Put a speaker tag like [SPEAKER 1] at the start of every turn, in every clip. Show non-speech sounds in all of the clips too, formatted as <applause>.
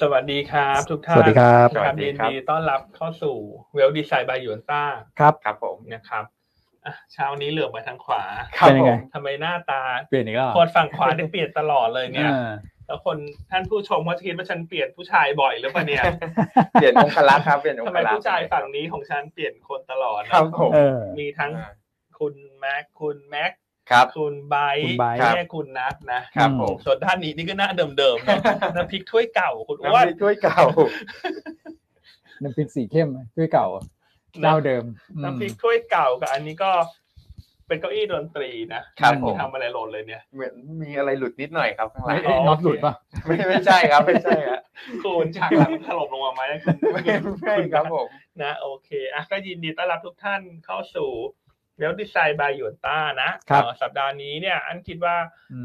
[SPEAKER 1] สวัสดีครับทุกท่าน
[SPEAKER 2] สวัสดีครับ
[SPEAKER 1] ค
[SPEAKER 3] สวั
[SPEAKER 1] รับ
[SPEAKER 3] สดี
[SPEAKER 1] ยิน
[SPEAKER 3] ครับ
[SPEAKER 1] ดีต้อนรับเข้าสู่เวลดีไซน์บายหยวนต้า
[SPEAKER 2] ครับ
[SPEAKER 3] ครับผม
[SPEAKER 1] นะครับอ่ะเช้านี้เหลือบไปทางขวา
[SPEAKER 2] เป็นยังไง
[SPEAKER 1] ทำไมหน้าตา
[SPEAKER 2] เปลี่ยนอีกแล้วเหรอ
[SPEAKER 1] คนฝั่งขวาได้เปลี่ยนตลอดเลยเนี่ย
[SPEAKER 2] อ่า
[SPEAKER 1] แล้วคนท่านผู้ชมว่าคิดว่าฉันเปลี่ยนผู้ชายบ่อยหรือเปล่าเนี่ย
[SPEAKER 3] เปลี่ยนองคลักษณ์ครับเปลี่ยนอง
[SPEAKER 1] ทำ
[SPEAKER 3] ค
[SPEAKER 1] ไม
[SPEAKER 3] ลักษณ์
[SPEAKER 1] ผู้ชายฝั่งนี้ของฉันเปลี่ยนคนตลอดนะครับ
[SPEAKER 3] ผม
[SPEAKER 2] เออ
[SPEAKER 1] มีทั้ง
[SPEAKER 3] อ่า
[SPEAKER 1] คุณแม็กคุณแม็ก
[SPEAKER 3] ครับ
[SPEAKER 1] คุณไบร์ท
[SPEAKER 2] คุณไบร์ท
[SPEAKER 1] แม่คุณนัทนะครับ
[SPEAKER 3] ผม
[SPEAKER 1] ส่วนท่านนี้นี่ก็หน้าเดิมๆนะน้ำพริกถ้วยเก่าคุณอ้วน
[SPEAKER 3] น้ำพริกถ้วยเก่า
[SPEAKER 2] น้ำพริกสีเข้มด้วยเก่าเจ้าเดิมอืม
[SPEAKER 1] น้ำพริกถ้วยเก่ากับอันนี้ก็เป็นเก้าอี้ดนตรีนะครับ
[SPEAKER 3] ผม
[SPEAKER 1] ทำอะไรหล่นเลยเนี่ย
[SPEAKER 3] เหมือนมีอะไรหลุดนิดหน่อยครับข้างหลัง
[SPEAKER 2] เอ๊ะ
[SPEAKER 1] อ๋อ
[SPEAKER 2] น็อตหลุดป่ะ
[SPEAKER 3] ไม่ไม่ใช่ครับไม่ใช่ฮะ
[SPEAKER 1] คุณฉากหลังมันถล่มลงมาไหมคุณ
[SPEAKER 3] ไม่ใช่ครับผม
[SPEAKER 1] นะโอเคอ่ะก็ยินดีต้อนรับทุกท่านเข้าสู่เวลดีไซน์บายหยวนต้านะครับ เอ่อสัปดาห์นี้เนี่ย อันคิดว่า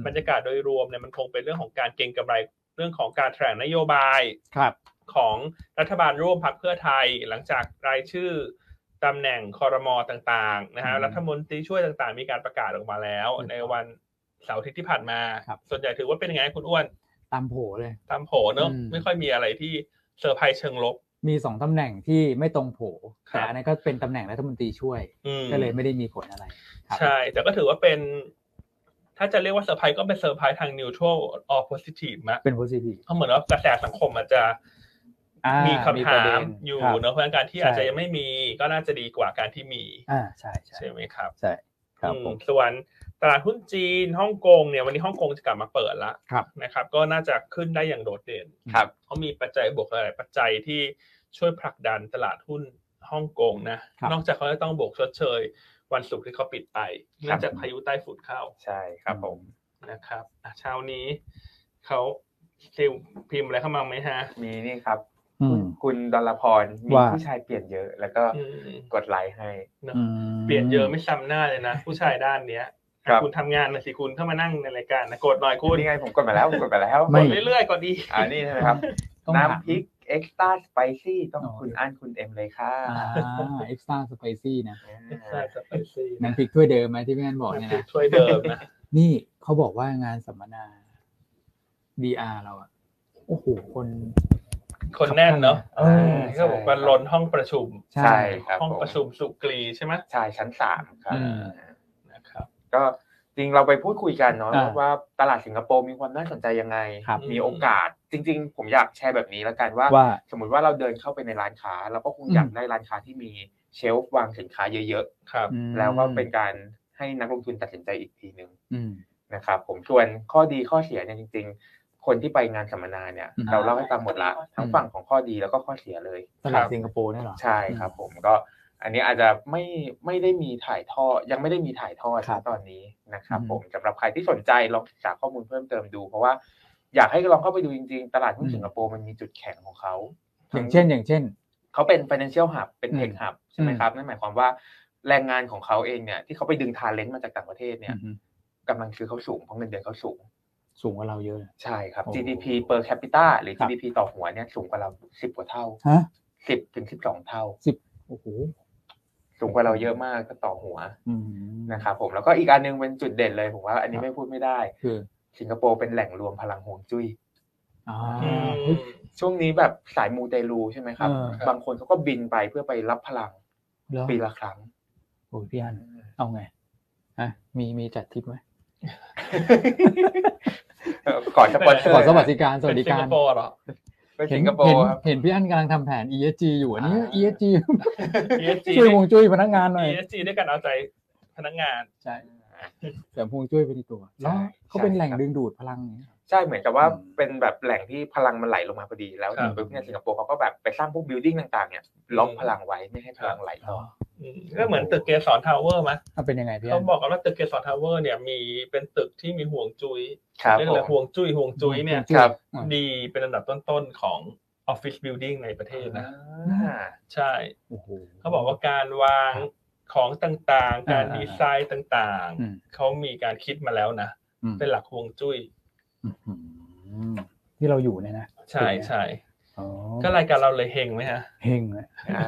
[SPEAKER 1] บรรยากาศโดยรวมเนี่ยมันคงเป็นเรื่องของการเก็งกำไรเรื่องของการแถลงนโยบาย
[SPEAKER 2] ครับ
[SPEAKER 1] ของรัฐบาลร่วมพรรคเพื่อไทยหลังจากรายชื่อตำแหน่งคอรมอต่างๆนะฮะ
[SPEAKER 2] อืม
[SPEAKER 1] รัฐมนตรีช่วยต่างๆ มีการประกาศออกมาแล้ว
[SPEAKER 2] ครับ
[SPEAKER 1] ในวันเสาร์อาทิตย์ที่ผ่านมา
[SPEAKER 2] ครับ
[SPEAKER 1] ส่วนใหญ่ถือว่าเป็นยังไงคุณอ้วน
[SPEAKER 2] ตามโผเลย
[SPEAKER 1] ตามโผเนอะ
[SPEAKER 2] อืม
[SPEAKER 1] ไม่ค่อยมีอะไรที่เซอร์ไพรส์เชิงลบ
[SPEAKER 2] มีสองตำแหน่งที่ไม่ตรงโผ
[SPEAKER 1] ครับ
[SPEAKER 2] แต่อันนั้นก็เป็นตำแหน่งรัฐมนตรีช่วย
[SPEAKER 1] อืม
[SPEAKER 2] ก็เลยไม่ได้มีผลอะไรครับ
[SPEAKER 1] ใช่ แต่ก็ถือว่าเป็น ถ้าจะเรียกว่าเซอร์ไพรส์ก็เป็นเซอร์ไพรส์ทางนิวทรัลออ positive มะ
[SPEAKER 2] เป็น positive
[SPEAKER 1] เพราะเหมือนว่ากระแสสังคมมันจะ
[SPEAKER 2] อ่า
[SPEAKER 1] มีคำ
[SPEAKER 2] มีประ
[SPEAKER 1] ถา
[SPEAKER 2] เด็น
[SPEAKER 1] มอยู่
[SPEAKER 2] ครับ
[SPEAKER 1] เนอะเพราะฉะนั้นการที่อาจ
[SPEAKER 2] ใช่
[SPEAKER 1] จะยังไม่มีก็น่าจะดีกว่าการที่มี
[SPEAKER 2] อ่าใช่ใช่
[SPEAKER 1] ใช่ไหมครับ
[SPEAKER 2] ใช่ครับ
[SPEAKER 1] อืม
[SPEAKER 2] ผม
[SPEAKER 1] ส่วนตลาดหุ้นจีนฮ่องกงเนี่ยวันนี้ฮ่องกงจะกลับมาเปิดละ
[SPEAKER 2] ครับ
[SPEAKER 1] นะครับ ก็น่าจะขึ้นได้อย่างโดดเด่น
[SPEAKER 3] ครับ
[SPEAKER 1] เพราะมีปัจจัยบวกหลายๆปัจจัยที่ช่วยผลักดันตลาดหุ้นฮ่องกงนะครับ นอกจากเขาจะต้องบวกชดเชย วันศุกร์ที่เขาปิดไปเนื่องจากพายุใต้ฝุ่นเข้า
[SPEAKER 3] ใช่ครับผม
[SPEAKER 1] นะครับอ่ะเช้านี้เขาซิลพิมพ์อะไรเข้ามาไหมฮะ
[SPEAKER 3] มีนี่ครับ
[SPEAKER 2] อื
[SPEAKER 3] คุ
[SPEAKER 2] ม
[SPEAKER 3] ณคุณดลพรมี
[SPEAKER 2] ว่า
[SPEAKER 3] ผู้ชายเปลี่ยนเยอะ แล้วก็
[SPEAKER 1] อืม
[SPEAKER 3] กดไลค์ให้
[SPEAKER 1] เนอะ
[SPEAKER 2] อืม
[SPEAKER 1] เปลี่ยนเยอะไม่ซ้ำหน้าเลยนะ ผู้ชายด้านเนี้ยอ่ะ
[SPEAKER 3] ครับ
[SPEAKER 1] คุณทำงานนะสิคุณเข้ามานั่งในรายการนะกดหน่อยคุณ
[SPEAKER 3] นี่ไงผมกดมาแล้วผมกดมาแล้ว
[SPEAKER 1] ก
[SPEAKER 2] ไม่
[SPEAKER 1] ดเรื่อยๆกดดี
[SPEAKER 3] อ่านี่ใช่ไหมครับ
[SPEAKER 2] ต้องถาม
[SPEAKER 3] น้ำพริกเอ็กซ์ตร้าสไปซี่ต้อง
[SPEAKER 2] อ๋อ
[SPEAKER 3] คุณอั้นคุณเอ็มเลยค่ะ
[SPEAKER 2] อ่า extra spicy นะ
[SPEAKER 1] ใช่สไปซี่
[SPEAKER 2] น้ำพริกถ้วยเดิมไหมที่พี่แอนบอกเนี่ยนะ
[SPEAKER 1] ช่วยเดิม
[SPEAKER 2] <laughs>
[SPEAKER 1] นะ
[SPEAKER 2] นี่เขาบอกว่างานสัมมนา DR เราอะโอ้โหคน
[SPEAKER 1] คนแน่นเนาะ
[SPEAKER 2] ออ
[SPEAKER 1] นี่ก็บอกว่าล้นห้องประชุม
[SPEAKER 2] ใช่
[SPEAKER 3] ใช่ครับ
[SPEAKER 1] ห้อง
[SPEAKER 3] ผม
[SPEAKER 1] ประชุมสุกรีใช่ไหม
[SPEAKER 3] ใช่ชั้นสามครับ
[SPEAKER 2] อืม
[SPEAKER 1] นะครับ
[SPEAKER 3] ก็จริงเราไปพูดคุยกันเนาะ
[SPEAKER 2] อ่า
[SPEAKER 3] ว่าตลาดสิงคโปร์มีความน่าสนใจยังไง
[SPEAKER 2] ครับ
[SPEAKER 3] มีโอกาสจริง ๆ ผมอยากแชร์แบบนี้แล้วกันว่า
[SPEAKER 2] ว่า
[SPEAKER 3] สมมุติว่าเราเดินเข้าไปในร้านค้าเราก็คง
[SPEAKER 2] อืม
[SPEAKER 3] อยากได้ร้านค้าที่มีเชลฟ์วางสินค้าเยอะ
[SPEAKER 1] ครับ
[SPEAKER 2] อืม
[SPEAKER 3] ๆ แล้วก็เป็นการให้นักลงทุนตัดสินใจอีกทีหนึ่ง
[SPEAKER 2] อืม
[SPEAKER 3] นะครับผมส่วนข้อดีข้อเสียเนี่ยจริง ๆ คนที่ไปงานสัมมนาเนี่ย
[SPEAKER 2] อืม
[SPEAKER 3] เราเล่าให้ฟังหมดละทั้งฝั่งของข้อดีแล้วก็ข้อเสียเลย
[SPEAKER 2] ตลาดสิงคโปร์เนี่ยเหรอ
[SPEAKER 3] ใช่ครับผมก็อันนี้อาจจะไม่ไม่ได้มีถ่ายทอดยังไม่ได้มีถ่ายทอด
[SPEAKER 2] ครับ
[SPEAKER 3] ตอนนี้นะครับ
[SPEAKER 2] อืม
[SPEAKER 3] ผมสำหรับใครที่สนใจลองศึกษาข้อมูลเพิ่มเติมดู เพราะว่าอยากให้ลองเข้าไปดูจริงๆ ตลาดหุ้น
[SPEAKER 2] อืม
[SPEAKER 3] สิงคโปร์มันมีจุดแข็งของเขา
[SPEAKER 2] อย่างเช่นอย่างเช่น
[SPEAKER 3] เขาเป็น financial hub เป็น
[SPEAKER 2] อืม
[SPEAKER 3] tech hub ใช่ไหมครับ นั่นหมายความว่าแรงงานของเขาเองเนี่ยที่เขาไปดึงทาเลนต์มาจากต่างประเทศเนี่ย
[SPEAKER 2] อืม
[SPEAKER 3] กำลังซื้อเขาสูงเพราะเงินเดือนเขาสูง
[SPEAKER 2] สูงกว่าเราเยอะเลย
[SPEAKER 3] ใช่ครับ
[SPEAKER 2] โอ้
[SPEAKER 3] GDP per capita หรือ GDP ต่อหัวเนี่ยสูงกว่าเราสิบกว่าเท่า
[SPEAKER 2] ฮะ
[SPEAKER 3] สิบถึงสิบสองเท่า
[SPEAKER 2] โอ้โห
[SPEAKER 3] สูงกว่าเราเยอะมากต่อหัว
[SPEAKER 2] อืม
[SPEAKER 3] นะครับผมแล้วก็อีกอันหนึงเป็นจุดเด่นเลยผมว่าอันนี้ไม่พูดไม่ได้
[SPEAKER 2] คือ
[SPEAKER 3] สิงคโปร์เป็นแหล่งรวมพลังห่วงจุ้ย
[SPEAKER 2] อ่า
[SPEAKER 1] อืม
[SPEAKER 3] ช่วงนี้แบบสายมูเตลูใช่ไหมครับ
[SPEAKER 2] เออ
[SPEAKER 3] บางคนเขาก็บินไปเพื่อไปรับพลัง
[SPEAKER 2] แล้ว
[SPEAKER 3] ปีละครั้ง
[SPEAKER 2] โอ้ยพี่อันเอาไงฮะมีมีจัดทริปไหม
[SPEAKER 3] เออก่อนจะปอนเซอร์
[SPEAKER 2] ขอสวัสดิการสวัสดิ
[SPEAKER 1] เป็น
[SPEAKER 2] กา
[SPEAKER 1] สิง
[SPEAKER 2] ร
[SPEAKER 1] คโปร์เหรอ
[SPEAKER 3] เป็น
[SPEAKER 2] เห็
[SPEAKER 3] สิ
[SPEAKER 2] น
[SPEAKER 3] งคโป
[SPEAKER 2] เห็น
[SPEAKER 3] ร์ครับ
[SPEAKER 2] เห็นพี่อันกำลังทำแผน ESG อยู่อันนี้
[SPEAKER 3] อ่า
[SPEAKER 2] ESG
[SPEAKER 1] ESG
[SPEAKER 2] ช่วยฮวงจุ้ยพนักงานหน่อย
[SPEAKER 1] ESG ด้วยการเอาใจพนักงาน
[SPEAKER 2] ใช่ เสริมพวงจุ้ยไปในตัวแล้วเขาเป็นแหล่งดึงดูดพลังอย่างเงี้ย
[SPEAKER 3] ใช่เหมือนกับว่า
[SPEAKER 2] อืม
[SPEAKER 3] เป็นแบบแหล่งที่พลังมันไหลลงมาพอดีแล้ว
[SPEAKER 1] ครับ
[SPEAKER 3] ปุ๊บเนี่ยสิงคโปร์เขาก็แบบไปสร้างพวกบิลดิ้งต่างๆเนี่ยล็อกพลังไว้ไม่ให้พลังไหลต่อ
[SPEAKER 1] อืมก็เหมือนตึกเกสรทาวเวอร์มั้ย
[SPEAKER 2] มันเป็นยังไงพี่
[SPEAKER 1] เขา
[SPEAKER 2] อัน
[SPEAKER 1] บอกกันว่าตึกเกสรทาวเวอร์เนี่ยมีเป็นตึกที่มีห่วงจุย
[SPEAKER 3] ครับ
[SPEAKER 1] เรียก
[SPEAKER 3] ผ
[SPEAKER 1] อะไร
[SPEAKER 3] ม
[SPEAKER 1] ห่วงจุยห่วงจุยเนี่ย
[SPEAKER 2] ห่วงจุ้
[SPEAKER 3] ครับ
[SPEAKER 2] อ่า
[SPEAKER 1] ดีเป็นอันดับต้นๆของออฟฟิศบิลดิ่งในประเทศนะ
[SPEAKER 3] อ่า
[SPEAKER 1] ใช่
[SPEAKER 2] โอ้โห
[SPEAKER 1] เขาบอกว่าการวางของต่างๆ การ
[SPEAKER 2] อ่า
[SPEAKER 1] ดีไซน์ต่าง
[SPEAKER 2] อืม
[SPEAKER 1] ๆ เขามีการคิดมาแล้วนะ
[SPEAKER 2] อืม
[SPEAKER 1] เป็นหลักฮวงจุ้ย
[SPEAKER 2] อืมที่เราอยู่เนี่ยนะ
[SPEAKER 1] ใช่ใช่
[SPEAKER 2] อ๋อ
[SPEAKER 1] ก็รายการเราเลยเฮงไหมฮะ
[SPEAKER 2] เฮงอะ
[SPEAKER 3] อ่า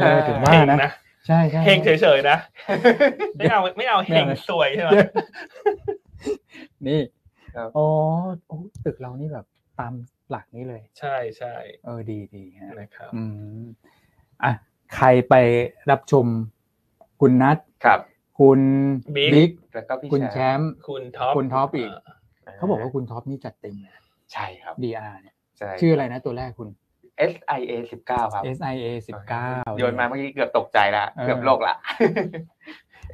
[SPEAKER 2] เออถึง ว่า
[SPEAKER 1] เฮ
[SPEAKER 2] นะ
[SPEAKER 1] งนะ
[SPEAKER 2] ใช่ใช่
[SPEAKER 1] เฮงเฉ
[SPEAKER 2] ใช่
[SPEAKER 1] ยๆนะ ไม่เอาไม่เอาเฮง
[SPEAKER 2] ไม่เอา
[SPEAKER 1] สวยใช่ไหม
[SPEAKER 2] นี่
[SPEAKER 3] ครับ
[SPEAKER 2] อ๋อโอ้ตึกเรานี่แบบตาม หลักนี้เลย
[SPEAKER 1] ใช่ใช่
[SPEAKER 2] เออดีดีฮะ
[SPEAKER 1] นะครับ
[SPEAKER 2] อืมอ่ะใครไปรับชมคุณนัท
[SPEAKER 3] ครับ
[SPEAKER 2] คุณบิ๊ก
[SPEAKER 3] แล้วก็พี่
[SPEAKER 2] คุณแชมป์
[SPEAKER 1] คุณท็อป
[SPEAKER 2] คุณท็อปอีก
[SPEAKER 1] า
[SPEAKER 2] เขาบอกว่าคุณท็อปนี่จัดเต็มเลย
[SPEAKER 3] ใช่ครับ
[SPEAKER 2] DR เนี่ย
[SPEAKER 3] ใช่
[SPEAKER 2] ชื่ออะไรนะตัวแรกคุณ
[SPEAKER 3] อ SIA สิบเก้าครับ
[SPEAKER 2] SIA 19
[SPEAKER 3] โยนมาเมื่อกี้เกือบตกใจละ
[SPEAKER 2] เออ
[SPEAKER 3] เกือบโลกละ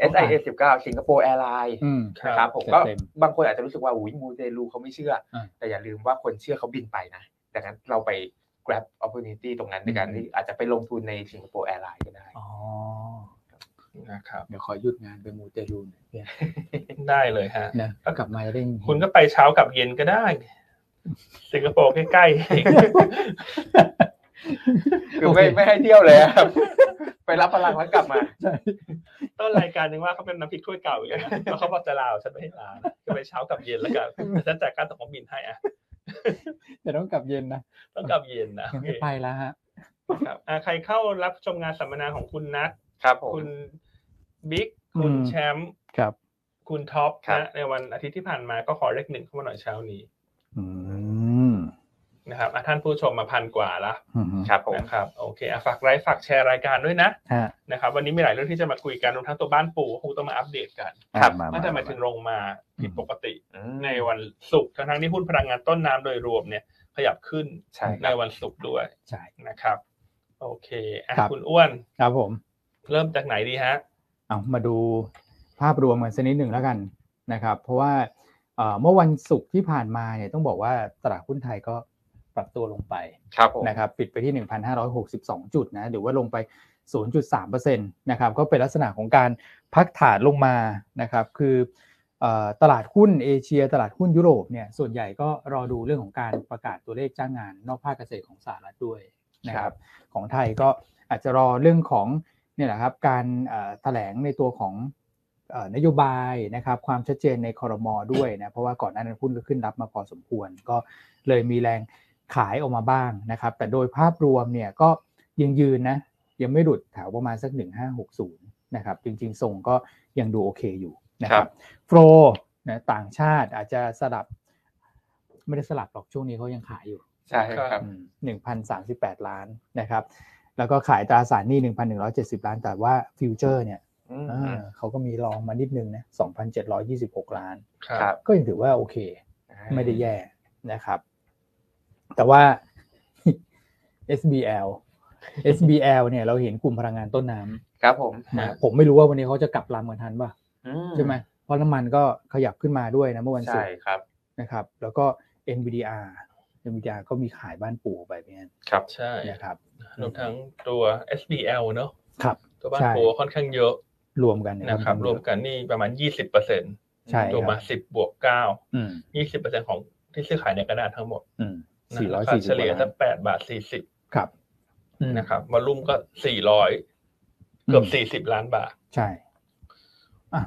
[SPEAKER 3] SIA สิบเก้าสิงคโปร์แอร์ไลน์
[SPEAKER 2] อืม
[SPEAKER 3] นะครับผม
[SPEAKER 2] เต็ม
[SPEAKER 3] ก็
[SPEAKER 2] เต็ม
[SPEAKER 3] บางคนอาจจะรู้สึกว่าอุ้ยมูเตลูเขาไม่เชื่อ
[SPEAKER 2] อ่า
[SPEAKER 3] แต่อย่าลืมว่าคนเชื่อเขาบินไปนะดังนั้นเราไป grab opportunity ตรงนั้นในการ
[SPEAKER 2] อืม
[SPEAKER 3] ที่อาจจะไปลงทุนในสิงคโปร์แอร์ไลน์ก็ได้
[SPEAKER 2] อ๋อ
[SPEAKER 1] นะครับ
[SPEAKER 2] เดี๋ยวขอหยุดงานไปมูเตลูหนอยเนี่ย
[SPEAKER 1] ได้เลยฮะ
[SPEAKER 2] นะกลับมาจะได้เห็น
[SPEAKER 1] คุณ
[SPEAKER 2] <laughs>
[SPEAKER 1] ก็ไปเช้ากลับเย็นก็ได้ สิงคโปร์ใกล้ๆเอง
[SPEAKER 3] คือ
[SPEAKER 2] โอเค
[SPEAKER 3] ไม่ไม่ให้เที่ยวเลยอะครับ <laughs> ไปรับพลังแล้วกลับมา
[SPEAKER 2] ใช่
[SPEAKER 1] ต้นรายการยังว่าเขาเป็นน้ำพริกถ้วยเก่าอยู่เลยแล้วเขาบอกจะล <laughs> าฉันไม่ให้ลาก็ไปเช้ากลับเย็นแล้ว <laughs> กันแต่ฉันจ่ายค่าตั๋วเครื่องบินให้อะ
[SPEAKER 2] แต่ต้องกลับเย็นนะ
[SPEAKER 1] ต้องกลับเย็นนะ
[SPEAKER 2] ยังไม่ไปแล้วฮะ
[SPEAKER 1] โอเคครับอ่ะใครเข้ารับชมงานสัมมนาของคุณนัท
[SPEAKER 3] ครับผม
[SPEAKER 1] คุณบิ๊ก คุณ
[SPEAKER 2] อืม
[SPEAKER 1] แชมป์
[SPEAKER 2] ครับ
[SPEAKER 1] คุณท็อป
[SPEAKER 3] ครับ
[SPEAKER 1] นะในวันอาทิตย์ที่ผ่านมาก็ขอเลขหนึ่งเข้ามาหน่อยเช้านี้
[SPEAKER 2] อืม
[SPEAKER 1] นะครับอ่ะท่านผู้ชมมาพันกว่าละ
[SPEAKER 3] ครับผม
[SPEAKER 1] นะครับโอเคอ่ะฝากไลค์ฝากแชร์รายการด้วยนะ
[SPEAKER 2] ฮะ
[SPEAKER 1] นะครับ วันนี้มีหลายเรื่องที่จะมาคุยกันรวมทั้งตัวบ้านปู่คงต้องมาอัปเดตกัน
[SPEAKER 3] ครับ
[SPEAKER 1] น่าจะหมายถึงโรงมาผิดปกติ
[SPEAKER 3] อืม
[SPEAKER 1] ในวันศุกร์ทั้งๆที่หุ้นพลังงานต้นน้ำโดยรวมเนี่ย ขยับขึ้น
[SPEAKER 3] ใช่ค
[SPEAKER 1] ใน
[SPEAKER 3] รับ
[SPEAKER 1] วันศุกร์ด้วย
[SPEAKER 2] ใช่
[SPEAKER 1] นะครับ โอเคอ่ะ
[SPEAKER 2] ครับ
[SPEAKER 1] คุณอ้วน
[SPEAKER 2] ครับผม
[SPEAKER 1] เริ่มจากไหนดีฮะ
[SPEAKER 2] เอามาดูภาพรวมกันสักนิดหนึ่งแล้วกันนะครับ เพราะว่าเอ่อเมื่อวันศุกร์ที่ผ่านมาเนี่ยต้องบอกว่าตลาดหุ้นไทยก็ปรับตัวลงไป
[SPEAKER 3] ครับผม
[SPEAKER 2] นะครับปิดไปที่ 1,562 จุดนะหรือว่าลงไป 0.3%นะครับก็เป็นลักษณะของการพักฐานลงมานะครับคือเอ่อตลาดหุ้นเอเชีย ตลาดหุ้นยุโรปเนี่ยส่วนใหญ่ก็รอดูเรื่องของการประกาศตัวเลขจ้างงาน นอกภาคเกษตรของสหรัฐด้วยนะครับของไทยก็อาจจะรอเรื่องของ เนี่ยแหละครับการเอ่อแถลงในตัวของเอ่อนโยบายนะครับความชัดเจนในคอรมอด้วยนะเพราะว่าก่อนหน้านั้นหุ้นก็ขึ้นรับมาพอสมควร ก็เลยมีแรงขายออกมาบ้างนะครับ แต่โดยภาพรวมเนี่ยก็ยังยืนนะยังไม่หลุดแถวประมาณสัก 1560นะครับจริงๆทรงก็ยังดูโอเคอยู่นะครับโฟลนะต่างชาติอาจจะสลับ ไม่ได้สลับหรอกช่วงนี้เขายังขายอยู่
[SPEAKER 3] ใช่ครับ
[SPEAKER 2] หนึ่งพันสามสิบแปดล้านนะครับ แล้วก็ขายตราสารหนี้หนึ่งพันหนึ่งร้อยเจ็ดสิบล้าน แต่ว่าฟิวเจอร์เนี่ย
[SPEAKER 3] อืม
[SPEAKER 2] อ่าเขาก็มีรองมานิดนึงนะสองพันเจ็ดร้อยี่สิบหกล้าน
[SPEAKER 3] ครับ
[SPEAKER 2] ก็ยังถือว่าโอเค ไม่ได้แย่นะครับ แต่ว่า <laughs> SBL SBL เนี่ยเราเห็นกลุ่มพลังงานต้นน้
[SPEAKER 3] ครับผม
[SPEAKER 2] ำนะผมไม่รู้ว่าวันนี้เขาจะกลับลำกันทันป่ะ
[SPEAKER 3] อื
[SPEAKER 2] ใช่ไหมเพราะน้ำมันก็ขยับขึ้นมาด้วยนะเมื่อวันศุ
[SPEAKER 3] ใช่
[SPEAKER 2] กร์
[SPEAKER 3] ครับ
[SPEAKER 2] นะครับ แล้วก็ NVDR NVDR ก็มีขายบ้านปู่ไปเนี่ย
[SPEAKER 3] ครับ
[SPEAKER 1] ใช่
[SPEAKER 2] นะครับ
[SPEAKER 1] รวมทั้งตัว SBL เนอะ
[SPEAKER 2] ครับ
[SPEAKER 1] ตัวบ้าน
[SPEAKER 2] ใช่
[SPEAKER 1] โพค่อนข้างเยอะ
[SPEAKER 2] รวมกันเย
[SPEAKER 1] นะครับรวมกันนี่ประมาณ 20เปอร์เซ็นต์
[SPEAKER 2] ใช่
[SPEAKER 1] ตัวมา
[SPEAKER 2] ครับ
[SPEAKER 1] 10บวก9
[SPEAKER 2] อืม
[SPEAKER 1] 20เปอร์เซ็นต์ของที่ซื้อขายในกระดาษทั้งหมด
[SPEAKER 2] อืม
[SPEAKER 1] นะ
[SPEAKER 2] สี่ร้อย
[SPEAKER 1] ราคา
[SPEAKER 2] สี่สิบ
[SPEAKER 1] เฉลี่ยตั้ง8บาท
[SPEAKER 2] ครับอืม
[SPEAKER 1] 40นะครับวอลลุ่มก็ 400 เกือบ40 ล้านบาท
[SPEAKER 2] ใช่อ่ะ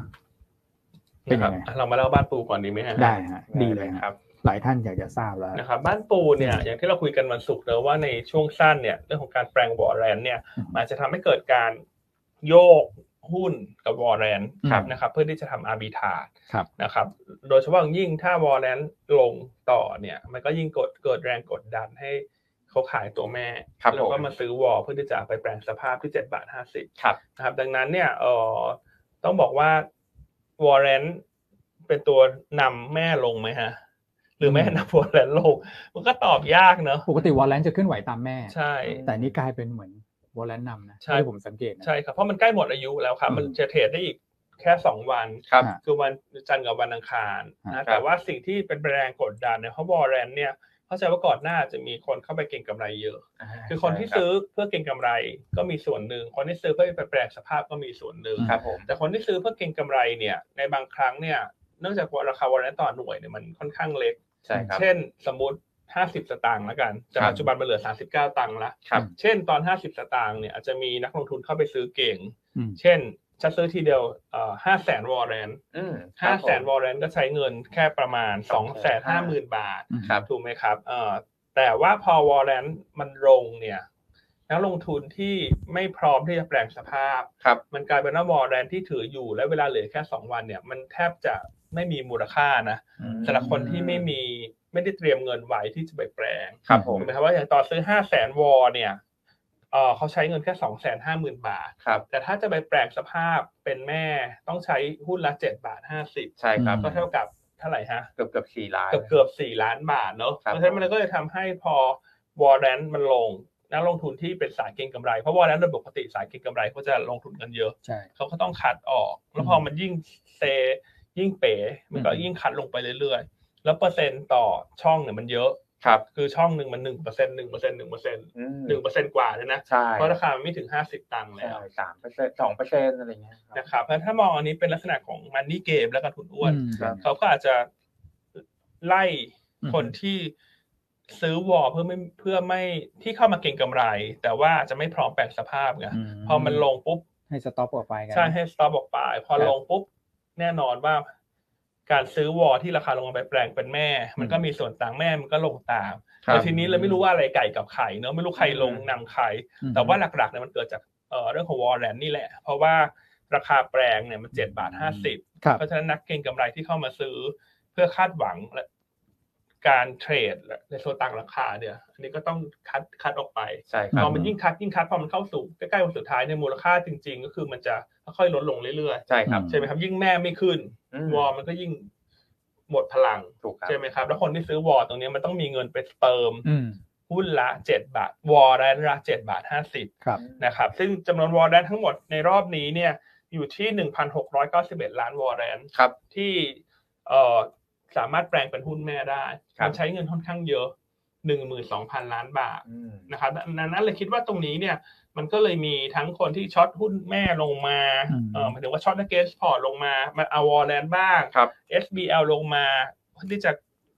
[SPEAKER 2] เป็น
[SPEAKER 1] นะ
[SPEAKER 2] ยังไง
[SPEAKER 1] ครับอ่ะเรามาเล่าบ้านปูก่อนดีไหมฮะ
[SPEAKER 2] ได้ฮะ ดีเลยครับ หลายท่านอยากจะทราบแล้ว
[SPEAKER 1] นะครับบ้านปูเนี่ยอย่างที่เราคุยกันวันศุกร์เนอะว่าในช่วงสั้นเนี่ยเรื่องของการแปลงวอร์แรนเนี่ย
[SPEAKER 2] อืม
[SPEAKER 1] มันจะทำให้เกิดการโยกหุ้นกับวอร์แรน
[SPEAKER 2] ครับ
[SPEAKER 1] นะครับเพื่อที่จะทำอาร์บิทา
[SPEAKER 2] ครับ
[SPEAKER 1] นะครับ โดยเฉพาะอย่างยิ่งถ้าวอลเลนลงต่อเนี่ย มันก็ยิ่งกดเกิดแรงกดดันให้เขาขายตัวแม่
[SPEAKER 3] ครับ
[SPEAKER 1] แล้วก็
[SPEAKER 3] ผม
[SPEAKER 1] มาซื้อวอลเพื่อที่จะเอาไปแปลงสภาพที่7บาท50
[SPEAKER 3] ครับ
[SPEAKER 1] นะครับ ดังนั้นเนี่ยเออต้องบอกว่าวอลเลนเป็นตัวนำแม่ลงไหมฮะ หรือแม่นำวอลเลนลง มันก็ตอบยากเนอะ
[SPEAKER 2] ปกติวอลเลนจะเคลื่อนไหวตามแม่
[SPEAKER 1] ใช่
[SPEAKER 2] แต่นี่กลายเป็นเหมือนวอลเลนนำนะ
[SPEAKER 1] ใช่
[SPEAKER 2] ที่ผมสังเกตนะ
[SPEAKER 1] ใช่ครับ เพราะมันใกล้หมดอายุแล้วครับ
[SPEAKER 2] อืม
[SPEAKER 1] มันจะเทรดได้อีกแค่สองวัน
[SPEAKER 3] ครับ
[SPEAKER 2] อ่ะ
[SPEAKER 1] คือวันจันทร์กับวันอังคาร
[SPEAKER 2] ครั
[SPEAKER 1] นะ
[SPEAKER 2] บ
[SPEAKER 1] แต่ว่าสิ่งที่เป็นแรงกดดันเนี่ยเพราะวอร์เรนเนี่ยเข้าใจว่าก่อนหน้าจะมีคนเข้าไปเก็งกำไรเยอะ คือคนที่ซื้อเพื่อเก็งกำไรก็มีส่วนหนึ่ง คนที่ซื้อเพื่อไปแปลงสภาพก็มีส่วนหนึ่ง
[SPEAKER 3] ครับผม
[SPEAKER 1] แต่คนที่ซื้อเพื่อเก็งกำไรเนี่ยในบางครั้งเนี่ยเนื่องจากว่าราคาวอร์เรนต่อหน่วยเนี่ยมันค่อนข้างเล็ก
[SPEAKER 3] ใช่ครับ
[SPEAKER 1] เช่นสมมติ 50 สตางค์ละกันแต่
[SPEAKER 3] ครับ
[SPEAKER 1] ปัจจุบันมันเหลือ 39 ตังค์ละ
[SPEAKER 3] ครับ
[SPEAKER 1] เช่นตอน 50 สตางค์เนี่ยอาจจะมีนักลงทุนเข้าไปซื้อเก่ง
[SPEAKER 2] อืม
[SPEAKER 1] เช่นจะซื้อทีเดียวห้าแสนวอร์เรน
[SPEAKER 3] อืม
[SPEAKER 1] ห้าแสน
[SPEAKER 3] คว
[SPEAKER 1] อ
[SPEAKER 3] รับผม
[SPEAKER 1] ลเลนก็ใช้เงินแค่ประมาณสองแสนห้าหมื่น
[SPEAKER 3] 250,000
[SPEAKER 1] บาท
[SPEAKER 3] ครับ
[SPEAKER 1] ถูกไหมครับเอ่อแต่ว่าพอวอลเลนมันลงเนี่ยนักลงทุนที่ไม่พร้อมที่จะแปลงสภาพ
[SPEAKER 3] ครับ
[SPEAKER 1] มันกลายเป็นว่าวอลเลนที่ถืออยู่และเวลาเหลือแค่สองวันเนี่ย มันแทบจะไม่มีมูลค่านะ
[SPEAKER 2] อืม
[SPEAKER 1] สำหรับคนที่ไม่มี ไม่ได้เตรียมเงินไว้ที่จะไปแปลง
[SPEAKER 3] ครับผม
[SPEAKER 1] ถูกไหมครับว่าอย่างตอนซื้อห้าแสนวอเนี่ยเอ่อเขาใช้เงินแค่สองแสนห้าหมื่นบาท
[SPEAKER 3] ครับ
[SPEAKER 1] แต่ถ้าจะไปแปลงสภาพเป็นแม่ต้องใช้หุ้นละเจ็ดบาทห้าสิบ
[SPEAKER 3] ใช่ครับ
[SPEAKER 2] อืม
[SPEAKER 1] ก็เท่ากับเท่าไหร่ฮะ
[SPEAKER 3] เกือบเกือบสี่ล้าน
[SPEAKER 1] เกือบเกือบสี่ล้านบาทเนอะเพ
[SPEAKER 3] ครับ
[SPEAKER 1] ราะฉะนั้นมันก็เลยทำให้พอวอร์เรนมันลงนักลงทุนที่เป็นสายเก็งกำไร เพราะวอร์เรนโดยปกติสายเก็งกำไรเขาจะลงทุนกันเยอะ
[SPEAKER 2] ใช่
[SPEAKER 1] เขาก็ต้องคัดออก แล้วพอมันยิ่งเซยิ่งเป๋ มันก็
[SPEAKER 2] อืม
[SPEAKER 1] ยิ่งคัดลงไปเรื่อยๆ แล้วเปอร์เซ็นต์ต่อช่องเนี่ยมันเยอะ
[SPEAKER 3] ครับ
[SPEAKER 1] คือช่องหนึ่งมันหนึ่งเปอร์เซ็นต์หนึ่งเปอร์เซ็นต์หนึ่งเปอร์เซ็นต์
[SPEAKER 3] อืม
[SPEAKER 1] หนึ่งเปอร์เซ็นต์กว่าเลยนะ
[SPEAKER 3] ใช่
[SPEAKER 1] เพราะราคามันไม่ถึงห้าสิบตังค์แล้ว
[SPEAKER 3] สามเปอร์เซ็นต์สองเปอร์เซ็นต์อะไรเงี้ยครับ
[SPEAKER 1] นะครับเพราะฉะนั้นถ้ามองอันนี้เป็นลักษณะของมันนี่เกมแล้วกันคุณอ้วน
[SPEAKER 2] อืม
[SPEAKER 3] ครับ
[SPEAKER 1] เขาก็อาจจะไล่
[SPEAKER 2] อืม
[SPEAKER 1] คนที่ซื้อวอลเพื่อไม่เพื่อไม่ที่เข้ามาเก็งกำไร แต่ว่าจะไม่พร้อมแปลงสภาพไงพอมันลงปุ๊บ
[SPEAKER 2] ให้สต็อปออกไปกั
[SPEAKER 1] ใช่ให้สต็อปออกไป พอ
[SPEAKER 2] ครับ
[SPEAKER 1] ลงปุ๊บแน่นอนว่า การซื้อวอลที่ราคาลงมาไปแปลงเป็นแม่ มัน
[SPEAKER 2] อืม
[SPEAKER 1] ก็มีส่วนต่างแม่มันก็ลงตาม
[SPEAKER 3] ครับ
[SPEAKER 1] แต่ทีนี้เราไม่รู้ว่าอะไรไก่กับไข่เนอะไม่รู้ใครลงนำใคร
[SPEAKER 2] อืม
[SPEAKER 1] แต่ว่าหลักๆเนี่ยมันเกิดจากเอ่อเรื่องของวอลแลนนี่แหละ เพราะว่าราคาแปลงเนี่ยมันเจ็ดบาทห้าสิบ
[SPEAKER 2] ครับ
[SPEAKER 1] เพราะฉะนั้นนักเก็งกำไรที่เข้ามาซื้อเพื่อคาดหวังและการเทรดและในโซนต่างราคาเนี่ย อันนี้ก็ต้องคัดคัดออกไป
[SPEAKER 3] ใช่ค
[SPEAKER 1] พ
[SPEAKER 3] รับ
[SPEAKER 1] อมันยิ่งคัดยิ่งคัดพอมันเข้าสู่ใกล้ๆวันสุดท้ายในยมูลค่าจริง ๆ ก็คือมันจะค่อยๆลดลงเรื่อย
[SPEAKER 3] ใช่ครับ
[SPEAKER 1] ๆใช่ไหมครับ ยิ่งแม่ไม่ขึ้น
[SPEAKER 3] อืม
[SPEAKER 1] วอลมันก็ยิ่งหมดพลัง
[SPEAKER 3] ถูกครับ
[SPEAKER 1] ใช่ไหมครับ แล้วคนที่ซื้อวอลตรงเนี้ยมันต้องมีเงินไปเติม
[SPEAKER 2] อืม
[SPEAKER 1] หุ้นละเจ็ดบาทวอลแลนละเจ็ดบาทห้าสิบ
[SPEAKER 2] ครับ
[SPEAKER 1] นะครับซึ่งจำนวนวอร์แรนทั้งหมดในรอบนี้เนี่ยอยู่ที่ 1,691 ล้านวอร์แรน
[SPEAKER 3] ครับ
[SPEAKER 1] ที่เอ่อสามารถแปลงเป็นหุ้นแม่ได้
[SPEAKER 3] ครับ
[SPEAKER 1] มันใช้เงินค่อนข้างเยอะ 12,000 ล้านบาท
[SPEAKER 3] อืม
[SPEAKER 1] นะครับดังนั้นเลยคิดว่าตรงนี้เนี่ยมันก็เลยมีทั้งคนที่ช็อตหุ้นแม่ลงมา
[SPEAKER 2] อืม
[SPEAKER 1] เอ่อหมายถึงว่าช็อตและเกสพอร์ตลงมามาเอาวอร์แรนบ้าง
[SPEAKER 3] ครับ
[SPEAKER 1] SBL ลงมาเพื่อที่จะ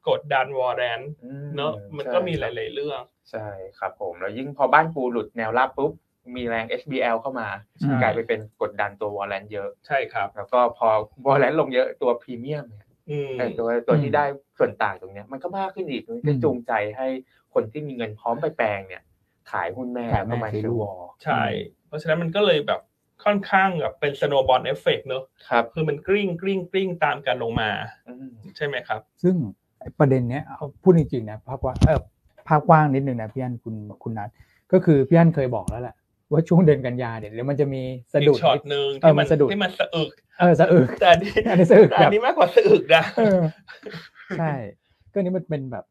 [SPEAKER 1] กดดันวอร์แรน
[SPEAKER 3] อื
[SPEAKER 1] เนอะมันก็มีหลาย ๆ เรื่อง
[SPEAKER 3] ใช่ครับผม แล้วยิ่งพอบ้านปูหลุดแนวราบปุ๊บ มีแรง SBL เข้ามา
[SPEAKER 2] ใช่
[SPEAKER 3] กลายไปเป็นกดดันตัววอลเลนเยอะ
[SPEAKER 1] ใช่ครับ
[SPEAKER 3] แล้วก็พอวอลเลนลงเยอะตัวพรีเมียมเนี่ย
[SPEAKER 1] อืม
[SPEAKER 3] ไอ้ตัวตัว
[SPEAKER 2] อืม
[SPEAKER 3] ที่ได้ส่วนต่างตรงเนี้ยมันก็มากขึ้นอีกมันก็
[SPEAKER 2] อืม
[SPEAKER 3] จูงใจให้คนที่มีเงินพร้อมไปแปลงเนี่ย ขายหุ้นแม่
[SPEAKER 2] ขายแม่
[SPEAKER 3] เข้ามา
[SPEAKER 2] ซื้อ
[SPEAKER 3] ซื้อ
[SPEAKER 2] ลูก
[SPEAKER 3] วอล
[SPEAKER 1] ใช่ เพราะฉะนั้นมันก็เลยแบบค่อนข้างแบบเป็นสโนบอลเอฟเฟกเนอะ
[SPEAKER 3] ครับ
[SPEAKER 1] คือมันกริ้งกริ้งกริ้งตามกันลงมา
[SPEAKER 3] อืม
[SPEAKER 1] ใช่ไหมครับ
[SPEAKER 2] ซึ่งไอ้ประเด็นเนี้ยเอาพูดจริงๆนะภาพกว่างเออภาพกว้างนิดนึงนะพี่อันคุณคุณนัทก็คือพี่อันเคยบอกแล้วแหละว่าช่วงเดือนกันยาเนี่ยเดี๋ยวมันจะมีสะ
[SPEAKER 1] อี
[SPEAKER 2] ดุด
[SPEAKER 1] กช็อตหนึ่ง
[SPEAKER 2] เออ
[SPEAKER 1] ที่
[SPEAKER 2] มั
[SPEAKER 1] มัน
[SPEAKER 2] นสะดุด
[SPEAKER 1] ที่มันสะอึก
[SPEAKER 2] เออสะอึก <laughs>
[SPEAKER 1] แต่อันนี้
[SPEAKER 2] อันนี้สะอึก
[SPEAKER 1] แต่
[SPEAKER 2] ค
[SPEAKER 1] อั
[SPEAKER 2] รับ
[SPEAKER 1] นนี้มากกว่าสะอึกนะ
[SPEAKER 2] เออใช่ ก็นี่มันเป็นแบบ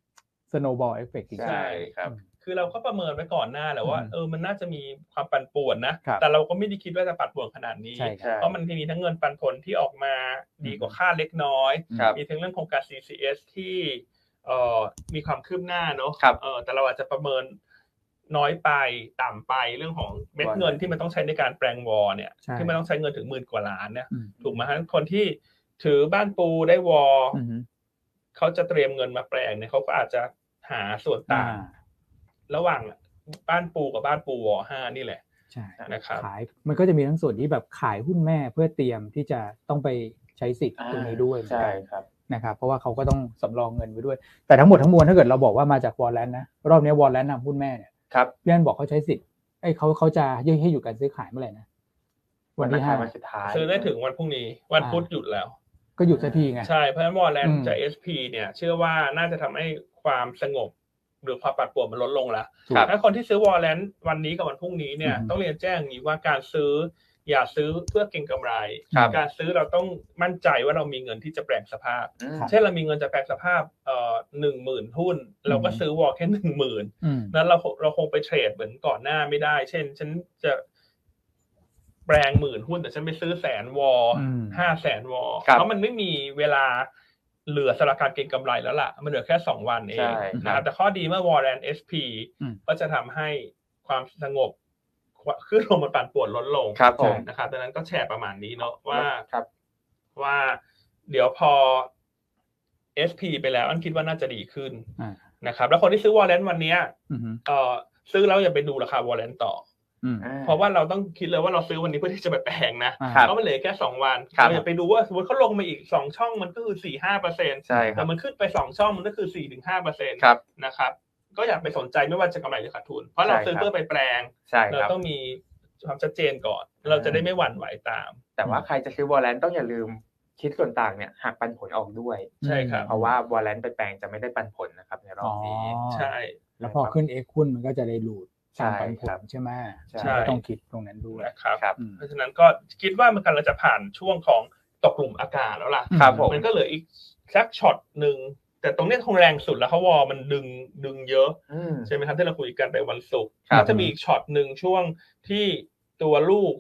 [SPEAKER 2] สโนบอลเอฟเฟกต์จริงๆ
[SPEAKER 1] ใช่
[SPEAKER 3] ใช่ครับ
[SPEAKER 1] คือเราก็ประเมินไว้ก่อนหน้าแหละว่า
[SPEAKER 2] อืม
[SPEAKER 1] เออมันน่าจะมีความปั่นป่วนนะ
[SPEAKER 2] ครับ
[SPEAKER 1] แต่เราก็ไม่ได้คิดว่าจะปั่นป่วนขนาดนี้
[SPEAKER 2] ใช่ครั
[SPEAKER 3] ใช่
[SPEAKER 2] บ
[SPEAKER 1] เพราะมันมีทั้งเงินปันผลที่ออกมาดีกว่าคาดเล็กน้อย
[SPEAKER 3] ครับ
[SPEAKER 1] มีทั้งเรื่องโครงการ CCS ที่เอ่อมีความคืบหน้าเนอะ
[SPEAKER 3] ครับ
[SPEAKER 1] เออแต่เราอาจจะประเมินน้อยไปต่ำไปเรื่องของเม็ด
[SPEAKER 3] วอล
[SPEAKER 1] เงินที่มันต้องใช้ในการแปลงวอลเนี่ย
[SPEAKER 2] ใช่
[SPEAKER 1] ที่มันต้องใช้เงินถึงหมื่นกว่าล้านเนี่ย
[SPEAKER 2] อืม
[SPEAKER 1] ถูกไหมฮะคนที่ถือบ้านปูได้วอล
[SPEAKER 2] อืม
[SPEAKER 1] เขาจะเตรียมเงินมาแปลงเนี่ยเขาก็อาจจะหาส่วน
[SPEAKER 2] อ่า
[SPEAKER 1] ต่างระหว่างบ้านปูกับบ้านปูวอลห้านี่แหละ
[SPEAKER 2] ใช่
[SPEAKER 1] นะครับ
[SPEAKER 2] ขายมันก็จะมีทั้งส่วนที่แบบขายหุ้นแม่เพื่อเตรียมที่จะต้องไปใช้สิทธิ์ตรงนี้ด้วยเหมือน
[SPEAKER 3] ใช่
[SPEAKER 2] กัน
[SPEAKER 3] ครับ
[SPEAKER 2] นะครับเพราะว่าเขาก็ต้องสำรองเงินไปด้วย แต่ทั้งหมดทั้งมวลถ้าเกิดเราบอกว่ามาจากวอลเลนนะ รอบนี้วอลเลนนำหุ้นแม่เนี่ย
[SPEAKER 3] ครับ
[SPEAKER 2] พี่อันบอกเขาใช้สิทธิ์ไอ้ยเขาเขาจะยื่นให้อยู่การซื้อขายเมื่อไหร่นะวันที่ห้า
[SPEAKER 3] วันสุดท้าย
[SPEAKER 1] ซื้อได้ถึงวันพรุ่งนี้วัน
[SPEAKER 2] อ่า
[SPEAKER 1] พุธหยุดแล้ว
[SPEAKER 2] ก็หยุดสักทีไง
[SPEAKER 1] ใช่ เพราะฉะนั้นวอลแลน
[SPEAKER 2] อืม
[SPEAKER 1] จาก SP เนี่ย เชื่อว่าน่าจะทำให้ความสงบ หรือความปัดป่วนมันลดลงละ
[SPEAKER 3] ถูกครับ
[SPEAKER 1] ถ้าคนที่ซื้อวอลแลนวันนี้กับวันพรุ่งนี้เนี่ย
[SPEAKER 2] อืม
[SPEAKER 1] ต้องเรียนแจ้งอย่างนี้ว่าการซื้ออย่าซื้อเพื่อเก็งกำไร
[SPEAKER 2] ครับ
[SPEAKER 1] การซื้อเราต้องมั่นใจว่าเรามีเงินที่จะแปลงสภาพ
[SPEAKER 3] อืม
[SPEAKER 2] ครับ
[SPEAKER 1] เช่นเรามีเงินจะแปลงสภาพเอ่อหนึ่งหมื่นหุ้น เราก็ซื้อวอลแค่หนึ่งหมื่น
[SPEAKER 2] อืม
[SPEAKER 1] นั้นเราเราคงไปเทรดเหมือนก่อนหน้าไม่ได้ เช่น ฉันจะแปลงหมื่นหุ้นแต่ฉันไปซื้อแสนวอล
[SPEAKER 2] อืม
[SPEAKER 1] ห้าแสนวอล
[SPEAKER 3] ครับ
[SPEAKER 1] เพราะมันไม่มีเวลาเหลือสำหรับการเก็งกำไรแล้วล่ะ มันเหลือแค่สองวันเอง
[SPEAKER 3] ใช่ครับ
[SPEAKER 1] นะครับแต่ข้อดีเมื่อวอลแลนเอสพี
[SPEAKER 2] อืม
[SPEAKER 1] ก็จะทำให้ความสงบขึ้นลงมันปั่นป่วนลดลง
[SPEAKER 3] ครับผม
[SPEAKER 1] นะครับดังนั้นก็แชร์ประมาณนี้เนาะว่า
[SPEAKER 3] ครับ
[SPEAKER 1] ว่าเดี๋ยวพอ SP ไปแล้ว อันคิดว่าน่าจะดีขึ้น
[SPEAKER 2] อ่า
[SPEAKER 1] นะครับ แล้วคนที่ซื้อวอลเลนวันเนี้ย
[SPEAKER 2] อืม
[SPEAKER 1] เอ่อซื้อแล้วอย่าไปดูราคาวอลเลนต่อ
[SPEAKER 2] อืม
[SPEAKER 1] เพราะว่าเราต้องคิดเลยว่าเราซื้อวันนี้เพื่อที่จะไปแปลงนะ
[SPEAKER 2] อ่า
[SPEAKER 3] ครับ
[SPEAKER 1] เพราะมันเหลือแค่สองวัน
[SPEAKER 3] ครับ
[SPEAKER 1] เราอย่าไปดูว่าสมมติเขาลงมาอีกสองช่องมันก็คือสี่ห้าเปอร์เซ็นต์
[SPEAKER 3] ใช่ครับ
[SPEAKER 1] แต่มันขึ้นไปสองช่องมันก็คือสี่ถึงห้าเปอร์เซ็นต์
[SPEAKER 3] ครับ
[SPEAKER 1] นะครับ ก็อย่าไปสนใจไม่ว่าจะกำไรหรือขาดทุน เพราะเรา
[SPEAKER 3] ใช่
[SPEAKER 1] ซื้อ
[SPEAKER 3] ครับ
[SPEAKER 1] เพื่อไปแปลง
[SPEAKER 3] ใช่
[SPEAKER 1] เรา
[SPEAKER 3] ครับ
[SPEAKER 1] ต้องมีความชัดเจนก่อน เราจะได้ไม่หวั่นไหวตาม
[SPEAKER 3] แต่ว่าใครจะซื้อวอลเลนต้องอย่าลืม คิดส่วนต่างเนี่ยหักปันผลออกด้วย
[SPEAKER 1] ใช่ครับ
[SPEAKER 3] เพราะว่าวอลเลนไปแปลงจะไม่ได้ปันผลนะครับในรอบนี้
[SPEAKER 2] อ๋อ
[SPEAKER 1] ใช่
[SPEAKER 2] แล้วพอขึ้น X หุ้นมันก็จะได้หลุด
[SPEAKER 3] ใช่
[SPEAKER 2] ตามปันผ
[SPEAKER 3] ค
[SPEAKER 2] ล
[SPEAKER 3] รับ
[SPEAKER 2] ใช่ไหม
[SPEAKER 3] ใช่
[SPEAKER 2] ก็ต้องคิดตรงนั้นด้วย
[SPEAKER 1] นะครับ
[SPEAKER 3] ครับ
[SPEAKER 2] อืม
[SPEAKER 1] เพราะฉะนั้นก็คิดว่ามันกำลังจะผ่านช่วงของตกหลุมอากาศแล้วล่ะ
[SPEAKER 3] ครับผม
[SPEAKER 1] มันก็เหลืออีกสักช็อตหนึ่ง แต่ตรงเนี้ยคงแรงสุดแล้วเขาะวอลมันดึงดึงเยอะ
[SPEAKER 3] อืม
[SPEAKER 1] ใช่ไหมครับที่เราคุยกันไปวันศุกร์
[SPEAKER 3] ครับ
[SPEAKER 1] ก็จะมีอีกช็อตหนึ่งช่วงที่ตัวลูก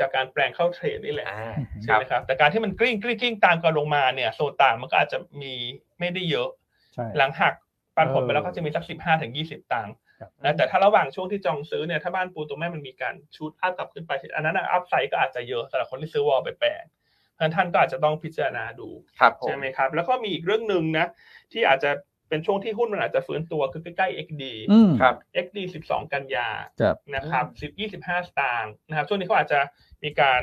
[SPEAKER 1] จากการแปลงเข้าเทรดนี่แหละ
[SPEAKER 3] อ่า
[SPEAKER 1] ใช่ไหมครับแต่การที่มันกริ้งกริ้งกริ้งตามกันลงมาเนี่ยโซนต่างมันก็อาจจะมีไม่ได้เยอะ
[SPEAKER 2] ใช่
[SPEAKER 1] หลังหักปันผลไปแล้ว
[SPEAKER 2] เออ
[SPEAKER 1] ก็จะมีสักสิบห้าถึงยี่สิบตังค์
[SPEAKER 2] ครับ
[SPEAKER 1] นะแต่ถ้าระหว่างช่วงที่จองซื้อเนี่ยถ้าบ้านปูตัวแม่มันมีการชูดอัพกลับขึ้นไป อันนั้นอัพไซด์ก็อาจจะเยอะสำหรับคนที่ซื้อวอลไปแปลงเพราะฉะนั้นท่านก็อาจจะต้องพิจารณาดู
[SPEAKER 3] ครับผม
[SPEAKER 1] ใช่ไหมครับ แล้วก็มีอีกเรื่องหนึ่งนะ ที่อาจจะเป็นช่วงที่หุ้นมันอาจจะฟื้นตัวคือใกล้ๆ XD
[SPEAKER 2] อืม
[SPEAKER 3] ครับ
[SPEAKER 1] XD 12 กันยา
[SPEAKER 2] ครับ
[SPEAKER 1] นะครับ10 25 สตางค์นะครับ ช่วงนี้เขาอาจจะมีการ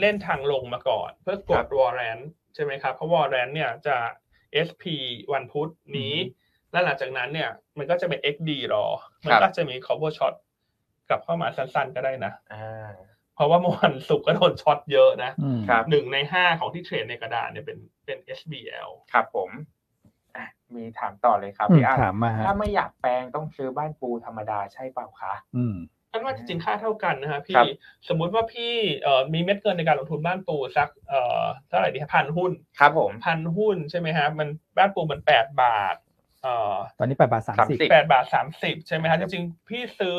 [SPEAKER 1] เล่นทางลงมาก่อน เพื่อก
[SPEAKER 3] ครั
[SPEAKER 1] ด
[SPEAKER 3] บ
[SPEAKER 1] วอร์แรนใช่ไหมครับ เพราะวอร์แรนเนี่ยจะ SP วันพุธนี้ และหลังจากนั้นเนี่ยมันก็จะเป็น XD รอ มันก็จะมี cover shot กลับเข้ามาสั้นๆก็ได้นะ
[SPEAKER 3] อ่า
[SPEAKER 1] เพราะว่าเมื่อวันศุกร์ก็โดนช็อตเยอะนะ
[SPEAKER 2] อืม
[SPEAKER 3] ครับ
[SPEAKER 1] หนึ่งในห้าของที่เทรดในกระดาษเนี่ยเป็นเป็น SBL
[SPEAKER 3] ครับผมอ่ะมีถามต่อเลยครับ
[SPEAKER 2] อืม
[SPEAKER 3] พี่อาร์ต
[SPEAKER 2] ถามมาฮะ
[SPEAKER 3] ถ้าไม่อยากแปลงต้องซื้อบ้านปูธรรมดาใช่เปล่าคะ
[SPEAKER 2] อืม
[SPEAKER 1] ท่านว่าจริงๆค่าเท่ากันนะฮะ
[SPEAKER 3] ครั
[SPEAKER 1] พี่
[SPEAKER 3] บ
[SPEAKER 1] สมมุติว่าพี่เอ่อมีเม็ดเงินในการลงทุนบ้านปูสักเอ่อเท่าไหร่ดีฮะพันหุ้น
[SPEAKER 3] ครับผม
[SPEAKER 1] พันหุ้นใช่ไหมฮะมันบ้านปูมันแปดบาทเอ่อ
[SPEAKER 2] ตอนนี้แปดบาทสาม
[SPEAKER 3] สาม
[SPEAKER 2] สิบ
[SPEAKER 3] สิบ
[SPEAKER 1] แปดบาทสามสิบใช่ไหมฮะจริงๆพี่ซื้อ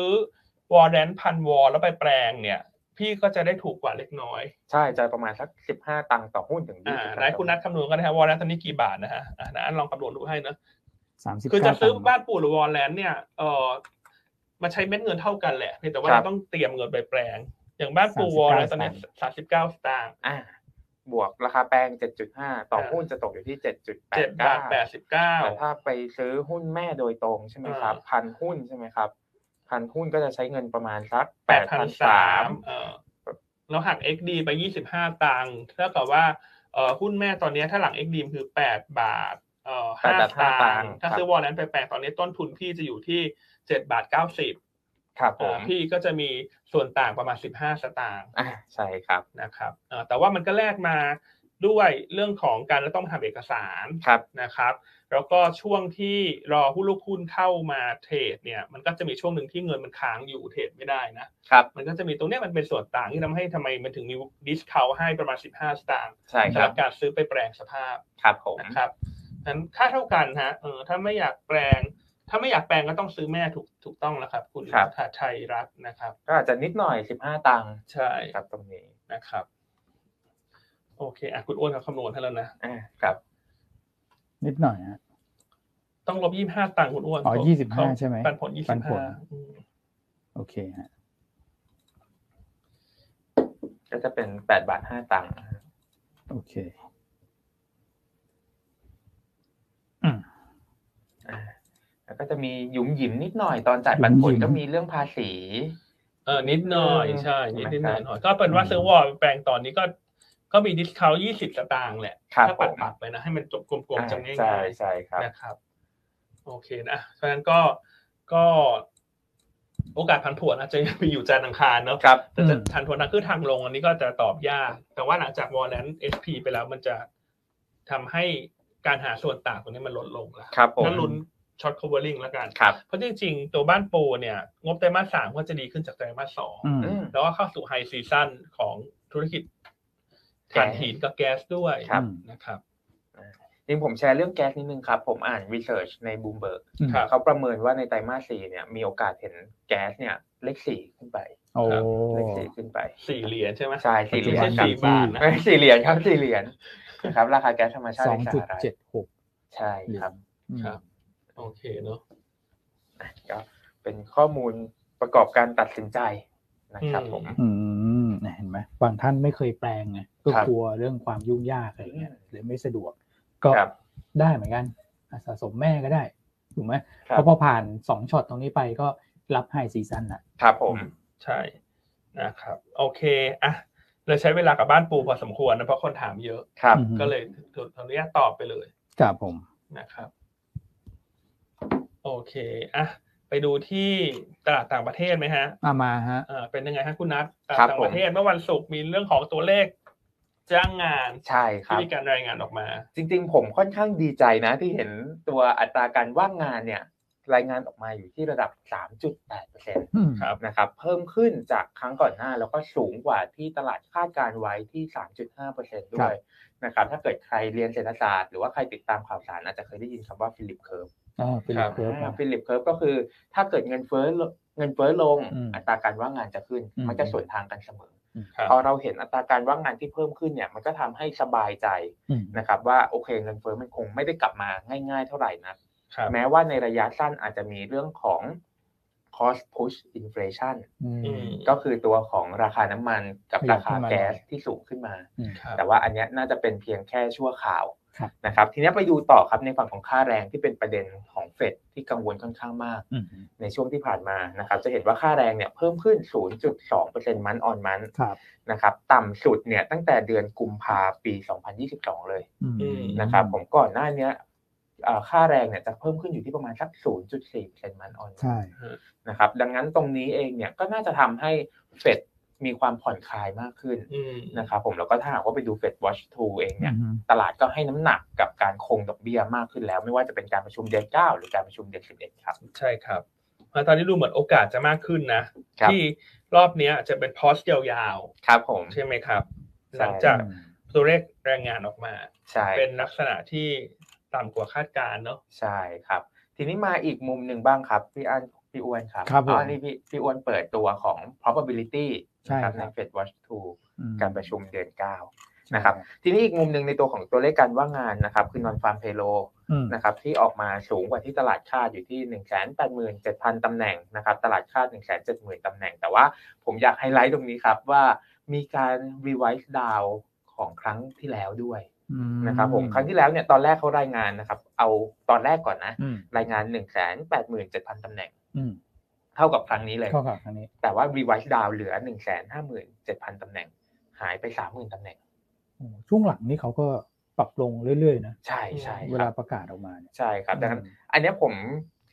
[SPEAKER 1] วอลเลนพันวอลแล้วไปแปลงเนี่ย พี่ก็จะได้ถูกกว่าเล็กน้อย
[SPEAKER 3] ใช่จะประมาณสักสิบห้าตังค์ต่อหุ้นถึงยี่
[SPEAKER 1] อ่า
[SPEAKER 3] สิบ
[SPEAKER 1] ไหนคุณนัดคำนวณกันนะฮะวอลเลนตอนนี้กี่บาทนะฮะอ่ะนะอันลองคำนวณดูให้นะ
[SPEAKER 2] สามสิบ
[SPEAKER 1] คือจะ
[SPEAKER 2] เก้า
[SPEAKER 1] ซื้อ
[SPEAKER 2] ตังค์
[SPEAKER 1] บ้านปูหรือวอลแลนด์เนี่ยเออมันใช้เม็ดเงินเท่ากันแหละเพียงแต่ว่า
[SPEAKER 3] ครับ
[SPEAKER 1] เราต้องเตรียมเงินไปแปลง อย่างบ้านปูวอลแลนด์ตอนนี้สามสิบเก้าสตางค์
[SPEAKER 3] อ่าบวกราคาแปลง 7.5 ต่อหุ้นจะตกอยู่ที่
[SPEAKER 1] เจ็ด
[SPEAKER 3] 7.89
[SPEAKER 1] บาทแปดสิบเก้า
[SPEAKER 3] แต่ถ้าไปซื้อหุ้นแม่โดยตรงใช่ไหมครับ
[SPEAKER 1] อ่า
[SPEAKER 3] พันหุ้นใช่ไหมครับ พันหุ้นก็จะใช้เงินประมาณสัก
[SPEAKER 1] แปดพันสาม
[SPEAKER 3] 8,300
[SPEAKER 1] เออแล้วหัก XD ไปยี่สิบห้าตังค์เท่ากับว่าเออหุ้นแม่ตอนนี้ถ้าหลัง XD คือแปดบาทเออ
[SPEAKER 3] แปด
[SPEAKER 1] ห้าสตา
[SPEAKER 3] บาทห้าสตาง
[SPEAKER 1] ง
[SPEAKER 3] ค์
[SPEAKER 1] ค์ถ้า
[SPEAKER 3] ครับ
[SPEAKER 1] ซื้อวอลแลนด์ไปแปลงตอนนี้ต้นทุนพี่จะอยู่ที่เจ็ดบาทเก้าสิบ
[SPEAKER 3] ครับผม
[SPEAKER 1] พี่ก็จะมีส่วนต่างประมาณสิบห้าสตางค์
[SPEAKER 3] อ่าใช่ครับ
[SPEAKER 1] นะครับเอ่อแต่ว่ามันก็แลกมาด้วยเรื่องของการเราต้องทำเอกสาร
[SPEAKER 3] ครับ
[SPEAKER 1] นะครับ แล้วก็ช่วงที่รอหุ้นลูกหุ้นเข้ามาเทรดเนี่ย มันก็จะมีช่วงหนึ่งที่เงินมันค้างอยู่เทรดไม่ได้นะ
[SPEAKER 3] ครับ
[SPEAKER 1] มันก็จะมีตรงเนี้ยมันเป็นส่วนต่างที่ทำให้ทำไมมันถึงมีดิสคาวให้ประมาณ 15 สตางค์
[SPEAKER 3] ใช่ค
[SPEAKER 1] สำห
[SPEAKER 3] รั
[SPEAKER 1] รั
[SPEAKER 3] บบ
[SPEAKER 1] การซื้อไปแปลงสภาพ
[SPEAKER 3] ครับผม
[SPEAKER 1] นะครับนั้นค่าเท่ากันฮะเออถ้าไม่อยากแปลง ถ้าไม่อยากแปลงก็ต้องซื้อแม่ถูกถูกต้องแล้วครับ คุณรัฐาชัยรัตน์นะครับ
[SPEAKER 3] ก็อาจจะนิดหน่อย 15 ตังค์
[SPEAKER 1] ใช่
[SPEAKER 3] ครับตรงนี้
[SPEAKER 1] นะครับ โอเคอ่ะคุณอ้วนเขาคำนวณให้แล้วนะ
[SPEAKER 3] อ่าครับ
[SPEAKER 2] นิดหน่อยฮะ
[SPEAKER 1] ต้องลบยี่ห้าตังค์คุณอ้วน
[SPEAKER 2] อ๋อ
[SPEAKER 1] เขา
[SPEAKER 2] 25
[SPEAKER 1] เขา
[SPEAKER 2] ใช่ไหม
[SPEAKER 1] ปันผลยี่
[SPEAKER 2] ปั
[SPEAKER 1] สิ
[SPEAKER 2] น
[SPEAKER 1] บ
[SPEAKER 2] ผ
[SPEAKER 1] ห้า
[SPEAKER 2] ล โอเคฮะ
[SPEAKER 3] ก็จะเป็น 8 บาท 5 ตังค์
[SPEAKER 2] โอเค
[SPEAKER 3] อ่าแล้วก็จะมีหยุมหยิมนิดหน่อยตอนจ่ายปันผล
[SPEAKER 2] หยุมหยิม
[SPEAKER 3] ก็มีเรื่องภาษี
[SPEAKER 1] เออนิดหน่อยใช่นิดนิดหน่อยหน่อยก็เป็นว่าซื้อวอลแปลงตอนนี้ก็ ก็มีดิสคาวยี่สิบสตางค์แหละ
[SPEAKER 3] ครับ
[SPEAKER 1] ถ้าปัด
[SPEAKER 3] ผม
[SPEAKER 1] ปัดๆไปนะ ให้มันจบกลมๆจำง่
[SPEAKER 3] ใช่
[SPEAKER 1] าย
[SPEAKER 3] ใช่ครับ
[SPEAKER 1] ๆนะครับ โอเคนะเพราะฉะนั้นก็ก็ โอกาสพันผวนอาจจะยังมีอยู่จันทร์อังคารเนอะ
[SPEAKER 3] ครับ
[SPEAKER 1] แต่จะ
[SPEAKER 2] อืม
[SPEAKER 1] ทันทวนทางขึ้นทางลงอันนี้ก็จะตอบยาก แต่ว่าหลังจากวอลแลนด์เอสพีไปแล้วมันจะทำให้การหาส่วนต่างตรงนี้มันลดลงละ
[SPEAKER 3] ครับผม
[SPEAKER 1] ก็ลุ้นช็อตคัฟเวอร์ลิงแล้วกัน
[SPEAKER 3] ครับ
[SPEAKER 1] เพราะจริงๆ ตัวบ้านปูเนี่ย งบไตรมาสสามก็จะดีขึ้นจากไตรมาสสอง
[SPEAKER 2] อืม
[SPEAKER 3] อืม
[SPEAKER 1] แล้วก็เข้าสู่ไฮซีซั่นของธุรกิจถ่านหินกับแก๊สด้วย
[SPEAKER 3] ครับ
[SPEAKER 1] นะครับ
[SPEAKER 3] จริงผมแชร์เรื่องแก๊สนิดนึงครับ ผมอ่านวิจัยในบูมเบิร์ก
[SPEAKER 1] ครับ
[SPEAKER 3] เขาประเมินว่าในไตรมาสสี่เนี่ยมีโอกาสเห็นแก๊สเนี่ยเลขสี่ขึ้นไป
[SPEAKER 2] โอ้
[SPEAKER 3] เลขสี่ขึ้นไป
[SPEAKER 1] สี่เหรียญใช่ไหม
[SPEAKER 3] ใช่สี่เหรียญ
[SPEAKER 1] ไม่
[SPEAKER 3] ครั
[SPEAKER 1] ใช่
[SPEAKER 3] บ
[SPEAKER 1] สี่บาทนะ
[SPEAKER 3] ไม่สี่เหรียญครับสี่เหรียญนะครับ ราคาแก๊สธรรมชาติ
[SPEAKER 2] สอง
[SPEAKER 3] ในส
[SPEAKER 2] จุด
[SPEAKER 3] หรัฐ
[SPEAKER 2] เจ็ดหก
[SPEAKER 3] ใช่ครับ
[SPEAKER 2] อืม
[SPEAKER 1] ครับ โอเคเนาะ
[SPEAKER 3] ก็เป็นข้อมูลประกอบการตัดสินใจนะครับผม
[SPEAKER 2] อืมเห็นไหมบางท่านไม่เคยแปลงไงก็
[SPEAKER 3] ครับ
[SPEAKER 2] กลัวเรื่องความยุ่งยากอะไรเงี้ยหรือไม่สะดวก ก็
[SPEAKER 3] ครับ
[SPEAKER 2] ได้เหมือนกันอ่ะสะสมแม่ก็ได้ถูกไหม
[SPEAKER 3] ค
[SPEAKER 2] เพ
[SPEAKER 3] รับ
[SPEAKER 2] ราะพอผ่านสองช็อตตรงนี้ไปก็รับไฮซีซันอ่ะ
[SPEAKER 3] ครับผม
[SPEAKER 1] ใช่นะครับ โอเคอ่ะเราใช้เวลากับบ้านปูพอสมควรนะเพราะคนถามเยอะ
[SPEAKER 3] ครับ
[SPEAKER 2] อืม
[SPEAKER 1] ก็เลยขออนุญาตตอบไปเลย
[SPEAKER 2] ครับผม
[SPEAKER 1] นะครับโอเคอ่ะไปดูที่ตลาดต่างประเทศไหมฮะ
[SPEAKER 2] อ่ะมาฮะ
[SPEAKER 1] เอ่อเป็นยังไงฮะคุณนัทต
[SPEAKER 3] ครั
[SPEAKER 1] ลาด
[SPEAKER 3] บ
[SPEAKER 1] ต่าง
[SPEAKER 3] ผม
[SPEAKER 1] ประเทศเมื่อวันศุกร์มีเรื่องของตัวเลข จ้างงาน
[SPEAKER 3] ใช่ค
[SPEAKER 1] ที่
[SPEAKER 3] รับ
[SPEAKER 1] มีการรายงานออกมา
[SPEAKER 3] จริงๆ ผมค่อนข้างดีใจนะ ที่เห็นตัวอัตราการว่างงานเนี่ย รายงานออกมาอยู่ที่ระดับ 3.8%
[SPEAKER 2] อืม
[SPEAKER 1] ครับ
[SPEAKER 3] นะครับ เพิ่มขึ้นจากครั้งก่อนหน้า แล้วก็สูงกว่าที่ตลาดคาดการไว้ที่ 3.5%ด้วยนะครับ ถ้าเกิดใครเรียนเศรษฐศาสตร์หรือว่าใครติดตามข่าวสารอาจจะเคยได้ยินคำว่าฟิลิปเคิร์ฟ
[SPEAKER 2] อ่าเป็น
[SPEAKER 1] ครับ
[SPEAKER 2] เคิร์ฟนะ
[SPEAKER 3] ฟิลิปเคิร์ฟก็คือถ้าเกิดเงินเฟ้อลเงินเฟ้อลง
[SPEAKER 2] อืม
[SPEAKER 3] อัตราการว่างงานจะขึ้น
[SPEAKER 2] อืม
[SPEAKER 3] มันจะสวนทางกันเสมอ
[SPEAKER 1] ครับ
[SPEAKER 3] พอเราเห็นอัตราการว่างงานที่เพิ่มขึ้นเนี่ยมันก็ทำให้สบายใจ
[SPEAKER 2] อืม
[SPEAKER 3] นะครับ ว่าโอเคเงินเฟ้อมันคงไม่ได้กลับมาง่ายๆเท่าไหร่นะครับ แม้ว่าในระยะสั้นอาจจะมีเรื่องของ cost push inflation
[SPEAKER 2] อืม
[SPEAKER 1] อืม
[SPEAKER 3] ก็คือตัวของราคาน้ำมันกับ
[SPEAKER 2] ขยั
[SPEAKER 3] รา
[SPEAKER 2] บ
[SPEAKER 3] คา
[SPEAKER 2] ขึ้นมาหน่อย
[SPEAKER 3] แก๊สที่สูงขึ้นมา
[SPEAKER 2] อืม
[SPEAKER 1] ครับ
[SPEAKER 3] แต่ว่าอันเนี้ยน่าจะเป็นเพียงแค่ชั่วข่าว
[SPEAKER 2] ครับ
[SPEAKER 3] นะครับ ทีเนี้ยไปดูต่อครับในฝั่งของค่าแรงที่เป็นประเด็นของเฟดที่กังวลค่อนข้างมาก
[SPEAKER 2] อืม
[SPEAKER 3] ในช่วงที่ผ่านมานะครับจะเห็นว่าค่าแรงเนี่ยเพิ่มขึ้น 0.2%มันออนมัน
[SPEAKER 2] ครับ
[SPEAKER 3] นะครับต่ำสุดเนี่ยตั้งแต่เดือนกุมภาปี 2022 เลย
[SPEAKER 2] อืม
[SPEAKER 3] นะครับผมก่อนหน้าเนี้ยเอ่อค่าแรงเนี่ยจะเพิ่มขึ้นอยู่ที่ประมาณสัก 0.4%มันออน
[SPEAKER 2] ใช่
[SPEAKER 3] นะครับดังนั้นตรงนี้เองเนี่ยก็น่าจะทำให้เฟดมีความผ่อนคลายมากขึ้น
[SPEAKER 1] อืม
[SPEAKER 3] นะครับผมแล้วก็ถ้าหากว่าไปดูเฟด Watch 2 เองเนี่ย
[SPEAKER 2] อืม
[SPEAKER 3] ตลาดก็ให้น้ำหนักกับการคงดอกเบี้ยมากขึ้นแล้ว ไม่ว่าจะเป็นการประชุมเดือน9หรือการประชุมเดือน11 ครับ
[SPEAKER 1] ใช่ครับเพราะตอนนี้ดูเหมือนโอกาสจะมากขึ้นนะ
[SPEAKER 3] ครับ
[SPEAKER 1] ที่รอบเนี้ยจะเป็นพอสยาว
[SPEAKER 3] ครับผม
[SPEAKER 1] ๆ ใช่ไหมครับ
[SPEAKER 3] ใช่
[SPEAKER 1] หลังจากตัวเลขแรงงานออกมา
[SPEAKER 3] ใช่
[SPEAKER 1] เป็นลักษณะที่ต่ำกว่าคาดการณ์เนาะ
[SPEAKER 3] ใช่ครับ ทีนี้มาอีกมุมหนึ่งบ้างครับ พี่อันพี่อ้วนครับ
[SPEAKER 2] ครับผม
[SPEAKER 3] อ๋ออันนี้พี่พี่อ้วนเปิดตัวของ probability
[SPEAKER 2] ใช่
[SPEAKER 3] นะครับ ใน Fed Watch
[SPEAKER 2] อืม
[SPEAKER 3] 2 การประชุมเดือน 9
[SPEAKER 2] ใช่
[SPEAKER 3] นะครับ ทีนี้อีกมุมหนึ่งในตัวของตัวเลขการว่างงานนะครับ คือ non farm payroll
[SPEAKER 2] อืม
[SPEAKER 3] นะครับที่ออกมาสูงกว่าที่ตลาดคาดอยู่ที่ 1 8 7 0 0 0ตำแหน่งนะครับตลาดคาด 1 7 0 0 0ตำแหน่ง แต่ว่าผมอยากไฮไลท์ตรงนี้ครับว่ามีการ revise down ของครั้งที่แล้วด้วยนะครับผมครั้งที่แล้วเนี่ยตอนแรกเขารายงานนะครับเอาตอนแรกก่อนนะ
[SPEAKER 2] อืม
[SPEAKER 3] รายงาน 1 8 7 0 0 0ตำแหน่ง
[SPEAKER 2] อืม
[SPEAKER 3] เท่ากับครั้งนี้เลย
[SPEAKER 2] เข้ากับครั้งนี้
[SPEAKER 3] แต่ว่า revise down เหลือ 1 5 7 0 0 0ตำแหน่ง หายไป 30,000ตำแหน่ง
[SPEAKER 2] โอ้ช่วงหลังนี้เขาก็ปรับลงเรื่อยๆนะ
[SPEAKER 3] ใช่ใช่
[SPEAKER 2] เว
[SPEAKER 3] ค
[SPEAKER 2] ลา
[SPEAKER 3] รับ
[SPEAKER 2] ประกาศออกมาเนี่ย
[SPEAKER 3] ใช่ครับดังนั้น
[SPEAKER 2] อืม
[SPEAKER 3] อันเนี้ยผม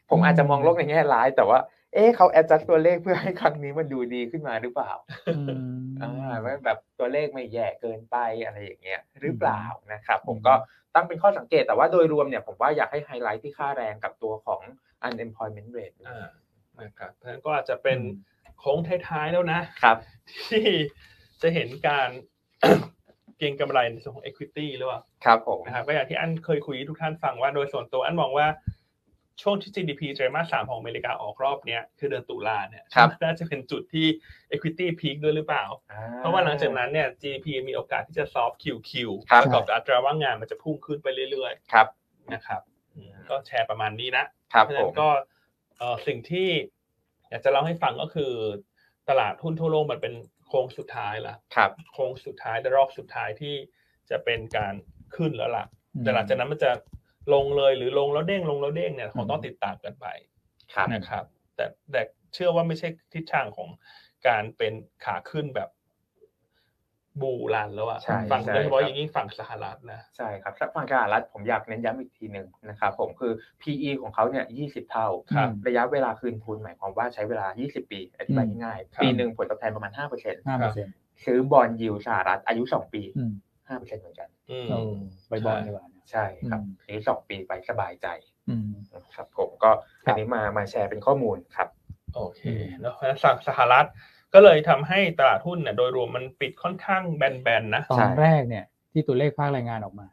[SPEAKER 3] ผม
[SPEAKER 2] อืม
[SPEAKER 3] อาจจะมองโลกในแง่ร้าย แต่ว่า เอ๊ะเขา adjust ตัวเลขเพื่อให้ครั้งนี้มันดูดีขึ้นมาหรือเปล่าอ่าว่าแบบตัวเลขไม่แย่เกินไปอะไรอย่างเงี้ยหรือเปล่านะครับ ผมก็ตั้งเป็นข้อสังเกตแต่ว่าโดยรวมเนี่ยผมว่าอยากให้ไฮไลท์ที่ค่าแรงกับตัวของ unemployment rate
[SPEAKER 1] อ่านะครับเพราะฉะนั้นก็อาจจะเป็นโค้งท้ายๆแล้วนะ
[SPEAKER 3] ครับ
[SPEAKER 1] ที่จะเห็นการ <coughs> เก็งกำไรในส่วนของ equity หรือเปล่า
[SPEAKER 3] ครับผม
[SPEAKER 1] นะครับก็อย่างที่อันเคยคุยให้ทุกท่านฟังว่าโดยส่วนตัวอันมองว่าช่วงที่ GDP ไตรมาสสามของอเมริกาออกรอบเนี้ยคือเดือนตุลาเนี่ย
[SPEAKER 3] ครับ
[SPEAKER 1] <laughs> น่าจะเป็นจุดที่ equity peak ด้วยหรือเปล่า
[SPEAKER 3] อ่
[SPEAKER 1] เพราะว่าหลังจากนั้นเนี่ย GDP มีโอกาสที่จะ soft QQ
[SPEAKER 3] ครับ
[SPEAKER 1] ประกอบกับอัตราว่างงานมันจะพุ่งขึ้นไปเรื่อย
[SPEAKER 3] ครับ
[SPEAKER 1] ๆนะครับอืมก็แชร์ประมาณนี้นะ
[SPEAKER 3] ครับ
[SPEAKER 1] เพราะ
[SPEAKER 3] ผ
[SPEAKER 1] ฉะ
[SPEAKER 3] ม
[SPEAKER 1] นั้นก็เอ่อสิ่งที่อยากจะเล่าให้ฟังก็คือ ตลาดหุ้นทั่วโลกมันเป็นโค้งสุดท้ายละ
[SPEAKER 3] ครับ
[SPEAKER 1] โค้งสุดท้ายและรอบสุดท้ายที่จะเป็นการขึ้นแล้วล่ะ
[SPEAKER 2] อืม
[SPEAKER 1] แต่หลังจากนั้นมันจะลงเลยหรือลงแล้วเด้งลงแล้วเด้งเนี่ยคงต้องติดตามกันไป
[SPEAKER 3] ครับ
[SPEAKER 1] นะครับ แต่แต่เชื่อว่าไม่ใช่ทิศทางของการเป็นขาขึ้นแบบบูรันแล้วอะ
[SPEAKER 3] ใช่
[SPEAKER 1] ฝั่ง
[SPEAKER 3] ใช่
[SPEAKER 1] โดยเฉพาะ
[SPEAKER 3] ค
[SPEAKER 1] อ
[SPEAKER 3] รับ
[SPEAKER 1] ย่างยิ่งฝั่งสหรัฐนะ
[SPEAKER 3] ใช่ครับสำหรับฝั่งสหรัฐผมอยากเน้นย้ำอีกทีหนึ่งนะครับผมคือ PE ของเขาเนี่ย 20 เท่า
[SPEAKER 1] ครับ
[SPEAKER 3] ระยะเวลาคืนทุนหมายความว่าใช้เวลา 20 ปี อธิบายง่าย
[SPEAKER 1] ครับ
[SPEAKER 3] ๆปีหนึ่งผลตอบแทนประมาณ
[SPEAKER 2] ห้าเปอร์เซ็นต์
[SPEAKER 3] 5%ซื้อบอลยูสหรัฐอายุ 2 ปี
[SPEAKER 2] อืม
[SPEAKER 3] 5%เหมือนกัน
[SPEAKER 1] อืม
[SPEAKER 2] เอาไปบอลดีกว่าเนี่ย
[SPEAKER 3] ใช่ครับ
[SPEAKER 2] อืม
[SPEAKER 3] ซื้อ2ปีไปสบายใจ
[SPEAKER 2] อืม
[SPEAKER 3] นะครับผมก็
[SPEAKER 2] ครั
[SPEAKER 3] อั
[SPEAKER 2] บ
[SPEAKER 3] นนี้มามาแชร์เป็นข้อมูลครับ
[SPEAKER 1] โอเค
[SPEAKER 2] อืม
[SPEAKER 1] แล้วเพราะฉะนั้นฝั่งสหรัฐก็เลยทำให้ตลาดหุ้นเนี่ยโดยรวมมันปิดค่อนข้างแบนๆนะ
[SPEAKER 2] ตอ
[SPEAKER 3] ใช่
[SPEAKER 2] นแรกเนี่ย ที่ตัวเลขภาครายงานออกมา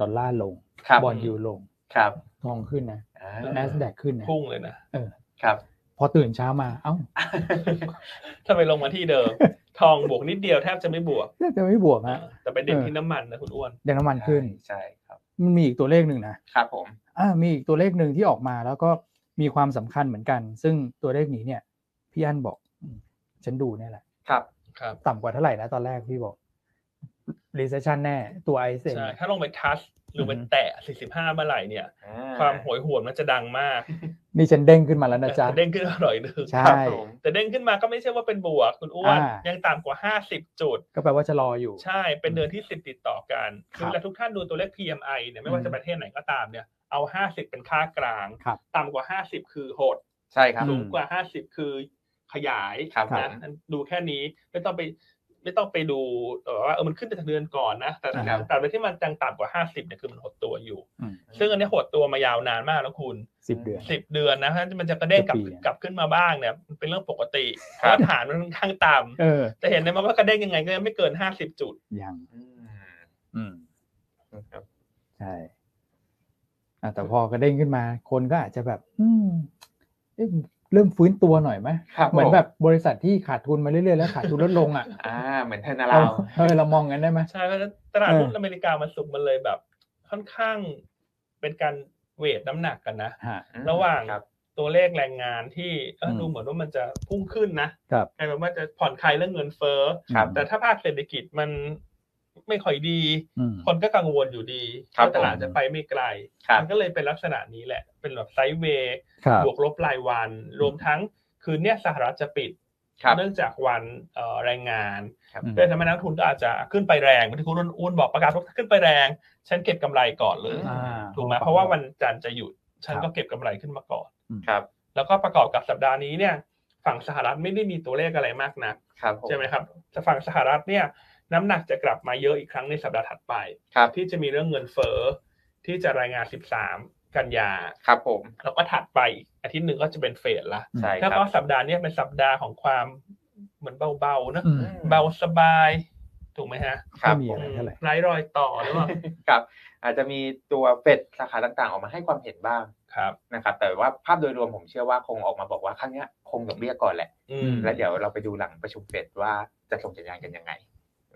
[SPEAKER 2] ดอลลาร์ลง
[SPEAKER 3] ครับ
[SPEAKER 2] บอลยูลง
[SPEAKER 3] ครับ
[SPEAKER 2] ทองขึ้นนะ
[SPEAKER 3] อ่า
[SPEAKER 2] n อสแดกขึ้นนะ
[SPEAKER 1] พุ่งเลยนะครับ
[SPEAKER 2] พอตื่นเช้ามา เอ้า
[SPEAKER 1] ถ้าไปลงมาที่เดิม <laughs> ทองบวกนิดเดียวแทบจะไม่บวก
[SPEAKER 2] จะไม่บวกฮะ
[SPEAKER 1] แต่ไปเด่นที่น้ำมันนะคุณอ้วน
[SPEAKER 2] ยังน้ำมันขึ้น
[SPEAKER 3] ใช่ครับ
[SPEAKER 2] มันมีอีกตัวเลขหนึ่งนะ
[SPEAKER 3] ครับผม
[SPEAKER 2] อ่ามีอีกตัวเลขหนึ่งที่ออกมาแล้วก็มีความสำคัญเหมือนกัน ซึ่งตัวเลขนี้เนี่ยพี่อั้นบอกอืมฉันดูเนี่ยแหละ
[SPEAKER 3] ครับ
[SPEAKER 1] ครับ
[SPEAKER 2] ต่ำกว่าเท่าไหร่นะตอนแรกพี่บอก recession แน่ตัว i อเซ
[SPEAKER 1] ใช่ ถ้าลงไปทัชหรือไปแตะ 45 เมื่อไหร่เนี่ย
[SPEAKER 3] อ่
[SPEAKER 1] ความโหยหวนมันจะดังมาก
[SPEAKER 2] นี่ฉันเด้งขึ้นมาแล้วนะจ๊ะ
[SPEAKER 1] เด้งขึ้นมาหน่อยนึง
[SPEAKER 2] ใช่
[SPEAKER 3] ครับผม
[SPEAKER 1] แต่เด้งขึ้นมาก็ไม่ใช่ว่าเป็นบวกคุณอ้วน
[SPEAKER 2] อ่ายั
[SPEAKER 1] ยังต่ำกว่า 50 จุด
[SPEAKER 2] ก็แปลว่าจะรออยู่
[SPEAKER 1] ใช่ เป็นเดือนที่ 10 ติดต่อกัน
[SPEAKER 2] ครับ
[SPEAKER 1] คือเวลาทุกท่านดูตัวเลข PMI เนี่ย ไม่
[SPEAKER 2] อื
[SPEAKER 1] ว่าม จะประเทศไหนก็ตามเนี่ย เอา 50 เป็นค่ากลาง
[SPEAKER 2] ครับ
[SPEAKER 1] ต่ำกว่า 50 คือโหด
[SPEAKER 3] ใช่ครับ
[SPEAKER 1] สูง
[SPEAKER 2] อืม
[SPEAKER 1] กว่า 50 คือขยาย
[SPEAKER 3] ครับ
[SPEAKER 1] นะครับ ดูแค่นี้ ไม่ต้องไป ไม่ต้องไปดูเอ่อว่าเออมันขึ้นแต่เดือนก่อนนะแต่
[SPEAKER 2] อ่า
[SPEAKER 1] แต่
[SPEAKER 2] ฮะ
[SPEAKER 1] แต่ที่มันจังต่ำกว่าห้าสิบเนี่ยคือมันหดตัวอยู่
[SPEAKER 2] อืม
[SPEAKER 1] ซึ่งอันนี้หดตัวมายาวนานมากแล้วคุณ
[SPEAKER 2] สิบเดือน
[SPEAKER 1] สิบเดือนนะเพราะฉะนั้นมันจะกระเด้งกลับ
[SPEAKER 2] เป็นปีอะ
[SPEAKER 1] กลับขึ้นมาบ้างเนี่ยมันเป็นเรื่องปกติเพ
[SPEAKER 3] ครับ
[SPEAKER 1] ราะฐานมันค่อนข้างต่
[SPEAKER 2] เออ
[SPEAKER 1] ำจะเห็นได้ไหมว่ากระเด้งยังไงก็ยังไม่เกินห้าสิบจุด
[SPEAKER 2] ยัง
[SPEAKER 3] อืม
[SPEAKER 2] อืม
[SPEAKER 3] นะครับ
[SPEAKER 2] ใช่อ่ะแต่พอกระเด้งขึ้นมา คนก็อาจจะแบบ อืมเอ๊ะเริ่มฟื้นตัวหน่อยไหม
[SPEAKER 3] ครับ
[SPEAKER 2] เหมือน
[SPEAKER 3] ผม
[SPEAKER 2] แบบบริษัทที่ขาดทุนมาเรื่อยๆแล้วขาดทุนลดลงอ่ะ
[SPEAKER 3] อ่า เหมือนเทอร์นา
[SPEAKER 2] เรา
[SPEAKER 3] ราว
[SPEAKER 2] เออเรามองกันได้ไหม
[SPEAKER 1] ใช่เพราะฉะนั้นตลาด
[SPEAKER 2] เออ
[SPEAKER 1] หุ้นอเมริกามันสุกร์มันเลยแบบ ค่อนข้างเป็นการเวทน้ำหนักกันนะ
[SPEAKER 2] ฮะ
[SPEAKER 1] ระหว่าง
[SPEAKER 3] ครับ
[SPEAKER 1] ตัวเลขแรงงานที่เอออ
[SPEAKER 2] ม
[SPEAKER 1] ดูเหมือนว่ามันจะพุ่งขึ้นนะครับ กลายเป็นว่าจะผ่อนคลายเรื่องเงินเฟ้อ
[SPEAKER 3] ครับ
[SPEAKER 1] แต่ถ้าภาคเศรษฐกิจมันไม่ค่อยดี
[SPEAKER 2] อืม
[SPEAKER 1] คนก็กังวลอยู่ดี
[SPEAKER 3] ครับ
[SPEAKER 1] ว่าตลาด
[SPEAKER 2] ผม
[SPEAKER 1] จะไปไม่ไกล
[SPEAKER 3] ครับ
[SPEAKER 1] มัก็เลยเป็นลักษณะนี้แหละ เป็นแบบไซด์เวย์
[SPEAKER 2] ครับ
[SPEAKER 1] บวกลบรายวัน รวมทั้งคืนเนี้ยสหรัฐจะปิด
[SPEAKER 3] ครับ
[SPEAKER 1] เนื่องจากวันเอ่อแรงงาน
[SPEAKER 3] ครับ
[SPEAKER 2] อืม
[SPEAKER 1] เพื่อทำให้นักลงทุนก็อาจจะขึ้นไปแรงเหมือนที่คุณอ้วนบอกประกาศว่าขึ้นไปแรง ฉันเก็บกำไรก่อนเลย
[SPEAKER 3] อ่า
[SPEAKER 1] ถูกไหมเพราะว่าวันจันทร์จะหยุด ฉันก็เก็บกำไรขึ้นมาก่อน
[SPEAKER 3] ครับ
[SPEAKER 1] แล้วก็ประกอบกับสัปดาห์นี้เนี่ย ฝั่งสหรัฐไม่ได้มีตัวเลขอะไรมากนัก
[SPEAKER 3] ครับผ
[SPEAKER 1] ใช่ไหมครับแต่ฝั่งสหรัฐเนี่ยน้ำหนักจะกลับมาเยอะอีกครั้งในสัปดาห์ถัดไป
[SPEAKER 3] ครับ
[SPEAKER 1] ที่จะมีเรื่องเงินเฟ้อที่จะรายงาน 13 กันยา
[SPEAKER 3] ครับผม
[SPEAKER 1] แล้วก็ถัดไปอีกอาทิตย์หนึ่งก็จะเป็นเฟดละ
[SPEAKER 3] ใช่ค
[SPEAKER 1] แล้วก็
[SPEAKER 3] รับ
[SPEAKER 1] สัปดาห์เนี้เป็นสัปดาห์ของความเหมือนเบาๆนะ
[SPEAKER 2] อืม
[SPEAKER 1] เบาสบายถูกไหมฮะ
[SPEAKER 3] ครับ
[SPEAKER 2] ไม่มี
[SPEAKER 3] ผ
[SPEAKER 2] อะไร
[SPEAKER 3] ม
[SPEAKER 2] เท่าไหร่
[SPEAKER 1] ไร้รอยต่อหรือเปล่า
[SPEAKER 3] ครับ อาจจะมีตัวเฟดสาขาต่างๆ ออกมาให้ความเห็นบ้าง
[SPEAKER 1] ครับ
[SPEAKER 3] นะครับ แต่ว่าภาพโดยรวมผมเชื่อว่าคงออกมาบอกว่าครั้งเนี้ยคงดอกเบี้ยก่อนแหละ
[SPEAKER 1] อืม
[SPEAKER 2] ม
[SPEAKER 3] แล้วเดี๋ยวเราไปดูหลังประชุมเฟดว่าจะส่งสัญญาณกันยังไง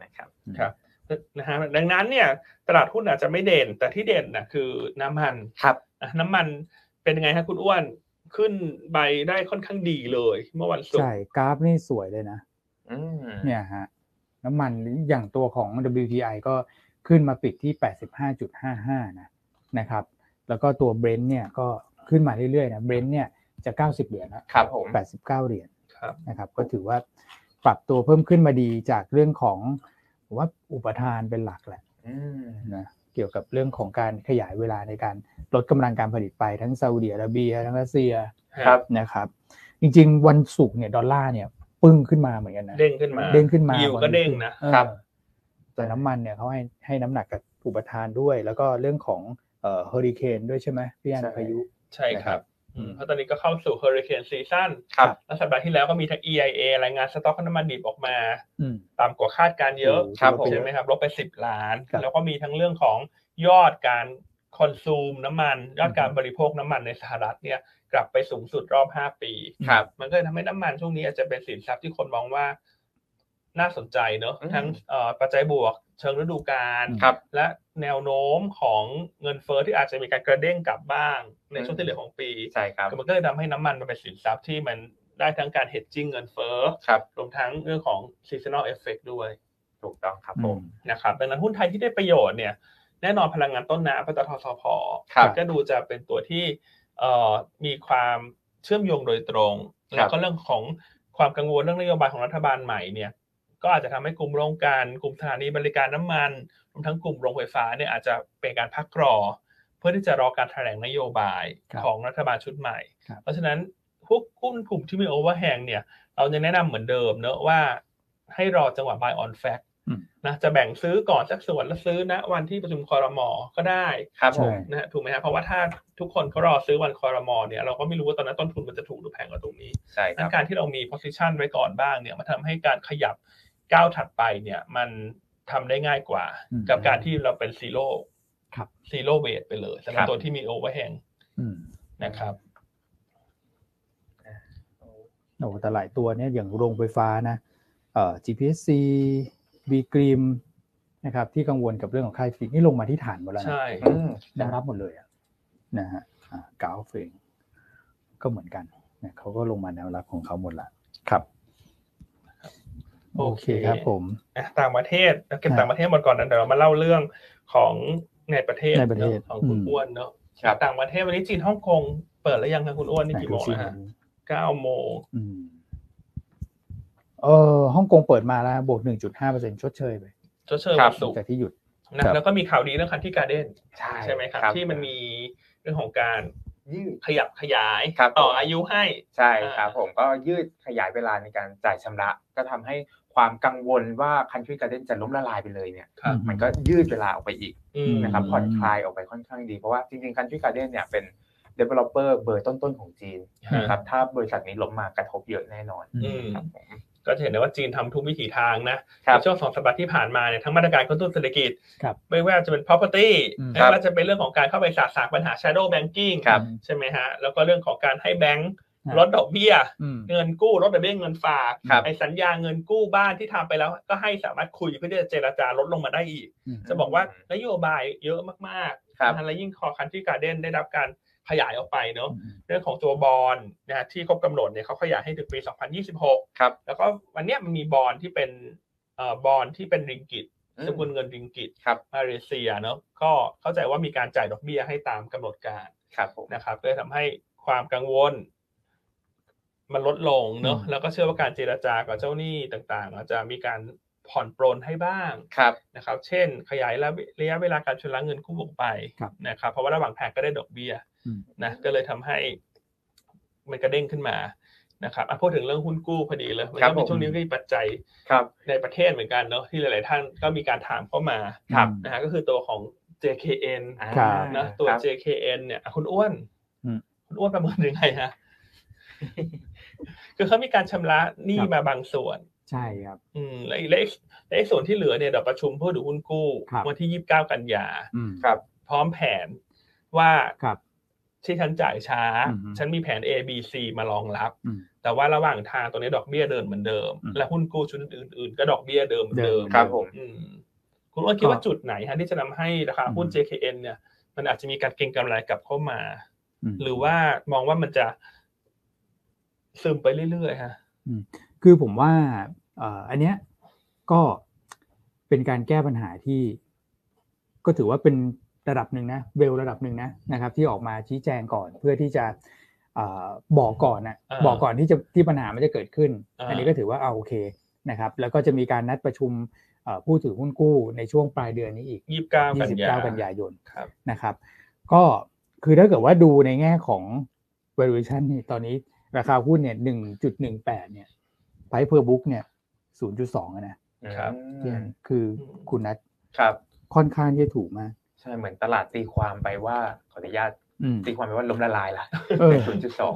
[SPEAKER 3] นะครับ
[SPEAKER 1] ครับ นะฮะดังนั้นเนี่ยตลาดหุ้นอาจจะไม่เด่น แต่ที่เด่นนะคือน้ำมัน
[SPEAKER 3] ครับ
[SPEAKER 1] อ่ะน้ำมันเป็นยังไงฮะคุณอ้วนขึ้นไปได้ค่อนข้างดีเลย เมื่อวันศุก
[SPEAKER 2] ใช่
[SPEAKER 1] ร์
[SPEAKER 2] กราฟนี่สวยเลยนะ
[SPEAKER 3] อืม
[SPEAKER 2] เนี่ยฮะ น้ำมันอย่างตัวของ WTI ก็ขึ้นมาปิดที่ 85.55 นะนะครับ แล้วก็ตัวเบรนท์เนี่ยก็ขึ้นมาเรื่อยๆนะเบรนท์เนี่ยจะ 90 เหรียญแล้ว
[SPEAKER 3] ครับผม
[SPEAKER 2] 89 เหรียญ
[SPEAKER 1] ครับ
[SPEAKER 2] นะครับก็ถือว่าปรับตัวเพิ่มขึ้นมาดีจากเรื่องของผมว่าอุปทานเป็นหลักแหละ
[SPEAKER 3] อืม
[SPEAKER 2] นะเกี่ยวกับเรื่องของการขยายเวลาในการลดกำลังการผลิตไปทั้งซาอุดิอาระเบีย ทั้งรัสเซีย
[SPEAKER 3] ครับ
[SPEAKER 2] นะครับ จริงๆ วันศุกร์เนี่ยดอลลาร์เนี่ยปึ้งขึ้นมาเหมือนกันนะ
[SPEAKER 1] เด้งขึ้นมา
[SPEAKER 2] เด้งขึ้นมา
[SPEAKER 1] ยิวก็เด้งนะ
[SPEAKER 2] เออ
[SPEAKER 3] ครับ
[SPEAKER 2] แต่น้ำมันเนี่ยเขาให้ให้น้ำหนักกับอุปทานด้วย แล้วก็เรื่องของเอ่อเฮอริเคนด้วยใช่ไหมพี่อันพายุ
[SPEAKER 1] ใช่ครับ
[SPEAKER 2] อืม
[SPEAKER 1] เพราะตอนนี้ก็เข้าสู่เฮอริเคนซีซั่น
[SPEAKER 3] ครับ
[SPEAKER 1] แล้วสัปดาห์ที่แล้วก็มีทั้ง EIA รายงานสต็อกน้ำมันดิบออกมา
[SPEAKER 2] อืม
[SPEAKER 1] ต่ำกว่าคาดการณ์เยอะ
[SPEAKER 3] ครับผม
[SPEAKER 1] ใช่ไหมครับลบไปสิบล้าน
[SPEAKER 2] ครับ
[SPEAKER 1] แล้วก็มีทั้งเรื่องของยอดการคอนซูมน้ำมัน ยอดการบริโภคน้ำมันในสหรัฐเนี่ยกลับไปสูงสุดรอบห้าปี
[SPEAKER 3] ครับ
[SPEAKER 1] มันก็เลยทำให้น้ำมันช่วงนี้อาจจะเป็นสินทรัพย์ที่คนมองว่าน่าสนใจเนอะ
[SPEAKER 3] อืม
[SPEAKER 1] ทั้งเอ่อปัจจัยบวกเชิงฤดูกาล
[SPEAKER 2] อืม
[SPEAKER 3] ครับ
[SPEAKER 1] และแนวโน้มของเงินเฟ้อที่อาจจะมีการกระเด้งกลับบ้างในช่วงที่เหลือของปี
[SPEAKER 3] ใช่ครับ
[SPEAKER 1] มันก็เลยทำให้น้ำมันมันเป็นสินทรัพย์ที่มันได้ทั้งการเฮดจิ้งเงินเฟ้อ
[SPEAKER 3] ครับ
[SPEAKER 1] รวมทั้งเรื่องของ seasonal effect ด้วย
[SPEAKER 3] ถูกต้องครับผม
[SPEAKER 1] นะครับดังนั้นหุ้นไทยที่ได้ประโยชน์เนี่ยแน่นอนพลังงานต้นน้ำปตทสพ
[SPEAKER 3] ครับ
[SPEAKER 1] ก็ดูจะเป็นตัวที่เอ่อมีความเชื่อมโยงโดยตรง แล้วก็เรื่องของความกังวลเรื่องนโยบายของรัฐบาลใหม่เนี่ยก็อาจจะทำให้กลุ่มโรงกลั่นกลุ่มสถานีบริการน้ำมันรวมทั้งกลุ่มโรงไฟฟ้าเนี่ยอาจจะเป็นการพักรอ เพื่อที่จะรอการแถลงนโยบาย
[SPEAKER 2] ครับ
[SPEAKER 1] ของรัฐบาลชุดใหม่
[SPEAKER 2] ครับ
[SPEAKER 1] เพราะฉะนั้นพวกหุ้นกลุ่มที่มีโอเวอร์แฮงเนี่ยเราจะแนะนำเหมือนเดิมเนอะว่าให้รอจังหวะ buy on fact นะจะแบ่งซื้อก่อนสักส่วนแล้วซื้อณวันที่ประชุมคอรมอก็ได้
[SPEAKER 3] ครับผ
[SPEAKER 2] ใช่
[SPEAKER 3] ม
[SPEAKER 1] นะฮะถูกไหมฮะเพราะว่าถ้าทุกคนเขารอซื้อวันคอรมอเนี่ยเราก็ไม่รู้ว่าตอนนั้นต้นทุนมันจะถูกหรือแพงกว่าตรงนี้
[SPEAKER 3] ใช่ค
[SPEAKER 1] ดั
[SPEAKER 3] รั
[SPEAKER 1] ง
[SPEAKER 3] บ
[SPEAKER 1] การที่เรามี position ไว้ก่อนบ้างเนี่ยมันทำให้การขยับก้าวถัดไปเนี่ยมันทำได้ง่ายกว่า
[SPEAKER 2] อืม
[SPEAKER 1] กับการที่เราเป็นซีโร่
[SPEAKER 2] ครับ
[SPEAKER 1] ซีโร่เวทไปเลยสำห
[SPEAKER 3] ค
[SPEAKER 1] รั
[SPEAKER 3] รั
[SPEAKER 1] บบ ตัวที่มีโอเวอร์แฮง
[SPEAKER 2] อืม
[SPEAKER 1] นะครับ
[SPEAKER 2] โอ้โหแต่หลายตัวเนี่ยอย่างโรงไฟฟ้านะเอ่อ GPC B กรีมนะครับที่กังวลกับเรื่องของค่ายฟิกนี่ลงมาที่ฐานหมดแล้วนะ
[SPEAKER 1] ใช่
[SPEAKER 3] อืม
[SPEAKER 2] ได้รับหมดเลยอะนะฮะอ่ากาวเฟงก็เหมือนกันนะเขาก็ลงมาแนวรับของเขาหมดละครับ โอเคครับผม
[SPEAKER 1] อ่ะต่างประเทศเราเก็บ
[SPEAKER 2] ครับ
[SPEAKER 1] ต่างประเทศหมดก่อนนะเดี๋ยวเรามาเล่าเรื่องของในประเทศ
[SPEAKER 2] ในประเทศ
[SPEAKER 1] นอะของคุณ
[SPEAKER 2] อืม
[SPEAKER 1] อ้วนเนาะ
[SPEAKER 3] ครับ
[SPEAKER 1] ต่างประเทศวันนี้จีนฮ่องกงเปิดแล้วยังคะคุณอ้วนนี่กี่โมง
[SPEAKER 2] ซิ
[SPEAKER 1] แล้วฮะเก้าโมง
[SPEAKER 2] อืมเออฮ่องกงเปิดมาแล้วบวก 1.5%ชดเชยไป
[SPEAKER 1] ชดเชย
[SPEAKER 3] ครั
[SPEAKER 1] วั
[SPEAKER 3] บ
[SPEAKER 1] นศุกร์
[SPEAKER 2] จากที่หยุด
[SPEAKER 1] นะครับ แล้วก็มีข่าวดีเรื่องคันที่การ์เด้น
[SPEAKER 3] ใช่
[SPEAKER 1] ใช่ไหมครับ ที่มันมีเรื่องของการ
[SPEAKER 3] ยืด
[SPEAKER 1] ขยับขยาย
[SPEAKER 3] ครับ
[SPEAKER 1] ต่อ
[SPEAKER 3] ผม
[SPEAKER 1] อายุให้
[SPEAKER 3] ใช่
[SPEAKER 1] อ่า
[SPEAKER 3] ครับผมก็ยืดขยายเวลาในการจ่ายชำระ ก็ทำให้ความกังวลว่า Country Garden จะล้มละลายไปเลยเนี่ย
[SPEAKER 2] ครับ
[SPEAKER 3] มันก็ยืดเวลาออกไปอีก
[SPEAKER 1] อืม
[SPEAKER 3] นะครับ
[SPEAKER 2] อืม
[SPEAKER 3] ผ่อนคลายออกไปค่อนข้างดี เพราะว่าจริงๆ Country Garden เนี่ยเป็น developer เบอร์ต้นๆของจีนนะครับถ้าบริษัทนี้ล้มมากระทบเยอะแน่นอน
[SPEAKER 1] อืม
[SPEAKER 3] ครับผม
[SPEAKER 1] ก็จะเห็นได้ว่าจีนทำทุกวิถีทางนะครับ ในช่วงสองสัปดาห์ที่ผ่านมาเนี่ยทั้งมาตรการกระตุ้นเศรษฐกิจ
[SPEAKER 2] ครับ
[SPEAKER 1] ไม่ว่าจะเป็น property
[SPEAKER 2] อืม
[SPEAKER 1] ไม่ว่าจะเป็นเรื่องของการเข้าไปสาดสางปัญหา shadow banking
[SPEAKER 3] ครับ
[SPEAKER 1] ใช่ไหมฮะ แล้วก็เรื่องของการให้แบงค์ลดดอกเบี้ย
[SPEAKER 2] อืม
[SPEAKER 1] เงินกู้ลดดอกเบี้ยเงินฝาก
[SPEAKER 3] ครับ
[SPEAKER 1] ไอสัญญาเงินกู้บ้านที่ทำไปแล้ว ก็ให้สามารถคุยเพื่อที่จะเจรจาลดลงมาได้อีก
[SPEAKER 2] อืม
[SPEAKER 1] จะบอกว่านโยบายเยอะมาก
[SPEAKER 3] ครั
[SPEAKER 1] ๆ
[SPEAKER 3] บ
[SPEAKER 1] นะฮะและยิ่งคอคันที่การเด้นได้รับการขยายออกไปเนาะ เรื่องของตัวบอลนะฮะที่ครบกำหนดเนี่ยเขาขยายให้ถึงปี 2026
[SPEAKER 3] ครับ
[SPEAKER 1] แล้วก็วันเนี้ยมันมีบอลที่เป็นเอ่อบอลที่เป็นริงกิตสกุลเงินริงกิต
[SPEAKER 3] ครับ
[SPEAKER 1] มาเลเซียเนาะก็เข้าใจว่ามีการจ่ายดอกเบี้ยให้ตามกำหนดการ
[SPEAKER 3] ครับผม
[SPEAKER 1] นะครับก็เลยทำให้ความกังวล มันลดลงเนาะ
[SPEAKER 2] อืม
[SPEAKER 1] แล้วก็เชื่อว่าการเจรจากับเจ้าหนี้ต่างๆอาจจะมีการผ่อนปรนให้บ้าง
[SPEAKER 3] ครับ
[SPEAKER 1] นะครับ เช่น ขยายระยะเวลาการชำระเงินกู้ออกไป
[SPEAKER 2] ครับ
[SPEAKER 1] นะครับ เพราะว่าระหว่างทางก็ได้ดอกเบี้ย
[SPEAKER 2] อืม
[SPEAKER 1] นะ ก็เลยทำให้มันกระเด้งขึ้นมา นะครับอ่ะพูดถึงเรื่องหุ้นกู้พอดีเลยมัน
[SPEAKER 3] ครับ
[SPEAKER 1] ก็เป็
[SPEAKER 3] ผม
[SPEAKER 1] นช่วงนี้ก็มีปัจจัย
[SPEAKER 3] ครับ
[SPEAKER 1] ในประเทศเหมือนกันเนาะที่หลาย ๆ ท่านก็มีการถามเข้ามา
[SPEAKER 3] ครับ
[SPEAKER 1] นะฮะก็คือตัวของ JKN
[SPEAKER 2] ครับ
[SPEAKER 1] นะตัว
[SPEAKER 3] ครับ
[SPEAKER 1] JKN เนี่ยอ่ะคุณอ้วน
[SPEAKER 2] อืม
[SPEAKER 1] คุณอ้วนประเมินยังไง
[SPEAKER 2] <laughs>
[SPEAKER 1] ฮะ คือเขามีการชำระหนี้มาบางส่วน
[SPEAKER 2] ใช่ครับ
[SPEAKER 1] อืมและอีกและอีกและอีกส่วนที่เหลือเนี่ยเดี๋ยวประชุมเพื่อดูหุ้นกู้
[SPEAKER 2] ครับ
[SPEAKER 1] วันที่ยี่สิบเก้ากันยา
[SPEAKER 2] อืม
[SPEAKER 3] ครับ
[SPEAKER 1] พร้อมแผนว่า
[SPEAKER 2] ครับ
[SPEAKER 1] ที่ฉันจ่ายช้า
[SPEAKER 2] อือฮึ
[SPEAKER 1] ฉันมีแผน A B C มารองรับ
[SPEAKER 2] อืม
[SPEAKER 1] แต่ว่าระหว่างทางตัวนี้ดอกเบี้ยเดินเหมือนเดิม
[SPEAKER 2] อืม
[SPEAKER 1] และหุ้นกู้ชุดอื่นๆ ก็ดอกเบี้ยเดิมเหมือนเดิม
[SPEAKER 2] เดิ
[SPEAKER 3] ครับผม
[SPEAKER 1] อืมคุณว่าคิดว่า
[SPEAKER 2] ก็
[SPEAKER 1] จุดไหนฮะที่จะทำให้ราคาหุ้น
[SPEAKER 2] อืม
[SPEAKER 1] JKN เนี่ย มันอาจจะมีการเก็งกำไรกลับเข้ามา
[SPEAKER 2] อืม
[SPEAKER 1] หรือว่ามองว่ามันจะซึมไปเรื่อยๆฮะ
[SPEAKER 2] คือผมว่าเอ่ออันเนี้ยก็เป็นการแก้ปัญหาที่ ก็ถือว่าเป็นระดับหนึ่งนะเวลระดับหนึ่งนะนะครับ ที่ออกมาชี้แจงก่อนเพื่อที่จะเอ่อบอกก่อนนะ
[SPEAKER 1] อ่า
[SPEAKER 2] บอกก่อนที่จะที่ปัญหามันจะเกิดขึ้น
[SPEAKER 1] อ่า
[SPEAKER 2] อันนี้ก็ถือว่าเอาโอเคนะครับ แล้วก็จะมีการนัดประชุมเอ่อผู้ถือหุ้นกู้ในช่วงปลายเดือนนี้อีก
[SPEAKER 1] ยี่สิบเก้ากันยา
[SPEAKER 2] 29 กันยายน
[SPEAKER 1] ครับ
[SPEAKER 2] นะครับก็คือถ้าเกิดว่าดูในแง่ของ valuation นี่ตอนนี้ราคาหุ้นเนี่ย 1.18 เนี่ย price per book เนี่ย 0.2อะนะครับ
[SPEAKER 3] อืม
[SPEAKER 2] คือคุณนัท
[SPEAKER 3] ครับ
[SPEAKER 2] ค่อนข้างที่จะถูกมาก
[SPEAKER 3] ใช่เหมือนตลาดตีความไปว่าขออนุญาต
[SPEAKER 2] อืม
[SPEAKER 3] ตีความไปว่าล้มละลายละ
[SPEAKER 2] เออ
[SPEAKER 3] ศูนย์จุดสอง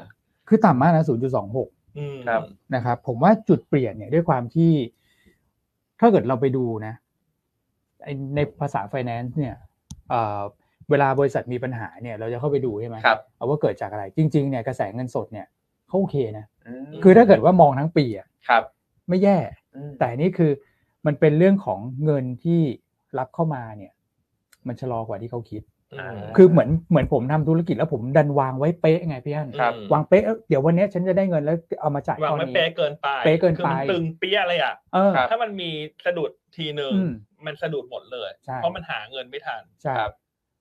[SPEAKER 2] คือต่ำมากนะ 0.26
[SPEAKER 1] อืม
[SPEAKER 3] ครับ
[SPEAKER 2] นะครับผมว่าจุดเปลี่ยนเนี่ยด้วยความที่ ถ้าเกิดเราไปดูนะไอ้ในภาษา finance เนี่ยเอ่อเวลาบริษัทมีปัญหาเนี่ยเราจะเข้าไปดูใช่ไหม
[SPEAKER 3] ครับ
[SPEAKER 2] เอาว่าเกิดจากอะไร จริงๆเนี่ยกระแสเงินสดเนี่ยเขาโอเคนะ
[SPEAKER 3] อืม
[SPEAKER 2] คือถ้าเกิดว่ามองทั้งปีอ่ะ
[SPEAKER 3] ครับ
[SPEAKER 2] ไม่แย่
[SPEAKER 3] อืม
[SPEAKER 2] แต่นี่คือมันเป็นเรื่องของเงินที่รับเข้ามาเนี่ย มันชะลอกว่าที่เขาคิด
[SPEAKER 1] อ่า
[SPEAKER 2] คือเหมือนเหมือนผมทำธุรกิจแล้วผมดันวางไว้เป๊ะไงพี่อัน
[SPEAKER 3] ครับ
[SPEAKER 1] อืม
[SPEAKER 2] วางเป๊ะเอ้ยเดี๋ยววันเนี้ยฉันจะได้เงินแล้วเอามาจ่ายว
[SPEAKER 1] าง
[SPEAKER 2] ก้อน
[SPEAKER 1] ไว้
[SPEAKER 2] นี้
[SPEAKER 1] เป๊ะเกินไป
[SPEAKER 2] เป๊ะเกิน
[SPEAKER 1] คือ
[SPEAKER 2] ไป
[SPEAKER 1] มันตึงเปี้ยเลยอ่ะ
[SPEAKER 2] เออ
[SPEAKER 3] ครับ
[SPEAKER 1] ถ้ามันมีสะดุดทีหนึ่ง
[SPEAKER 2] อืม
[SPEAKER 1] มันสะดุดหมดเลย
[SPEAKER 2] ใช่
[SPEAKER 1] เพราะมันหาเงินไม่ทัน
[SPEAKER 2] ใช่
[SPEAKER 3] ครับ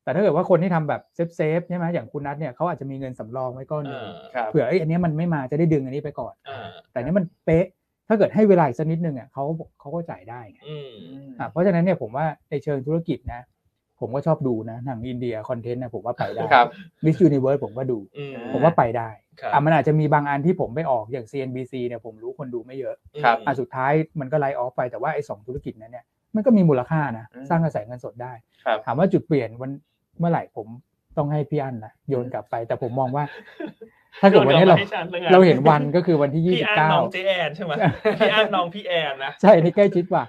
[SPEAKER 2] แต่ถ้าเกิดว่าคนที่ทำแบบเซฟเซฟๆใช่ไหมอย่างคุณนัทเนี่ยเขาอาจจะมีเงินสำรองไว้ก้อนหนึง
[SPEAKER 1] อ่า
[SPEAKER 3] ครับ
[SPEAKER 2] เผื่อไอ้ยอันเนี้ยมันไม่มาจะได้ดึงอันนี้ไปก่อน
[SPEAKER 1] อ่า
[SPEAKER 2] แต่เนี้ยมันเป๊ะ ถ้าเกิดให้เวลาอีกสักนิดนึงอ่ะเขาเขาก็จ่ายได้ไง
[SPEAKER 1] อืม
[SPEAKER 2] อ่ะเพราะฉะนั้นเนี่ยผมว่าในเชิงธุรกิจนะ ผมก็ชอบดูนะหนังอินเดียคอนเทนต์นะผมว่าไปได้
[SPEAKER 3] ครับ
[SPEAKER 2] Miss Universe ผมก็ดู
[SPEAKER 1] อืม
[SPEAKER 2] ผมว่าไปได้
[SPEAKER 1] ครับ
[SPEAKER 2] อ่ะมันอาจจะมีบางอันที่ผมไม่ออกอย่าง CNBC เนี่ยผมรู้คนดูไม่เยอะ
[SPEAKER 3] ครับ
[SPEAKER 2] อ่ะสุดท้ายมันก็ไล่ออฟไปแต่ว่าไอ้สองธุรกิจนั้นเนี่ยมันก็มีมูลค่านะ
[SPEAKER 3] อืม
[SPEAKER 2] สร้างกระแสเงินสดได้
[SPEAKER 3] ครับ
[SPEAKER 2] ถามว่าจุดเปลี่ยนวันเมื่อไหร่ผมต้องให้พี่อันนะโยนกลับไป แต่ผมมองว่า ถ้าเกิดวันนี้
[SPEAKER 1] โย
[SPEAKER 2] เรา
[SPEAKER 1] มให้ฉัซะงั้
[SPEAKER 2] เราเห็นวันก็คือวันที่ยี่
[SPEAKER 1] พี่
[SPEAKER 2] สิบ
[SPEAKER 1] อาน
[SPEAKER 2] เก้า
[SPEAKER 1] น้องเจแอนใช่ไหมพี่อานน้องพี่แอนนะ
[SPEAKER 2] ใช่อันนี่ใกล้ชิดกว่า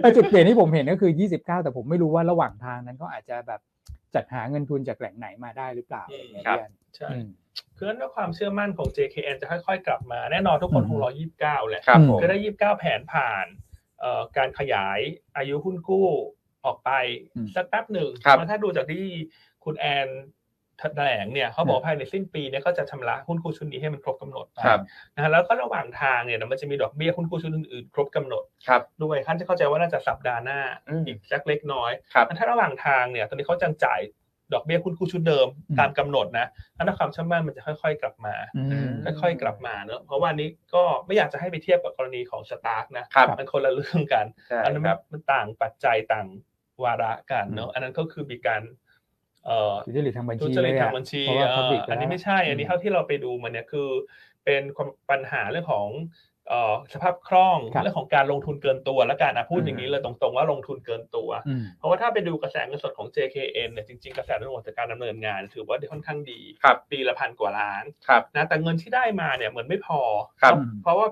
[SPEAKER 2] แต่จุดเปลี่ยนที่ผมเห็นก็คือ 29 แต่ผมไม่รู้ว่าระหว่างทางนั้นเขาอาจจะแบบจัดหาเงินทุนจากแหล่งไหนมาได้หรือเปล่าอะไรอย่างเงี้ย
[SPEAKER 3] ครับ
[SPEAKER 2] พี่อัน
[SPEAKER 1] ใช่
[SPEAKER 2] อืม
[SPEAKER 1] คือนั้นด้วยความเชื่อมั่นของ JKN จะค่อยๆ กลับมา แน่นอนทุกคน
[SPEAKER 2] อืม
[SPEAKER 1] คงรอยี่สิบเก้าแหละ
[SPEAKER 3] ครับ
[SPEAKER 2] อืม
[SPEAKER 3] ผม
[SPEAKER 1] จะได้ยี่สิบเก้าแผนผ่านเอ่อการขยายอายุหุ้นกู้ออกไป
[SPEAKER 2] อืม
[SPEAKER 1] สักแป๊บหนึ่ง
[SPEAKER 3] ครับ
[SPEAKER 1] เพราะถ้าดูจากที่คุณแอนแถลงเนี่ยเขาบอกว่าภายในสิ้นปีเนี่ยก็จะชำระหุ้นกู้ชุดนี้ให้มันครบกำหนดไป
[SPEAKER 3] ครับ
[SPEAKER 1] นะฮะแล้วก็ระหว่างทางเนี่ยเดี๋ยวมันจะมีดอกเบี้ยหุ้นกู้ชุดอื่นๆ ครบกำหนด
[SPEAKER 3] ครับ
[SPEAKER 1] ด้วยท่านจะเข้าใจว่าน่าจะสัปดาห์หน้า
[SPEAKER 3] อืม
[SPEAKER 1] อีกสักเล็กน้อย
[SPEAKER 3] ครับ
[SPEAKER 1] ถ้าระหว่างทางเนี่ยตอนนี้เขาจังจ่ายดอกเบี้ยหุ้นกู้ชุดเดิม
[SPEAKER 2] อืม
[SPEAKER 1] ตามกำหนดนะอันนั้นความเชื่อมั่นมันจะค่อยๆ กลับมา
[SPEAKER 2] อืม
[SPEAKER 3] ม
[SPEAKER 1] ค่อยๆกลับมาเนอะเพราะว่านี้ก็ไม่อยากจะให้ไปเทียบกับกรณีของสตาร์กนะครับ มันคนละเรื่องกัน
[SPEAKER 3] ใช่
[SPEAKER 1] อันนั้น
[SPEAKER 3] ครับ
[SPEAKER 1] มันต่างปัจจัยต่างวาระกันเนอะอันนั้นก็คือมีการ เอ่อ
[SPEAKER 2] ทุจริตทางบัญ
[SPEAKER 1] ทุ
[SPEAKER 2] ชี
[SPEAKER 1] จริตทาง
[SPEAKER 2] เลยอะ
[SPEAKER 1] บัญชี
[SPEAKER 2] เพราะว่า
[SPEAKER 1] เอ่อ
[SPEAKER 2] public
[SPEAKER 1] อันนี้
[SPEAKER 2] แล้ว
[SPEAKER 1] ไม่ใช่ อันนี้เท่าที่เราไปดูมาเนี่ยคือ เป็นความปัญหาเรื่องของเอ่อสภาพคล่อง
[SPEAKER 2] ครับ
[SPEAKER 1] เรื่องของการลงทุนเกินตัวและการนะพูด
[SPEAKER 3] อืม
[SPEAKER 1] อย่างนี้เลยตรงๆว่าลงทุนเกินตัว
[SPEAKER 2] อืม
[SPEAKER 1] เพราะว่าถ้าไปดูกระแสเงินสดของ JKN เนี่ยจริงๆกระแสเงินสดจากการดำเนินงาน ถือว่าได้ค่อนข้างดี
[SPEAKER 3] ครับ
[SPEAKER 1] ปีละพันกว่าล้าน
[SPEAKER 3] ครับ
[SPEAKER 1] นะแต่เงินที่ได้มาเนี่ยเหมือนไม่พอ
[SPEAKER 3] ครับ
[SPEAKER 1] เพราะว่า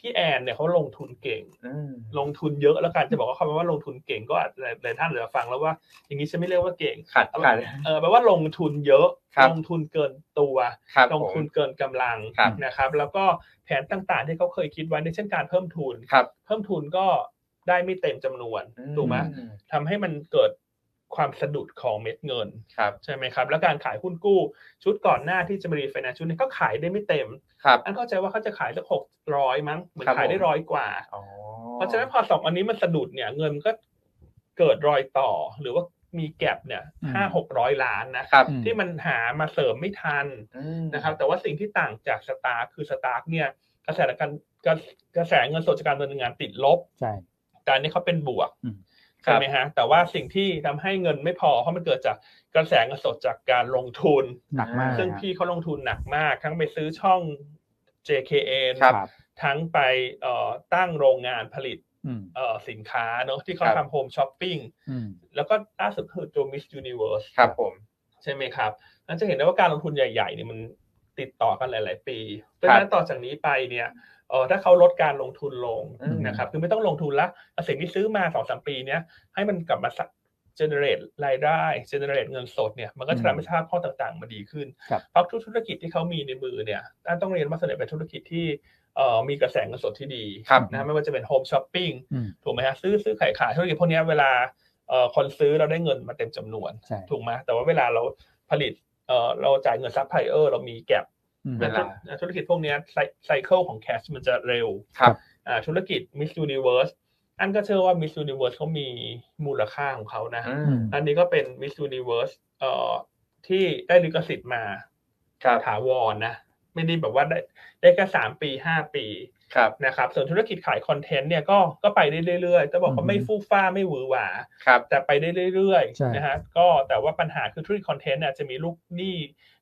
[SPEAKER 1] พี่แอนเนี่ยเขาลงทุนเก่ง
[SPEAKER 3] อืม
[SPEAKER 1] ลงทุนเยอะแล้วการจะบอกว่าคำว่าลงทุนเก่งก็อาจหลายๆท่านอาจจะฟังแล้วว่า อย่างนี้ฉันไม่เรียกว่าเก่ง
[SPEAKER 3] ขาดขาด
[SPEAKER 1] เออแปลว่าลงทุนเยอะ
[SPEAKER 3] ครับ
[SPEAKER 1] ลงทุนเกินตัว
[SPEAKER 3] ครับ
[SPEAKER 1] ลง
[SPEAKER 3] ผม
[SPEAKER 1] ทุนเกินกำลัง
[SPEAKER 3] ครับ
[SPEAKER 1] นะครับ แล้วก็แผนต่างๆที่เขาเคยคิดไว้ในเช่นการเพิ่มทุน
[SPEAKER 3] ครับ
[SPEAKER 1] เพิ่มทุนก็ได้ไม่เต็มจำนวนถูกไหม
[SPEAKER 3] อืม
[SPEAKER 1] ทำให้มันเกิดความสะดุดของเม็ดเงิน
[SPEAKER 3] ครับ
[SPEAKER 1] ใช่ไหมครับ แล้วการขายหุ้นกู้ชุดก่อนหน้าที่จะมารีไฟแนนซ์ชุดนี้ก็ขายได้ไม่เต็ม
[SPEAKER 3] ครับ
[SPEAKER 1] อันเข้าใจว่าเขาจะขายสักหกร้อยมั้งเหมือน
[SPEAKER 3] ครับ
[SPEAKER 1] ขายได้
[SPEAKER 3] ผม
[SPEAKER 1] ร้อยกว่า
[SPEAKER 3] อ๋อ
[SPEAKER 1] เพราะฉะนั้นพอสองอันนี้มันสะดุดเนี่ยเงินมันก็เกิดรอยต่อ หรือว่ามีแก็บเนี่ย
[SPEAKER 2] อืม
[SPEAKER 1] ห้าหกร้อยล้านนะครับ ที่มันหามาเสริมไม่ทัน
[SPEAKER 3] อืม
[SPEAKER 1] นะครับ แต่ว่าสิ่งที่ต่างจากสตาร์คคือสตาร์คเนี่ยกระแสการกระแสเงินสดจากการดำเนินงานติดลบ
[SPEAKER 2] ใช่
[SPEAKER 1] แต่อันนี้เขาเป็นบวก
[SPEAKER 2] อืม
[SPEAKER 1] ใช่ไหมฮะแต่ว่าสิ่งที่ทำให้เงินไม่พอเพราะมันเกิดจากกระแสเงินสดจากการลงทุน
[SPEAKER 2] หนักมาก
[SPEAKER 3] อ่า
[SPEAKER 1] ซึ่ง
[SPEAKER 2] ฮะ
[SPEAKER 1] พี่เขาลงทุนหนักมาก ทั้งไปซื้อช่อง JKN
[SPEAKER 3] ครับ
[SPEAKER 1] ทั้งไปเอ่อตั้งโรงงานผลิต
[SPEAKER 2] อืม
[SPEAKER 1] เอ่อสินค้าเนอะที่เขา
[SPEAKER 3] ครับ
[SPEAKER 1] ทำโฮมช้อปปิ้ง
[SPEAKER 2] อืม
[SPEAKER 1] แล้วก็ล่าสุดคือโจมิสยูนิเวิร์ส
[SPEAKER 3] ครับผม
[SPEAKER 1] ใช่ไหมครับนั้นจะเห็นได้ว่าการลงทุนใหญ่ๆเนี่ยมันติดต่อกันหลาย ๆ ปีเพราะฉะนั้นต่อจากนี้ไปเนี่ยเอ่อถ้าเขาลดการลงทุนลง
[SPEAKER 3] อืม
[SPEAKER 1] นะครับคือไม่ต้องลงทุนละเอาสิ่งที่ซื้อมาสองสามปีเนี้ยให้มันกลับมาเจเนเรตรายได้เจเนเรตเงินสดเนี่ยมันก็จะ
[SPEAKER 2] อืม
[SPEAKER 1] ทำให้สภาพข้อต่างๆ มาดีขึ้น
[SPEAKER 2] ครับ
[SPEAKER 1] เพราะทุกธุรกิจที่เขามีในมือเนี่ยต้องเรียนว่าส่วนใหญ่เป็นธุรกิจที่เอ่อมีกระแสเงินสดที่ดี
[SPEAKER 3] ครับ
[SPEAKER 1] นะไม่ว่าจะเป็นโฮมช้อปปิ้ง
[SPEAKER 2] อืม
[SPEAKER 1] ถูกไหมฮะซื้อซื้อขายขายธุรกิจพวกเนี้ยเวลาเอ่อคนซื้อเราได้เงินมาเต็มจำนวน
[SPEAKER 2] ใช่
[SPEAKER 1] ถูกไหมแต่ว่าเวลาเราผลิตเอ่อเราจ่ายเงินซัพพลายเออร์เรามีแก็บ
[SPEAKER 2] อืม
[SPEAKER 3] เวลา
[SPEAKER 1] ธุรกิจพวกเนี้ยไซเคิลของแคชมันจะเร็ว
[SPEAKER 3] ครับ
[SPEAKER 1] อ่าธุรกิจ Miss Universe อันก็เชื่อว่า Miss Universe เขามีมูลค่าของเขานะ
[SPEAKER 3] อืม
[SPEAKER 1] อันนี้ก็เป็น Miss Universe เอ่อที่ได้ลิขสิทธิ์มา
[SPEAKER 3] ครับ
[SPEAKER 1] ถาวรนะ ไม่ได้แบบว่าได้ได้แค่สามปีห้าปี
[SPEAKER 3] ครับ
[SPEAKER 1] นะครับส่วนธุรกิจขายคอนเทนต์เนี่ยก็ก็ไปได้เรื่อยๆจะบอก
[SPEAKER 2] อื
[SPEAKER 1] ว่า
[SPEAKER 2] อฮึ
[SPEAKER 1] ไม่ฟู่ฟ้าไม่หวือหวา
[SPEAKER 3] ครับ
[SPEAKER 1] แต่ไปได้เรื่อย
[SPEAKER 2] ใช่
[SPEAKER 1] ๆนะฮะก็แต่ว่าปัญหาคือธุรกิจคอนเทนต์เนี่ยจะมีลูกหนี้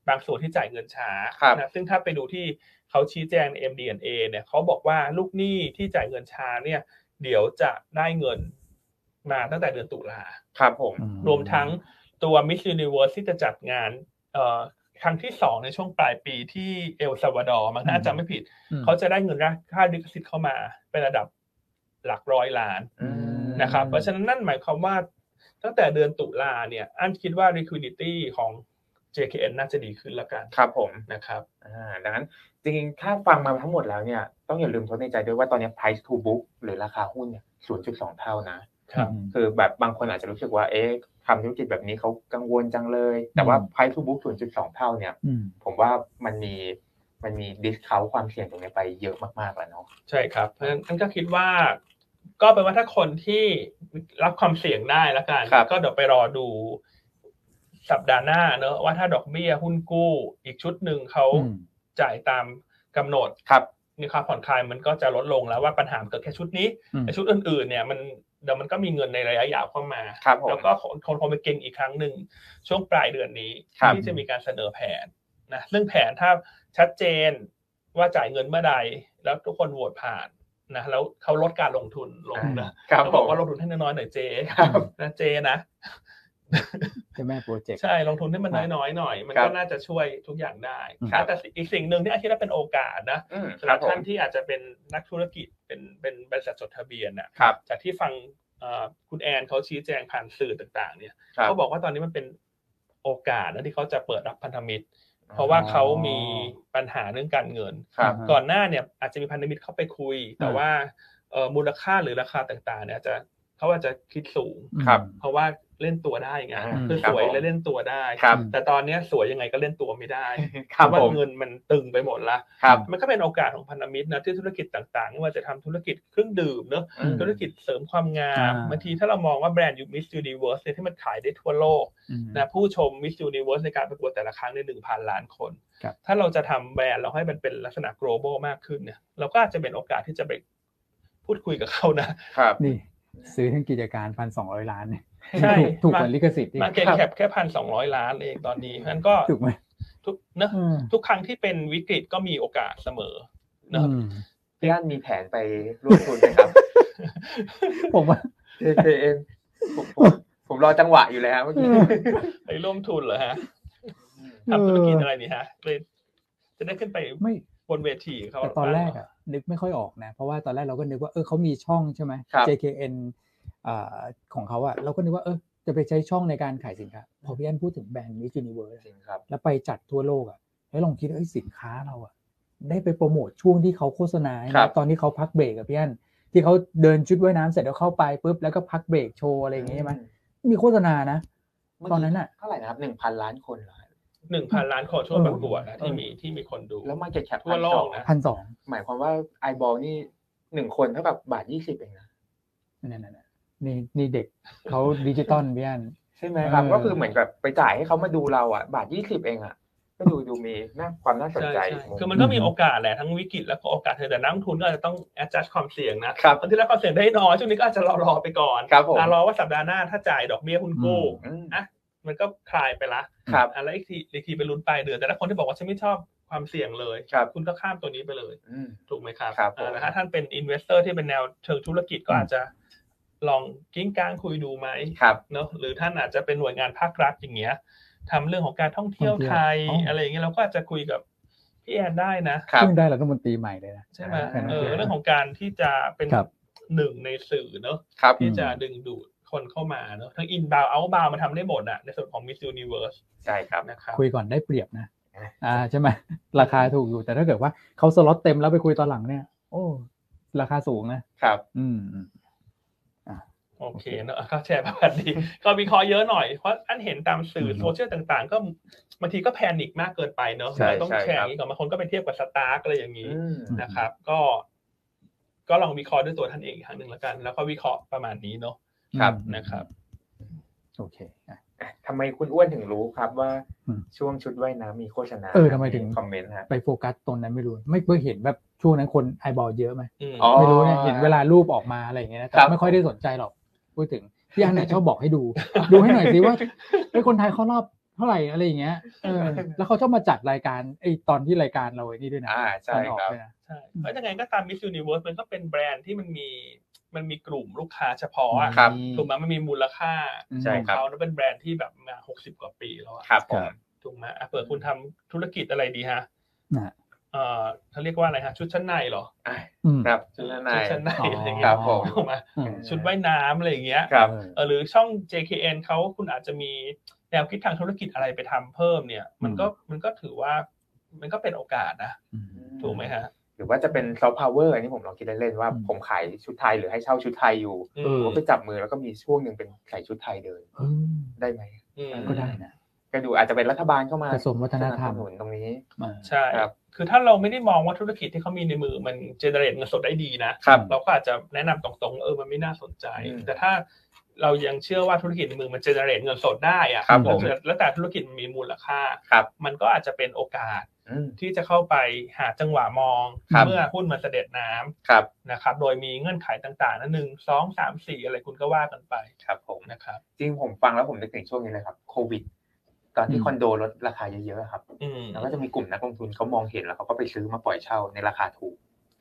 [SPEAKER 1] บางส่วนที่จ่ายเงินช้า
[SPEAKER 3] ครับ
[SPEAKER 1] นะซึ่งถ้าไปดูที่เขาชี้แจงใน MD&A เนี่ยเขาบอกว่าลูกหนี้ที่จ่ายเงินช้าเนี่ยเดี๋ยวจะได้เงินมาตั้งแต่เดือนตุลา
[SPEAKER 3] ครับผม
[SPEAKER 2] อื
[SPEAKER 1] รวมทั้งตัว Miss Universe ที่จะจัดงานเอ่อครั้งที่สองในช่วงปลายปีที่เอลซัลวาดอร์มั้งถ้าจำไม่ผิด
[SPEAKER 2] อืม
[SPEAKER 1] เขาจะได้เงินนะค่าลิขสิทธิ์เข้ามาเป็นระดับหลักร้อยล้าน
[SPEAKER 3] อืม
[SPEAKER 1] นะครับ
[SPEAKER 2] อืม
[SPEAKER 1] เพราะฉะนั้นนั่นหมายความว่าตั้งแต่เดือนตุลาเนี่ย อันคิดว่า liquidity ของ JKN น่าจะดีขึ้นละกัน
[SPEAKER 3] ครับผม
[SPEAKER 1] นะครับ
[SPEAKER 3] อ่าดังนั้นจริงๆ ถ้าฟังมาทั้งหมดแล้วเนี่ยต้องอย่าลืมทดในใจด้วยว่าตอนนี้ price to book หรือราคาหุ้นเนี่ย0.2 เท่านะ
[SPEAKER 1] ครับ
[SPEAKER 2] อืม
[SPEAKER 3] คือแบบบางคนอาจจะรู้สึกว่าเอ๊ะทำธุรกิจแบบนี้เขากังวลจังเลย แต่ว่า
[SPEAKER 2] อืม
[SPEAKER 3] price to book 0.2 เท่าเนี่ย
[SPEAKER 2] อืม
[SPEAKER 3] ผมว่ามันมีมันมี discount ความเสี่ยงตรงนี้ไปเยอะมากๆแล้วเนาะ
[SPEAKER 1] ใช่ครับ เพราะฉะนั้นอันก็คิดว่า ก็แปลว่าถ้าคนที่รับความเสี่ยงได้ละกัน
[SPEAKER 3] ครับ
[SPEAKER 1] ก็เดี๋ยวไปรอดูสัปดาห์หน้าเนอะว่าถ้าดอกเบี้ยหุ้นกู้อีกชุดหนึ่งเขา
[SPEAKER 2] อืม
[SPEAKER 1] จ่ายตามกำหนด
[SPEAKER 3] ครับ
[SPEAKER 1] มีความผ่อนคลายมันก็จะลดลงแล้วว่าปัญหามันเกิดแค่ชุดนี้
[SPEAKER 2] อืม
[SPEAKER 1] แต่ชุดอื่นๆเนี่ยมันเดี๋ยวมันก็มีเงินในระยะยาวเข้ามา
[SPEAKER 3] ครับผม
[SPEAKER 1] แล้วก็คนคนคงไปเก่งอีกครั้งหนึ่งช่วงปลายเดือนนี้
[SPEAKER 3] ครับ
[SPEAKER 1] ที่จะมีการเสนอแผนนะซึ่งแผนถ้าชัดเจนว่าจ่ายเงินเมื่อใด แล้วทุกคนโหวตผ่านนะแล้วเขาลดการลงทุนลงนะครับ เขา
[SPEAKER 3] ผ
[SPEAKER 1] บอก
[SPEAKER 3] ม
[SPEAKER 1] ว่าลงทุนให้น้อยๆหน่อยเจ
[SPEAKER 3] ครับ
[SPEAKER 1] <laughs> นะเจนะ
[SPEAKER 2] ใช่ไหมโปรเจกต์
[SPEAKER 1] ใช่ลงทุนให้มันน้อยๆหน่อย มัน
[SPEAKER 3] ครั
[SPEAKER 1] ก็
[SPEAKER 3] บ
[SPEAKER 1] น่าจะช่วยทุกอย่างได้
[SPEAKER 2] ครับ
[SPEAKER 1] แต่อีกสิ่งหนึ่งที่อาคิดว่าเป็นโอกาสนะ
[SPEAKER 3] อืม
[SPEAKER 1] สำ
[SPEAKER 3] ค
[SPEAKER 1] ห
[SPEAKER 3] รั
[SPEAKER 1] รั
[SPEAKER 3] บบ ผม
[SPEAKER 1] ท่านที่อาจจะเป็นนักธุรกิจเป็นเป็นบริษัทจดทะเบียนน่ะ
[SPEAKER 3] ครับ
[SPEAKER 1] จากที่ฟังเอ่อคุณแอนเขาชี้แจงผ่านสื่อต่างๆ เนี่ย
[SPEAKER 3] ครับ
[SPEAKER 1] เขาบอกว่าตอนนี้มันเป็นโอกาสนะที่เขาจะเปิดรับพันธมิตร เพราะว่าเขามีปัญหาเรื่องการเงิน
[SPEAKER 3] ครับ
[SPEAKER 2] อ่า
[SPEAKER 1] ก่อนหน้าเนี่ยอาจจะมีพันธมิตรเข้าไปคุย แต่
[SPEAKER 2] อ่า
[SPEAKER 1] ว่าเอ่อมูลค่าหรือราคาต่างๆ เนี่ยจะเขาอาจจะคิดสูง
[SPEAKER 3] ครับ
[SPEAKER 1] เพราะว่าเล่นตัวได้ไง
[SPEAKER 3] อ่า
[SPEAKER 1] คือ
[SPEAKER 3] ครับ
[SPEAKER 1] สวย
[SPEAKER 3] ผม
[SPEAKER 1] และเล่นตัวได้
[SPEAKER 3] ครับ
[SPEAKER 1] แต่ตอนเนี้ยสวยยังไงก็เล่นตัวไม่ได้
[SPEAKER 3] ค
[SPEAKER 1] เพ
[SPEAKER 3] รับ
[SPEAKER 1] ราะว่า
[SPEAKER 3] ผม
[SPEAKER 1] เงินมันตึงไปหมดละ
[SPEAKER 3] ครับ
[SPEAKER 1] มันก็เป็นโอกาสของพันธมิตรนะที่ธุรกิจต่างๆไม่ว่าจะทำธุรกิจเครื่องดื่มเนอะ
[SPEAKER 3] อืม
[SPEAKER 1] ธุรกิจเสริมความงาม
[SPEAKER 2] อ่า
[SPEAKER 1] บางทีถ้าเรามองว่าแบรนด์ยูมิสยูนิเวิร์สเนี่ยที่มันขายได้ทั่วโลก
[SPEAKER 2] อืม
[SPEAKER 1] นะผู้ชมมิสยูนิเวิร์สในการประกวดแต่ละครั้งในหนึ่งพันล้านคน
[SPEAKER 2] ครับ
[SPEAKER 1] ถ้าเราจะทำแบรนด์เราให้มันเป็นลักษณะ global มากขึ้นเนี่ยเราก็อาจจะเป็นโอกาสที่จะไปพูดคุยกับเขานะ
[SPEAKER 3] ครับ
[SPEAKER 2] นี่ ซื้อทั้งกิจการพันสองร้อยล้านเนี่ย
[SPEAKER 1] ใช่
[SPEAKER 2] ถูกกว่าลิขสิทธิ์อีก
[SPEAKER 1] มาเก็ตแคปแค่พันสองร้อยล้านเองตอนนี้นั้นก็
[SPEAKER 2] ถูกไหม
[SPEAKER 1] ทุกเนอะ
[SPEAKER 2] อืม
[SPEAKER 1] ทุกครั้งที่เป็นวิกฤตก็มีโอกาสเสมอเนอะ
[SPEAKER 2] อืม
[SPEAKER 3] พี่อันมีแผนไปร่วมทุนไหมครับ <laughs>
[SPEAKER 2] ผมว่า
[SPEAKER 3] JKN ผมผมผมรอจังหวะอยู่เลยฮะเมื่อกี้
[SPEAKER 2] อืม
[SPEAKER 1] ไปร่วมทุนเหรอฮะ
[SPEAKER 2] เออ
[SPEAKER 1] ทำธุรกิจอะไรนี่ฮะเลยจะได้ขึ้นไป
[SPEAKER 2] ไม่
[SPEAKER 1] บนเวทีเขา
[SPEAKER 2] แต่ตอนแรก
[SPEAKER 1] บ้างเห
[SPEAKER 2] อะนึกไม่ค่อยออกนะ เพราะว่าตอนแรกเราก็นึกว่าเออเขามีช่องใช่ไหม
[SPEAKER 3] ครับ
[SPEAKER 2] JKN อ่าของเขาอะเราก็นึกว่าเออจะไปใช้ช่องในการขายสินค้าพอพี่อันพูดถึงแบรนด์มิจูนิเวิร์ส
[SPEAKER 3] จริงครับ
[SPEAKER 2] แล้วไปจัดทั่วโลกอ่ะ แล้วลองคิดว่าเอ้ยสินค้าเราอ่ะ ได้ไปโปรโมทช่วงที่เขาโฆษณา
[SPEAKER 3] ครับ
[SPEAKER 2] นะตอนที่เขาพักเบรกอะพี่อันที่เขาเดินชุดว่ายน้ำเสร็จแล้วเข้าไปปุ๊บแล้วก็พักเบรกโชว์อะไรอย่างเงี้ยใช่ไหมมีโฆษณานะ
[SPEAKER 3] เมื่
[SPEAKER 2] ตอนนั้นอ่ะ
[SPEAKER 3] เท่าไหร่นะครับหนึ่งพันล้านคนเหรอฮะ
[SPEAKER 1] นึ่งพันล้านคนช่วง
[SPEAKER 2] เออ
[SPEAKER 1] ประกวดนะที่มีที่มีคนดู
[SPEAKER 3] แล้วมาเก็ตแคป
[SPEAKER 1] ทั่วโลกนะ
[SPEAKER 2] พันสอง
[SPEAKER 3] หมายความว่าไอบอลนี่หนึ่งคนเท่ากับบาทยี่สิบเองนะ
[SPEAKER 2] นั่นนั่นนี่นี่เด็กเขาดิจิตอลพี่อัน
[SPEAKER 3] ใช่ไหมครับ
[SPEAKER 2] เออ
[SPEAKER 3] ก็คือเหมือนกับไปจ่ายให้เขามาดูเราอ่ะ บาทยี่สิบเองอ่ะ ก็ดูดูมีน่าความน่าสนใจ
[SPEAKER 1] คือมันก็มีโอกาสแหละทั้งวิกฤตแล้วก็โอกาสเธอแต่นักลงทุนก็อาจจะต้อง adjust ความเสี่ยงนะครับ บางทีแล้วความเสี่ยงได้น้อยช่วงนี้ก็อาจจะรอรอๆไปก่อน
[SPEAKER 3] ครับผม
[SPEAKER 1] อ่ะรอว่าสัปดาห์หน้าถ้าจ่ายดอกเบี้ยหุ้นกู้
[SPEAKER 3] อืม
[SPEAKER 1] อ่ะมันก็คลายไปละ
[SPEAKER 3] ครับ
[SPEAKER 1] อ่ะแล้วอีกทีอีกทีไปลุ้นปลายเดือนแต่ถ้าคนที่บอกว่าฉันไม่ชอบความเสี่ยงเลย
[SPEAKER 3] ครับ
[SPEAKER 1] คุณก็ข้ามตัวนี้ไปเลย
[SPEAKER 3] อืม
[SPEAKER 1] ถูกไหมครับ
[SPEAKER 3] ครับผม
[SPEAKER 1] อ่าแต่ถ้าท่านเป็น investor ที่เป็นแนวเชิงธุรกิจก็อาจจะลองกิ้งก้างคุยดูไหม
[SPEAKER 3] ครับ
[SPEAKER 1] เนอะหรือท่านอาจจะเป็นหน่วยงานภาครัฐอย่างเงี้ยทำเรื่องของการท่องเที่ยวไทย
[SPEAKER 2] ท่องเที่ยว
[SPEAKER 1] อะไรอย่างเงี้ยเราก็อาจจะคุยกับพี่แอนได้นะ
[SPEAKER 3] ครับ
[SPEAKER 2] เพิ่งได้รัฐมนตรีใหม่เลยนะ
[SPEAKER 1] ใช่ไหม
[SPEAKER 3] อ่า
[SPEAKER 1] เออเรื่องของการที่จะเป็น
[SPEAKER 2] ครับ
[SPEAKER 1] หนึ่งในสื่อเนอะ
[SPEAKER 3] ครับ
[SPEAKER 1] ที่จะ
[SPEAKER 2] อืม
[SPEAKER 1] ดึงดูดคนเข้ามาเนอะทั้ง inbound outbound มันทำได้หมดอะในส่วนของ Miss Universe
[SPEAKER 3] ใช่ครับ
[SPEAKER 1] นะครับ
[SPEAKER 2] คุยก่อนได้เปรียบนะ
[SPEAKER 3] อ่ะ
[SPEAKER 2] อ่าใช่ไหมราคาถูกอยู่แต่ถ้าเกิดว่าเขาสล็อตเต็มแล้วไปคุยตอนหลังเนี่ย โอ้ ราคาสูงนะครับ อืมอืม
[SPEAKER 1] โอเคเนอะก็แชร์ประวัติดี ก็วิเคราะห์เยอะหน่อย เพราะอันเห็นตามสื่อ
[SPEAKER 2] ม
[SPEAKER 1] โซเชียลต่างๆ ก็บางทีก็แพนิคมากเกินไปเนอะ
[SPEAKER 3] ใช่
[SPEAKER 1] เราต้อง
[SPEAKER 3] ใช่
[SPEAKER 1] แชร์อ
[SPEAKER 3] ครับ
[SPEAKER 1] ย่างนี้ก่อนบางคนก็ไปเทียบกับสตาร์กอะไรอย่างนี้
[SPEAKER 3] อืม
[SPEAKER 2] ม
[SPEAKER 1] นะครับ ก็ ก็ลองวิเคราะห์ด้วยตัวท่านเองอีกครั้งหนึ่งแล้วกัน แล้วก็วิเคราะห์ประมาณนี้เนอะ
[SPEAKER 3] ครับ
[SPEAKER 2] อืม
[SPEAKER 1] นะครับ
[SPEAKER 2] โอเคอ่ะ
[SPEAKER 3] อ่ะทำไมคุณอ้วนถึงรู้ครับว่า
[SPEAKER 2] อืม
[SPEAKER 3] ช่วงชุดว่ายน้ำมีโฆษณา
[SPEAKER 2] เออทำไมถึง
[SPEAKER 3] คอมเมนต์ฮะ
[SPEAKER 2] ไปโฟกัสตรงนั้นไม่รู้ ไม่เคยเห็นแบบช่วงนั้นคนไอบอลเยอะไหม
[SPEAKER 1] อืม
[SPEAKER 3] อ๋อ
[SPEAKER 2] ไม่รู้เนี่ยเห็นเวลารูปออกมาอะไรอย่างเงี้ยนะแต่
[SPEAKER 3] ครับ
[SPEAKER 2] ไม่ค่อยได้สนใจหรอกพูดถึงพี่อันเนี่ยชอบบอก
[SPEAKER 3] <laughs>
[SPEAKER 2] ให้ดู ดูให้หน่อยสิว่าไอ้ยคนไทยเขารอบเท่าไหร่อะไรอย่างเงี้ยเอ
[SPEAKER 3] <laughs>
[SPEAKER 2] อแล้วเขาชอบมาจัดรายการไอ้ตอนที่รายการเราไอ้นี่ด้วยนะ
[SPEAKER 3] อ่าใช่
[SPEAKER 2] ตอนออก
[SPEAKER 3] ครับ
[SPEAKER 2] ด้วยนะ
[SPEAKER 1] ใช่
[SPEAKER 2] อืม
[SPEAKER 1] แล้วยังไงก็ตาม Miss Universe มันก็เป็นแบรนด์ที่มันมีมันมีกลุ่มลูกค้าเฉพาะอะ
[SPEAKER 3] ครับ
[SPEAKER 1] ถูกไหมมันมีมูลค่า
[SPEAKER 3] ใช่
[SPEAKER 1] ของ
[SPEAKER 3] ครับ
[SPEAKER 1] เขาแล้วเป็นแบรนด์ที่แบบมาหกสิบกว่าปีแล้วอะ
[SPEAKER 3] ครับ
[SPEAKER 2] ค
[SPEAKER 3] ผ
[SPEAKER 2] รั
[SPEAKER 3] ม
[SPEAKER 2] บ
[SPEAKER 1] ถูกไหมอ่ะเปิดคุณทำธุรกิจอะไรดีฮะ
[SPEAKER 2] นะฮะ
[SPEAKER 1] เอ่อเขาเรียกว่าอะไรฮะ ชุดชั้นในเหรอ
[SPEAKER 3] อ่ะ
[SPEAKER 2] อืม
[SPEAKER 3] ครับชุดชั้นใน
[SPEAKER 1] ชุดชั้นในอะไรอย่าง
[SPEAKER 3] ค
[SPEAKER 1] เงี้
[SPEAKER 3] รั
[SPEAKER 1] ย
[SPEAKER 3] บผม
[SPEAKER 1] ถูกไหม
[SPEAKER 2] อืม
[SPEAKER 1] ชุดว่ายน้ำอะไรอย่างเงี้ย
[SPEAKER 3] ครับ
[SPEAKER 1] เออหรือช่อง JKN เขาคุณอาจจะมีแนวคิดทางธุรกิจอะไรไปทำเพิ่มเนี่ย มันก็มันก็ถือว่ามันก็เป็นโอกาสนะ
[SPEAKER 2] อืม
[SPEAKER 1] ถูกไหมฮะ
[SPEAKER 3] หรือว่าจะเป็นซอฟต์พาวเวอร์อันนี้ผมลองคิดเล่นๆว่า
[SPEAKER 2] อืม
[SPEAKER 3] ผมขายชุดไทยหรือให้เช่าชุดไทยอยู่
[SPEAKER 1] อื
[SPEAKER 2] เอ
[SPEAKER 1] ม
[SPEAKER 2] อ
[SPEAKER 3] ผมไปจับมือแล้วก็มีช่วงหนึ่งเป็นใส่ชุดไทยเดิน
[SPEAKER 2] เออ
[SPEAKER 3] ได้ไหม
[SPEAKER 1] อืม
[SPEAKER 2] ก็ได้นะ
[SPEAKER 3] ก็ดูอาจจะเป็นรัฐบาลเข้ามาก
[SPEAKER 2] ระทรวงวัฒนธรรม
[SPEAKER 3] สบสนุนตรงนี้
[SPEAKER 2] อ่า
[SPEAKER 1] ใช่
[SPEAKER 3] ครับ
[SPEAKER 1] คือถ้าเราไม่ได้มองว่าธุรกิจที่เขามีในมือมันเจเนเรตเงินสดได้ดีนะ
[SPEAKER 3] ครับ
[SPEAKER 1] เราก็อาจจะแนะนำตรงๆว่าเออมันไม่น่าสนใจ
[SPEAKER 3] อืม
[SPEAKER 1] แต่ถ้าเรายังเชื่อว่าธุรกิจในมือมันเจเนเรตเงินสดได้อะ
[SPEAKER 3] ครับผม
[SPEAKER 1] แล้วแล้วแต่ธุรกิจมันมีมูลค่า
[SPEAKER 3] ครับ
[SPEAKER 1] มันก็อาจจะเป็นโอกาส
[SPEAKER 3] อืม
[SPEAKER 1] ที่จะเข้าไปหาจังหวะมอง
[SPEAKER 2] ครับ
[SPEAKER 1] เมื่อหุ้นมันเสด็จน้ำ
[SPEAKER 3] ครับ
[SPEAKER 1] นะครับ โดยมีเงื่อนไขต่างๆนั่นหนึ่งสองสามสี่อะไรคุณก็ว่ากันไป
[SPEAKER 3] ครับผม
[SPEAKER 1] นะครับ
[SPEAKER 3] จริงผมฟังแล้วผมนึกถึงช่วงนี้เลยครับโควิด ตอนที่
[SPEAKER 2] อืม
[SPEAKER 3] คอนโดลดราคาเยอะๆครับ
[SPEAKER 1] อืม
[SPEAKER 3] แล้วก็จะมีกลุ่มนักลงทุนเขามองเห็นแล้วเขาก็ไปซื้อมาปล่อยเช่าในราคาถูก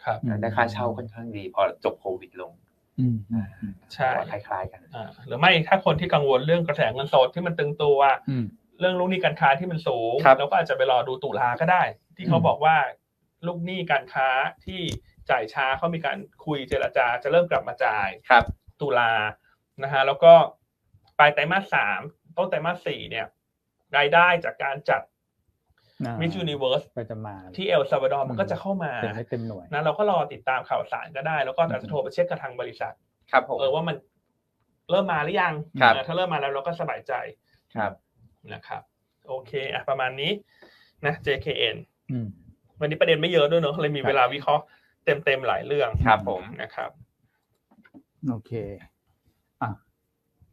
[SPEAKER 1] ครับ
[SPEAKER 2] อืม
[SPEAKER 3] ได้ค่าเช่าค่อนข้างดี พอจบโควิดลง
[SPEAKER 2] อืมอืมอืม
[SPEAKER 1] ใช่
[SPEAKER 3] ก็คล้ายๆกัน
[SPEAKER 1] อ่าหรือไม่ถ้าคนที่กังวลเรื่องกระแสเงินสดที่มันตึงตัว
[SPEAKER 2] อืม
[SPEAKER 1] เรื่องลูกหนี้การค้าที่มันสูง
[SPEAKER 3] ครับ
[SPEAKER 1] เราก็อาจจะไปรอดูตุลาก็ได้ ที่เขาบอกว่าลูกหนี้การค้าที่จ่ายช้าเขามีการคุยเจรจาจะเริ่มกลับมาจ่าย
[SPEAKER 3] ครับ
[SPEAKER 1] ตุลานะฮะแล้วก็ปลายไตรมาสสามต้นไตรมาสสี่เนี่ย รายได้จากการจัด
[SPEAKER 2] อ่า
[SPEAKER 1] มิจูนิเวิร์ส
[SPEAKER 2] ก็จะมา
[SPEAKER 1] ที่เอลซาวาดอร์มันก็จะเข้ามา
[SPEAKER 2] เต็มไม่เต็มหน่วย
[SPEAKER 1] นะเราก็รอติดตามข่าวสารก็ได้ แล้วก็อาจจะโทรไปเช็คกับทางบริษัท
[SPEAKER 3] ครับผม
[SPEAKER 1] เออว่ามันเริ่มมาหรือยัง
[SPEAKER 3] ครับ
[SPEAKER 1] นะถ้าเริ่มมาแล้วเราก็สบายใจ
[SPEAKER 3] ครับ
[SPEAKER 1] นะครับโอเคอ่ะประมาณนี้นะ JKN
[SPEAKER 2] อืม
[SPEAKER 1] วันนี้ประเด็นไม่เยอะด้วยเนอะเลยมี
[SPEAKER 2] ครับ
[SPEAKER 1] เวลาวิเคราะห์เต็มๆหลายเรื่อง
[SPEAKER 3] ครับผม
[SPEAKER 1] นะครับ
[SPEAKER 2] โอเคอ่ะ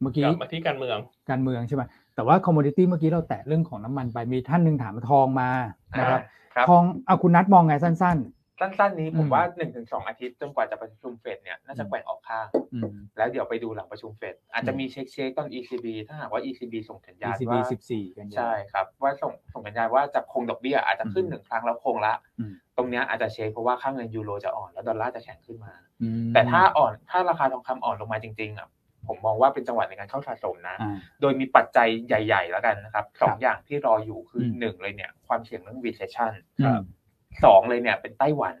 [SPEAKER 2] เมื่อก กี้
[SPEAKER 1] ลับมาที่การเมือง
[SPEAKER 2] การเมืองใช่ไหมแต่ว่าคอมมูนิตี้เมื่อกี้เราแตะเรื่องของน้ำมันไปมีท่านหนึ่งถามทองมานะครับ
[SPEAKER 3] อ่าครับ
[SPEAKER 2] ทองเอาคุณนัทมองไงสั้น
[SPEAKER 3] สั้นๆนี้ผม
[SPEAKER 2] อืม
[SPEAKER 3] ว่า 1-2 อาทิตย์จนกว่าจะประชุมเฟดเนี่ยน่าจะแกว่งออกข้าง
[SPEAKER 2] อืม
[SPEAKER 3] แล้วเดี๋ยวไปดูหลังประชุมเฟดอาจจะ
[SPEAKER 2] อืม
[SPEAKER 3] มีเช็คเช็คๆตอน ECB ถ้าหากว่า ECB ส่งสัญญาณ
[SPEAKER 2] ECB
[SPEAKER 3] ว่า
[SPEAKER 2] สิบสี่กันยา
[SPEAKER 3] ใช่ครับ ว่าส่งส่งสัญญาณว่าจะคงดอกเบี้ยอาจจะขึ้น
[SPEAKER 2] อืม
[SPEAKER 3] หนึ่งครั้งแล้วคงละ
[SPEAKER 2] อืม
[SPEAKER 3] ตรงเนี้ยอาจจะเช็คเพราะว่าค่าเงินยูโรจะอ่อนแล้วดอลลาร์จะแข็งขึ้นมา
[SPEAKER 2] อืม
[SPEAKER 3] แต่ถ้าอ่อนถ้าราคาทองคำอ่อนลงมาจริงๆอ่ะผมมองว่าเป็นจังหวะในการเข้าสะสมนะ
[SPEAKER 2] อ่า
[SPEAKER 3] โดยมีปัจจัยใหญ่ๆแล้วกันนะครับสอ
[SPEAKER 2] ค
[SPEAKER 3] ง
[SPEAKER 2] รับ
[SPEAKER 3] อย่างที่รออยู่คืออ
[SPEAKER 2] ม
[SPEAKER 3] หนึ่งเลยเนี่ยความเสี่ยงเรื่อง recession
[SPEAKER 2] อืม
[SPEAKER 3] สองเลยเนี่ยเป็นไต้หวัน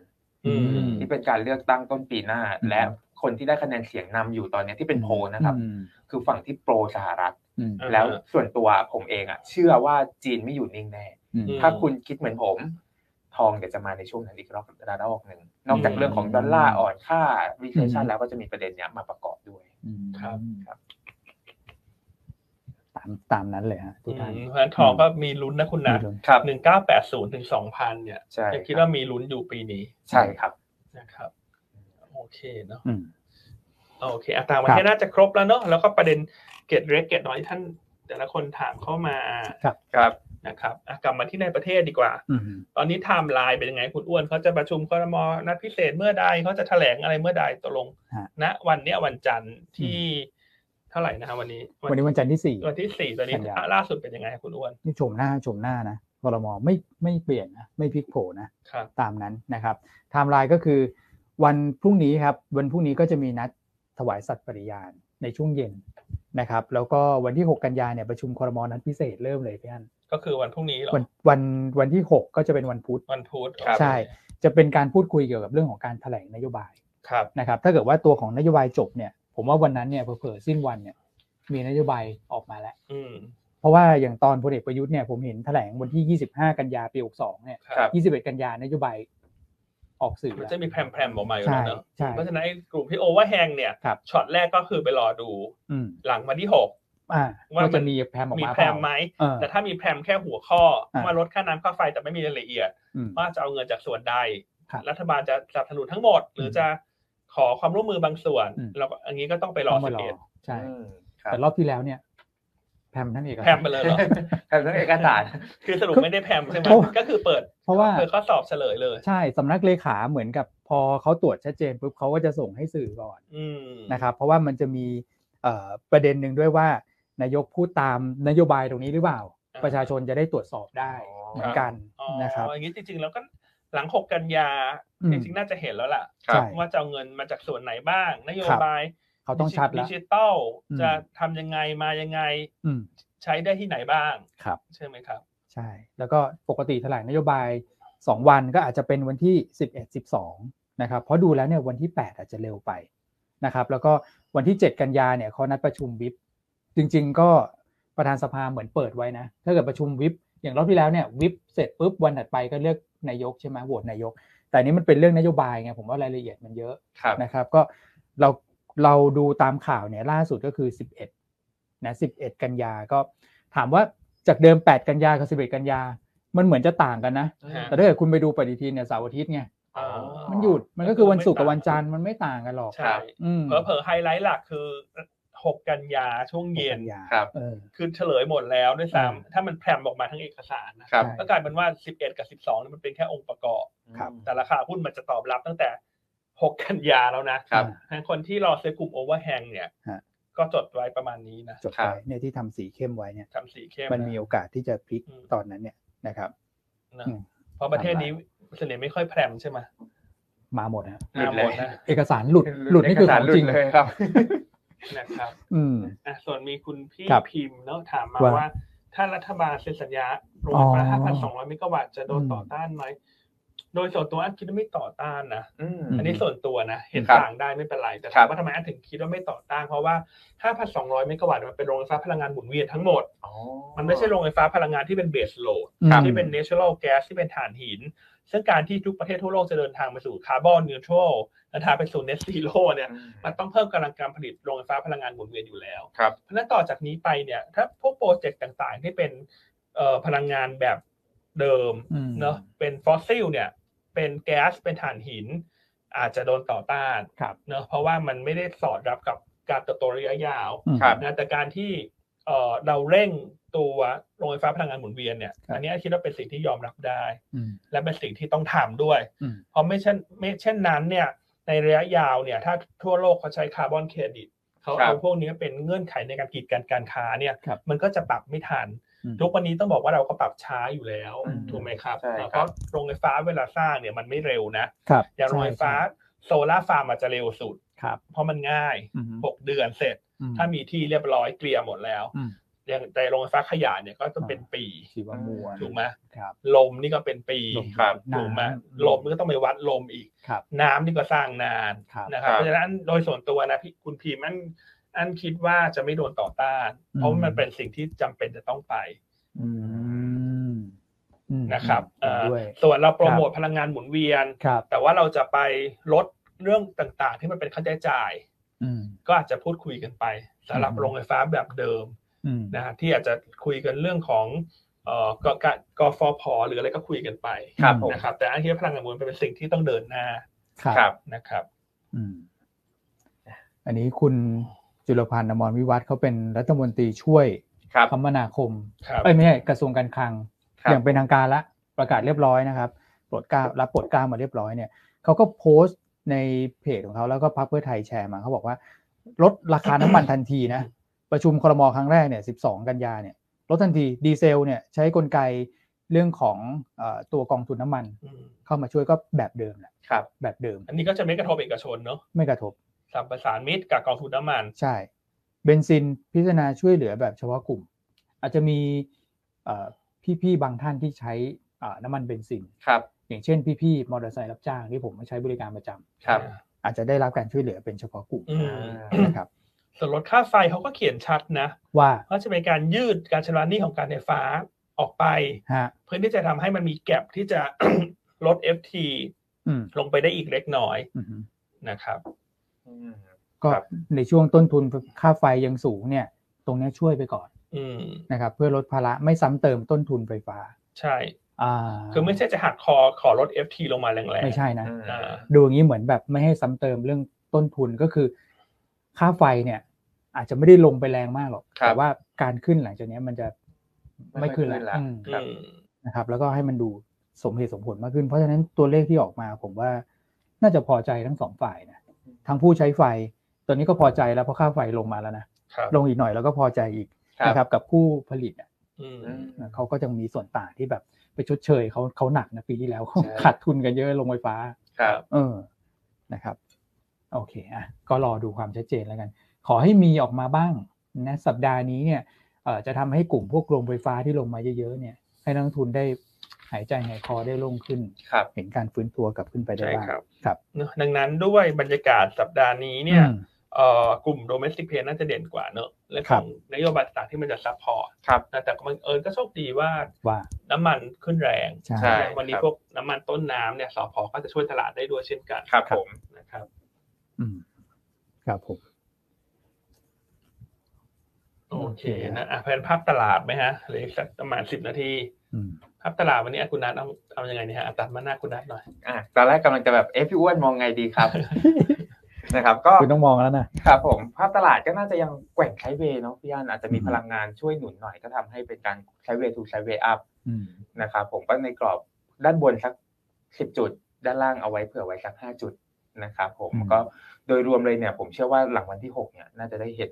[SPEAKER 1] อืม
[SPEAKER 2] อืม
[SPEAKER 3] ที่เป็นการเลือกตั้งต้นปีหน้า
[SPEAKER 2] อืม
[SPEAKER 3] และคนที่ได้คะแนนเสียงนำอยู่ตอนเนี้ยที่เป็นโพลนะครับ
[SPEAKER 2] อืม
[SPEAKER 3] คือฝั่งที่โปรสหรัฐ
[SPEAKER 2] อืม
[SPEAKER 1] อ่า
[SPEAKER 3] แล้วส่วนตัวผมเองอ่ะ เชื่อว่าจีนไม่อยู่นิ่งแน่
[SPEAKER 2] อืม
[SPEAKER 1] อืม
[SPEAKER 3] ถ้าคุณคิดเหมือนผม ทองเดี๋ยวจะมาในช่วงนั้นอีกรอบระดับหนึ่งนอกจาก
[SPEAKER 1] อืม
[SPEAKER 3] เรื่องของดอลลาร์อ่อนค่า recession
[SPEAKER 2] อืม
[SPEAKER 3] แล้วก็จะมีประเด็นเนี้ยมาประกอบด้วย
[SPEAKER 2] อืม
[SPEAKER 1] ครับ
[SPEAKER 3] ครับ
[SPEAKER 2] ตามตามนั้นเลยฮะทุกท่าน
[SPEAKER 1] เพราะฉะนั้นทองก็มีลุ้นนะคุณนะ
[SPEAKER 3] ครับ
[SPEAKER 1] หนึ่งเก้าแปดศูนย์ถึงสองพันเนี่ย
[SPEAKER 3] ใช่
[SPEAKER 1] ยังคิด
[SPEAKER 3] รับ
[SPEAKER 1] ว่ามีลุ้นอยู่ปีนี้
[SPEAKER 3] ใช่ครับ
[SPEAKER 1] นะครับ โอเคเนาะ
[SPEAKER 2] อืม
[SPEAKER 1] โอเคอัตราประเทศน่าจะครบแล้วเนาะแล้วก็ประเด็นเกตเล็กเกตน้อยที่ท่าน แต่ละคนถามเข้ามา
[SPEAKER 3] ครับ
[SPEAKER 1] นะครับอ่ะกลับมาที่ในประเทศดีกว่า
[SPEAKER 2] อืม
[SPEAKER 1] ตอนนี้ไทม์ไลน์เป็นยังไงคุณอ้วนเขาจะประชุมคอรมอนัดพิเศษเมื่อใดเขาจะแถลงอะไรเมื่อใดตกลง
[SPEAKER 2] ฮะ
[SPEAKER 1] ณวันเนี้ยวันจันทร์ที่เท่าไหร่นะฮะวันนี้
[SPEAKER 2] วันนี้วันจันทร์ที่สี่
[SPEAKER 1] วันที่สี่ตอนนี้
[SPEAKER 2] กันยา
[SPEAKER 1] ล่าสุดเป็นยังไงคุณอ้วน
[SPEAKER 2] นี่ชมหน้าชมหน้านะคอรมอไม่ไม่เปลี่ยนนะไม่พลิกโผนะ
[SPEAKER 1] ครับ
[SPEAKER 2] ตามนั้นนะครับไทม์ไลน์ก็คือวันพรุ่งนี้ครับ วันพรุ่งนี้ก็จะมีนัดถวายสัตย์ปฏิญาณในช่วงเย็นนะครับ แล้วก็วันที่ 6 กันยาเนี่ยประชุมครมนัดพิเศษเริ่มเลยพี่อัน
[SPEAKER 1] ก็คือวันพรุ่งนี้เหรอ
[SPEAKER 2] วันวันวันที่ 6 ก็จะเป็นวันพุธ
[SPEAKER 1] วันพุธ
[SPEAKER 3] ครับ
[SPEAKER 2] ใช่ จะเป็นการพูดคุยเกี่ยวกับเรื่องของการแถลงนโยบาย
[SPEAKER 1] ครับ
[SPEAKER 2] นะครับ ถ้าเกิดว่าตัวของนโยบายจบเนี่ย ผมว่าวันนั้นเนี่ยเผลอๆสิ้นวันเนี่ยมีนโยบายออกมาแล้ว
[SPEAKER 1] อืม
[SPEAKER 2] เพราะว่าอย่างตอนพลเอกประยุทธ์เนี่ยผมเห็นแถลงวันที่ 25 กันยาปี62เนี่ย
[SPEAKER 1] ครับ
[SPEAKER 2] 21 กันยานโยบายออกสื่อ
[SPEAKER 1] มัน
[SPEAKER 2] แล้ว
[SPEAKER 1] จะมีแพรมๆออกมาอยู่แล้วเนอะ
[SPEAKER 2] ใช่ใช่
[SPEAKER 1] เพราะฉะนั้นไอ้กลุ่มที่โอเวอร์แฮงเนี่ย
[SPEAKER 2] ครับ
[SPEAKER 1] ช็อตแรกก็คือไปรอดู
[SPEAKER 2] อืม
[SPEAKER 1] หลังวันที่หก
[SPEAKER 2] อ่า
[SPEAKER 1] ว่า
[SPEAKER 2] ว่า
[SPEAKER 1] มั
[SPEAKER 2] จะ
[SPEAKER 1] น
[SPEAKER 2] มีแพรมออก
[SPEAKER 1] มี
[SPEAKER 2] มา
[SPEAKER 1] แพรมไหม
[SPEAKER 2] เปล่า
[SPEAKER 1] แต่ถ้ามีแพรมแค่หัวข้อ
[SPEAKER 2] อ่า
[SPEAKER 1] ว่าลดค่าน้ำค่าไฟแต่ไม่มีรายละเอียด
[SPEAKER 2] เอออืม
[SPEAKER 1] ว่าจะเอาเงินจากส่วนใด
[SPEAKER 2] ครับ
[SPEAKER 1] รัฐบาลจะสนับสนุนทั้งหมด หรือจะขอความร่วมมือบางส่วน
[SPEAKER 2] อืม
[SPEAKER 1] เราก็อันนี้ก็ต้องไปรอ
[SPEAKER 2] ต้ง
[SPEAKER 1] สิบ
[SPEAKER 2] มา
[SPEAKER 1] เอ็ด
[SPEAKER 2] ใช่
[SPEAKER 3] อืมครั
[SPEAKER 2] แต่
[SPEAKER 3] บ
[SPEAKER 2] รอบที่แล้วเนี่ย แพรมทั้งเอกสาร
[SPEAKER 1] แพรมไป
[SPEAKER 2] <laughs>
[SPEAKER 1] เลยเหรอ
[SPEAKER 3] แต่เรื่องเอกสาร
[SPEAKER 1] คือสรุปไม่ได้แพรมใช่ไหม
[SPEAKER 2] เพราะ
[SPEAKER 1] ก็คือเปิด
[SPEAKER 2] เพราะว่า
[SPEAKER 1] เปิดข้อสอบเฉลยเลย
[SPEAKER 2] ใช่สำนักเลขาเหมือนกับพอเขาตรวจชัดเจนปุ๊บเขาก็จะส่งให้สื่อก่อน
[SPEAKER 1] อืม
[SPEAKER 2] นะครับเพราะว่ามันจะมีเอ่อประเด็นหนึ่งด้วยว่านายกพูดตามนโยบายตรงนี้หรือเปล่า ประชาชนจะได้ตรวจสอบได้
[SPEAKER 3] อ๋อ
[SPEAKER 2] เหมือนกัน
[SPEAKER 1] อ๋อ
[SPEAKER 2] นะครับ
[SPEAKER 1] อย่างนี้จริงๆ แล้วก็หลังหกกันยา
[SPEAKER 2] อืม
[SPEAKER 1] จริงๆน่าจะเห็นแล้วล่ะ
[SPEAKER 2] ใช่
[SPEAKER 1] ว่าจะเอาเงินมาจากส่วนไหนบ้าง นโย
[SPEAKER 2] ครับ
[SPEAKER 1] บาย
[SPEAKER 2] เขาต้องชัดแล้
[SPEAKER 1] ดิ
[SPEAKER 2] ว
[SPEAKER 1] จิทัล
[SPEAKER 2] อืม
[SPEAKER 1] จะทำยังไงมายังไง
[SPEAKER 2] อืม
[SPEAKER 1] ใช้ได้ที่ไหนบ้าง
[SPEAKER 2] ครับ
[SPEAKER 1] ใช่ไหมครับ
[SPEAKER 2] ใช่ แล้วก็ปกติแถลงนโยบาย 2 วันก็อาจจะเป็นวันที่ 11 12 นะครับ เพราะดูแล้วเนี่ยวันที่ 8 อาจจะเร็วไปนะครับ แล้วก็วันที่ 7 กันยาเนี่ยเขานัดประชุมวิป จริงๆ ก็ประธานสภาเหมือนเปิดไว้นะ ถ้าเกิดประชุมวิป อย่างรอบที่แล้วเนี่ยวิปเสร็จปุ๊บวันถัดไปก็เลือกนายกใช่ไหมโหวตนายก แต่อันนี้มันเป็นเรื่องนโยบายไงผมว่ารายละเอียดมันเยอะ
[SPEAKER 3] ครับ
[SPEAKER 2] นะครับ ก็เราเราดูตามข่าวเนี่ยล่าสุดก็คือ 11 นะ 11 กันยาก็ถามว่าจากเดิม 8 กันยากับ 11 กันยา มันเหมือนจะต่างกันนะ แต่ถ้าเกิดคุณไปดูปฏิทินเนี่ยเสาร์อาทิตย์ไง
[SPEAKER 3] อ๋อ
[SPEAKER 2] มันหยุด มันก็คือวันศุกร์กับวันจันทร์มันไม่ต่างกันหรอก
[SPEAKER 1] ใช่
[SPEAKER 2] อืม
[SPEAKER 1] เผลอเผไฮไลท์หลักคือหกกันยาช่วงเย็น
[SPEAKER 2] กัา
[SPEAKER 3] ครับ
[SPEAKER 2] เออ
[SPEAKER 1] คือเฉลยหมดแล้วด้วย
[SPEAKER 2] อ่า
[SPEAKER 1] ซ้ำถ้ามันแพรมออกมาทั้งเอกสารนะครับ ก็กลายเป็นว่า 11 กับ 12เนี่ยมันเป็นแค่องค์ประกอบ
[SPEAKER 2] ครับ
[SPEAKER 1] แต่ราคาหุ้นมันจะตอบรับตั้งแต่ 6 กันยาแล้วนะครับ เพราะฉะนั้นคนที่รอซื้อกลุ่มโอเวอร์แฮงเนี่ย
[SPEAKER 2] ฮะ
[SPEAKER 1] ก็จดไว้ประมาณนี้นะ
[SPEAKER 2] จดไปเนี่ยที่ทำสีเข้มไว้เนี่ย
[SPEAKER 1] ทำสีเข้ม
[SPEAKER 2] มัน
[SPEAKER 1] นะ
[SPEAKER 2] มีโอกาสที่จะพลิก
[SPEAKER 1] อืม
[SPEAKER 2] ตอนนั้นเนี่ยนะครับ
[SPEAKER 1] นะ
[SPEAKER 2] อืม
[SPEAKER 1] เพราะประเทศนี้ส่วนใหญ่ไม่ค่อยแพรมใช่ไหม
[SPEAKER 2] มาหมดนะ
[SPEAKER 3] หลุดเล
[SPEAKER 1] มา
[SPEAKER 3] ย
[SPEAKER 1] หมนะ
[SPEAKER 2] เอกสารหลุดหลุดนี่คือของจริง
[SPEAKER 3] เอกสาหลุดเลยครับ
[SPEAKER 1] นะครับ
[SPEAKER 2] อืม
[SPEAKER 1] อ่ะส่วนมีคุณพี่
[SPEAKER 2] ครับ
[SPEAKER 1] พิมพ์เนาะถามมา
[SPEAKER 2] ว่า
[SPEAKER 1] ว่า ถ้ารัฐบาลเซ็นสัญญาโรง
[SPEAKER 2] อ๋
[SPEAKER 1] ไฟฟ้า
[SPEAKER 2] อ
[SPEAKER 1] 5,200 เมกะวัตต์จะโดน
[SPEAKER 2] อืม
[SPEAKER 1] ต่อต้านไหม โดยส่วนตัวอันคิดว่าไม่ต่อต้านนะ
[SPEAKER 3] อืม
[SPEAKER 2] ม
[SPEAKER 1] อันนี้ส่วนตัวนะ เห็น
[SPEAKER 3] ครับ
[SPEAKER 1] ต่างได้ไม่เป็นไร แต่
[SPEAKER 3] ครั
[SPEAKER 1] ถาม
[SPEAKER 3] บ
[SPEAKER 1] ว่าทำไมอันถึงคิดว่าไม่ต่อต้านเพราะว่า 5,200 เมกะวัตต์มันเป็นโรงไฟฟ้าพลังงานหมุนเวียนทั้งหมด
[SPEAKER 3] อ๋อ
[SPEAKER 1] มันไม่ใช่โรงไฟฟ้าพลังงานที่เป็นเบสโหลด
[SPEAKER 3] ครับ
[SPEAKER 1] ที่เป็น natural gas ที่เป็นถ่านหิน ซึ่งการที่ทุกประเทศทั่วโลกจะเดินทางไปสู่คาร์บอนนิวทรัลและทางไปสู่ net zero เนี่ย มันต้องเพิ่มกำลังการผลิตโรงไฟฟ้าพลังงานหมุนเวียนอยู่แล้ว
[SPEAKER 3] ครับ
[SPEAKER 1] เพราะฉะนั้นต่อจากนี้ไปเนี่ยถ้าพวกโปรเจกต์ต่างๆ ที่เป็นเอ่อพลังงานแบบเดิม
[SPEAKER 2] อืม
[SPEAKER 1] เนาะเป็นฟอสซิลเนี่ยเป็นแก๊สเป็นถ่านหิน อาจจะโดนต่อต้าน
[SPEAKER 2] ครับ
[SPEAKER 1] เนาะเพราะว่ามันไม่ได้สอดรับกับการเติบโตระยะยาว
[SPEAKER 2] อืม
[SPEAKER 3] ครับ
[SPEAKER 1] นะแต่การที่เอ่อเราเร่ง ตัวโรงไฟฟ้าพลังงานหมุนเวียนเนี่ย
[SPEAKER 2] ครับ
[SPEAKER 1] อันเนี้ยคิดว่าเป็นสิ่งที่ยอมรับได้
[SPEAKER 2] อืม
[SPEAKER 1] และเป็นสิ่งที่ต้องทำด้วย
[SPEAKER 2] อืม
[SPEAKER 1] เพราะไม่เช่นไม่เช่นนั้นเนี่ยในระยะยาวเนี่ยถ้าทั่วโลกเขาใช้คาร์บอนเครดิตเขา
[SPEAKER 3] ครั
[SPEAKER 1] เอา
[SPEAKER 3] บ
[SPEAKER 1] พวกนี้เป็นเงื่อนไขในการกีดกันการค้าเนี่ย
[SPEAKER 2] ครับ
[SPEAKER 1] มันก็จะปรับไม่ทัน
[SPEAKER 2] อืม
[SPEAKER 1] ทุกวันนี้ต้องบอกว่าเราก็ปรับช้าอยู่แล้ว
[SPEAKER 2] อืม
[SPEAKER 1] ถูกไหมครับ
[SPEAKER 3] ใช่ครับ
[SPEAKER 1] เพราะโรงไฟฟ้าเวลาสร้างเนี่ยมันไม่เร็วนะครับ อย่างโรงไฟฟ้าโซลาร์ฟาร์มอาจจะเร็วสุด
[SPEAKER 2] ครับ
[SPEAKER 1] เพราะมันง่าย
[SPEAKER 2] อืม
[SPEAKER 1] หกเดือนเสร็จ
[SPEAKER 2] อื
[SPEAKER 1] ถ้ามีที่เรียบร้อยเกลี่ยหมดแล้ว
[SPEAKER 2] อืม
[SPEAKER 1] อย่างแต่โรงไฟฟ้าขยะเนี่ยก็จะเป็นปี
[SPEAKER 2] ชีวมวล
[SPEAKER 1] ถูกไหม
[SPEAKER 2] ครับ
[SPEAKER 1] ลมนี่ก็เป็นปี
[SPEAKER 2] ลม
[SPEAKER 3] ครับ
[SPEAKER 2] น้ำ
[SPEAKER 1] ถูกไหมลมก็ต้องไปวัดลมอีก
[SPEAKER 2] ครับ
[SPEAKER 1] น้ำนี่ก็สร้างนาน
[SPEAKER 2] ครับ
[SPEAKER 1] นะครับ
[SPEAKER 3] ครับ
[SPEAKER 1] เพราะฉะนั้นโดยส่วนตัวนะพี่คุณพีมันอันคิดว่าจะไม่โดนต่อต้าน
[SPEAKER 2] อืม
[SPEAKER 1] เพราะมันเป็นสิ่งที่จำเป็นจะต้องไป
[SPEAKER 2] อืมอืม
[SPEAKER 1] นะครับ
[SPEAKER 2] เห็น
[SPEAKER 1] เอ่อ
[SPEAKER 2] ด้วย
[SPEAKER 1] ส่วนเราโปรโมท
[SPEAKER 2] ครับ
[SPEAKER 1] พลังงานหมุนเวียน
[SPEAKER 2] ครับ
[SPEAKER 1] แต่ว่าเราจะไปลดเรื่องต่างๆ ที่มันเป็นค่าใช้จ่าย
[SPEAKER 2] อืม
[SPEAKER 1] ก็อาจจะพูดคุยกันไปสำหรับ
[SPEAKER 2] อืม
[SPEAKER 1] โรงไฟฟ้าแบบเดิม
[SPEAKER 2] อืม
[SPEAKER 1] นะฮะที่อาจจะคุยกันเรื่องของเอ่อกกกฟผหรืออะไรก็คุยกันไป
[SPEAKER 3] ครับผม
[SPEAKER 1] นะครับ แต่อันคิดว่าพลังงานหมุนเวียนเป็นสิ่งที่ต้องเดินหน้า
[SPEAKER 2] ครับ
[SPEAKER 3] ครับ
[SPEAKER 1] นะครับ
[SPEAKER 2] อืม อันนี้คุณจุลพันธ์อมรวิวัฒน์เขาเป็นรัฐมนตรีช่วย
[SPEAKER 3] ครับ
[SPEAKER 2] คมนาคม
[SPEAKER 1] ครับ
[SPEAKER 2] เอ้ยไม่ใช่กระทรวงการคลัง
[SPEAKER 3] ครับ
[SPEAKER 2] อย่างเป็นทางการละประกาศเรียบร้อยนะครับปลดกล้ารับปลดกล้ามาเรียบร้อยเนี่ยเขาก็โพสต์ในเพจของเขาแล้วก็พักเพื่อไทยแชร์มาเขาบอกว่า ลดราคาน้ำมันทันทีนะ ประชุมครมครั้งแรกเนี่ย 12 กันยาเนี่ยลดทันทีดีเซลเนี่ยใช้กลไกเรื่องของเออตัวกองทุนน้ำมัน
[SPEAKER 1] อืม
[SPEAKER 2] เข้ามาช่วยก็แบบเดิมแหละ
[SPEAKER 3] ครับ
[SPEAKER 2] แบบเดิม
[SPEAKER 1] อันนี้ก็จะไม่กระทบเอกชนเนาะ
[SPEAKER 2] ไม่กระทบ
[SPEAKER 1] สัมประสานมิตรกับกองทุนน้ำมัน
[SPEAKER 2] ใช่เบนซินพิจารณาช่วยเหลือแบบเฉพาะกลุ่ม อาจจะมีเอ่อพี่ๆบางท่านที่ใช้เอ่อน้ำมันเบนซิน
[SPEAKER 3] ครับ
[SPEAKER 2] อย่างเช่นพี่ๆมอเตอร์ไซค์รับจ้างที่ผมมาใช้บริการประจำ
[SPEAKER 3] ครับ
[SPEAKER 2] อาจจะได้รับการช่วยเหลือเป็นเฉพาะกลุ่ม
[SPEAKER 1] อืม
[SPEAKER 2] นะครับ <coughs>
[SPEAKER 1] ส่วนลดค่าไฟเขาก็เขียนชัดนะ
[SPEAKER 2] ว่า
[SPEAKER 1] ว่าจะเป็นการยืดการชำระหนี้ของการไฟฟ้าออกไป
[SPEAKER 2] ฮะ
[SPEAKER 1] เพื่อที่จะทำให้มันมีแก็บที่จะ <coughs> ลด FT
[SPEAKER 2] อืม
[SPEAKER 1] ลงไปได้อีกเล็กน้อย
[SPEAKER 2] อือฮึ
[SPEAKER 1] นะครับ
[SPEAKER 3] อืม
[SPEAKER 2] ก็
[SPEAKER 3] ครับ
[SPEAKER 2] ในช่วงต้นทุนค่าไฟยังสูงเนี่ย ตรงเนี้ยช่วยไปก่อน
[SPEAKER 1] อืม
[SPEAKER 2] นะครับ เพื่อลดภาระไม่ซ้ำเติมต้นทุนไฟฟ้า
[SPEAKER 1] ใช่
[SPEAKER 2] อ่า
[SPEAKER 1] คือไม่ใช่จะหักคอขอลด FT ลงมาแรง
[SPEAKER 2] ไม่ใช่นะ
[SPEAKER 3] อืม
[SPEAKER 1] อ่า
[SPEAKER 2] ดูอย่างนี้เหมือนแบบไม่ให้ซ้ำเติมเรื่องต้นทุนก็คือ ค่าไฟเนี่ย อาจจะไม่ได้ลงไปแรงมากหรอก
[SPEAKER 3] ครับ
[SPEAKER 2] แต่ว่าการขึ้นหลังจากเนี้ยมันจะไม่ขึ้น
[SPEAKER 3] ไม่ขึ้นละ
[SPEAKER 2] ละอืม
[SPEAKER 1] อื
[SPEAKER 3] ครับ
[SPEAKER 1] ม
[SPEAKER 2] นะครับแล้วก็ให้มันดูสมเหตุสมผลมากขึ้น เพราะฉะนั้นตัวเลขที่ออกมาผมว่าน่าจะพอใจทั้งสองฝ่ายนะทั้งผู้ใช้ไฟ ตอนนี้ก็พอใจแล้วเพราะค่าไฟลงมาแล้วนะครับลงอีกหน่อยแล้วก็พอใจอีก
[SPEAKER 3] ครับ
[SPEAKER 2] นะครับกับผู้ผลิตอะ
[SPEAKER 1] อืม
[SPEAKER 3] อืม
[SPEAKER 2] เขาก็ยังมีส่วนต่างที่แบบไปชดเชยเขาเขาหนักนะปีที่แล้วเขา
[SPEAKER 3] ใช่
[SPEAKER 2] ขาดทุนกันเยอะลงไฟฟ้า
[SPEAKER 3] ครับ
[SPEAKER 2] เออนะครับ โอเคอ่ะก็รอดูความชัดเจนแล้วกัน ขอให้มีออกมาบ้างนะสัปดาห์นี้เนี่ยเอ่อจะทำให้กลุ่มพวกโรงไฟฟ้าที่ลงมาเยอะๆเนี่ย ให้นักลงทุนได้หายใจหายคอได้โล่งขึ้น
[SPEAKER 3] ครับ
[SPEAKER 2] เห็นการฟื้นตัวกลับขึ้นไปได้
[SPEAKER 1] ใช่
[SPEAKER 2] บ้าง
[SPEAKER 1] ครับ
[SPEAKER 2] ครับ
[SPEAKER 1] เนอะดังนั้นด้วยบรรยากาศสัปดาห์นี้เนี่ย
[SPEAKER 2] อืม
[SPEAKER 1] เอ่อกลุ่ม domestic play น่าจะเด่นกว่าเนอะเรื่องของนโยบายต่างที่มันจะซัพพอร์ต
[SPEAKER 3] ครับ
[SPEAKER 1] นะแต่ก็บังเอิญก็โชคดีว่า
[SPEAKER 2] ว่า
[SPEAKER 1] น้ำมันขึ้นแรง
[SPEAKER 2] ใช่
[SPEAKER 3] ใช่
[SPEAKER 1] นะวันนี้
[SPEAKER 3] ครับ
[SPEAKER 1] พวกน้ำมันต้นน้ำเนี่ยสพก็จะช่วยตลาดได้ด้วยเช่นกัน
[SPEAKER 3] ครับผม
[SPEAKER 1] นะครับ
[SPEAKER 2] อืมครับผม
[SPEAKER 1] โอเค
[SPEAKER 2] โอเค
[SPEAKER 1] นะอ่ะแผนภาพตลาดไหมฮะเหลืออกสักประมาณสิบนาที
[SPEAKER 2] อืม
[SPEAKER 1] ภาพตลาดวันนี้อ่ะคุณนัทเอาเอายังไงเนี่ยฮะอ่ะตัดมาหน้าคุณนัทหน่อย
[SPEAKER 3] อ่ะตอนแรกกำลังจะแบบเอ๊ะพี่อ้วนมองไงดีครับ <laughs> นะครับ ก็
[SPEAKER 2] คุณต้องมองแล้วนะ
[SPEAKER 3] ครับผมภาพตลาดก็น่าจะยังแกว่งไซด์เวย์เนาะพี่อันอาจจะมี
[SPEAKER 2] อืม
[SPEAKER 3] พลังงานช่วยหนุนหน่อยก็ทำให้เป็นการไซด์เวย์ทูไซด์เวย์อัพ
[SPEAKER 2] อืม
[SPEAKER 3] นะครับผมก็ในกรอบด้านบนสักสิบจุด ด้านล่างเอาไว้เผื่อไว้สักห้าจุดนะครับผม
[SPEAKER 2] อืม
[SPEAKER 3] ก็โดยรวมเลยเนี่ยผมเชื่อว่าหลังวันที่หกเนี่ยน่าจะได้เห็น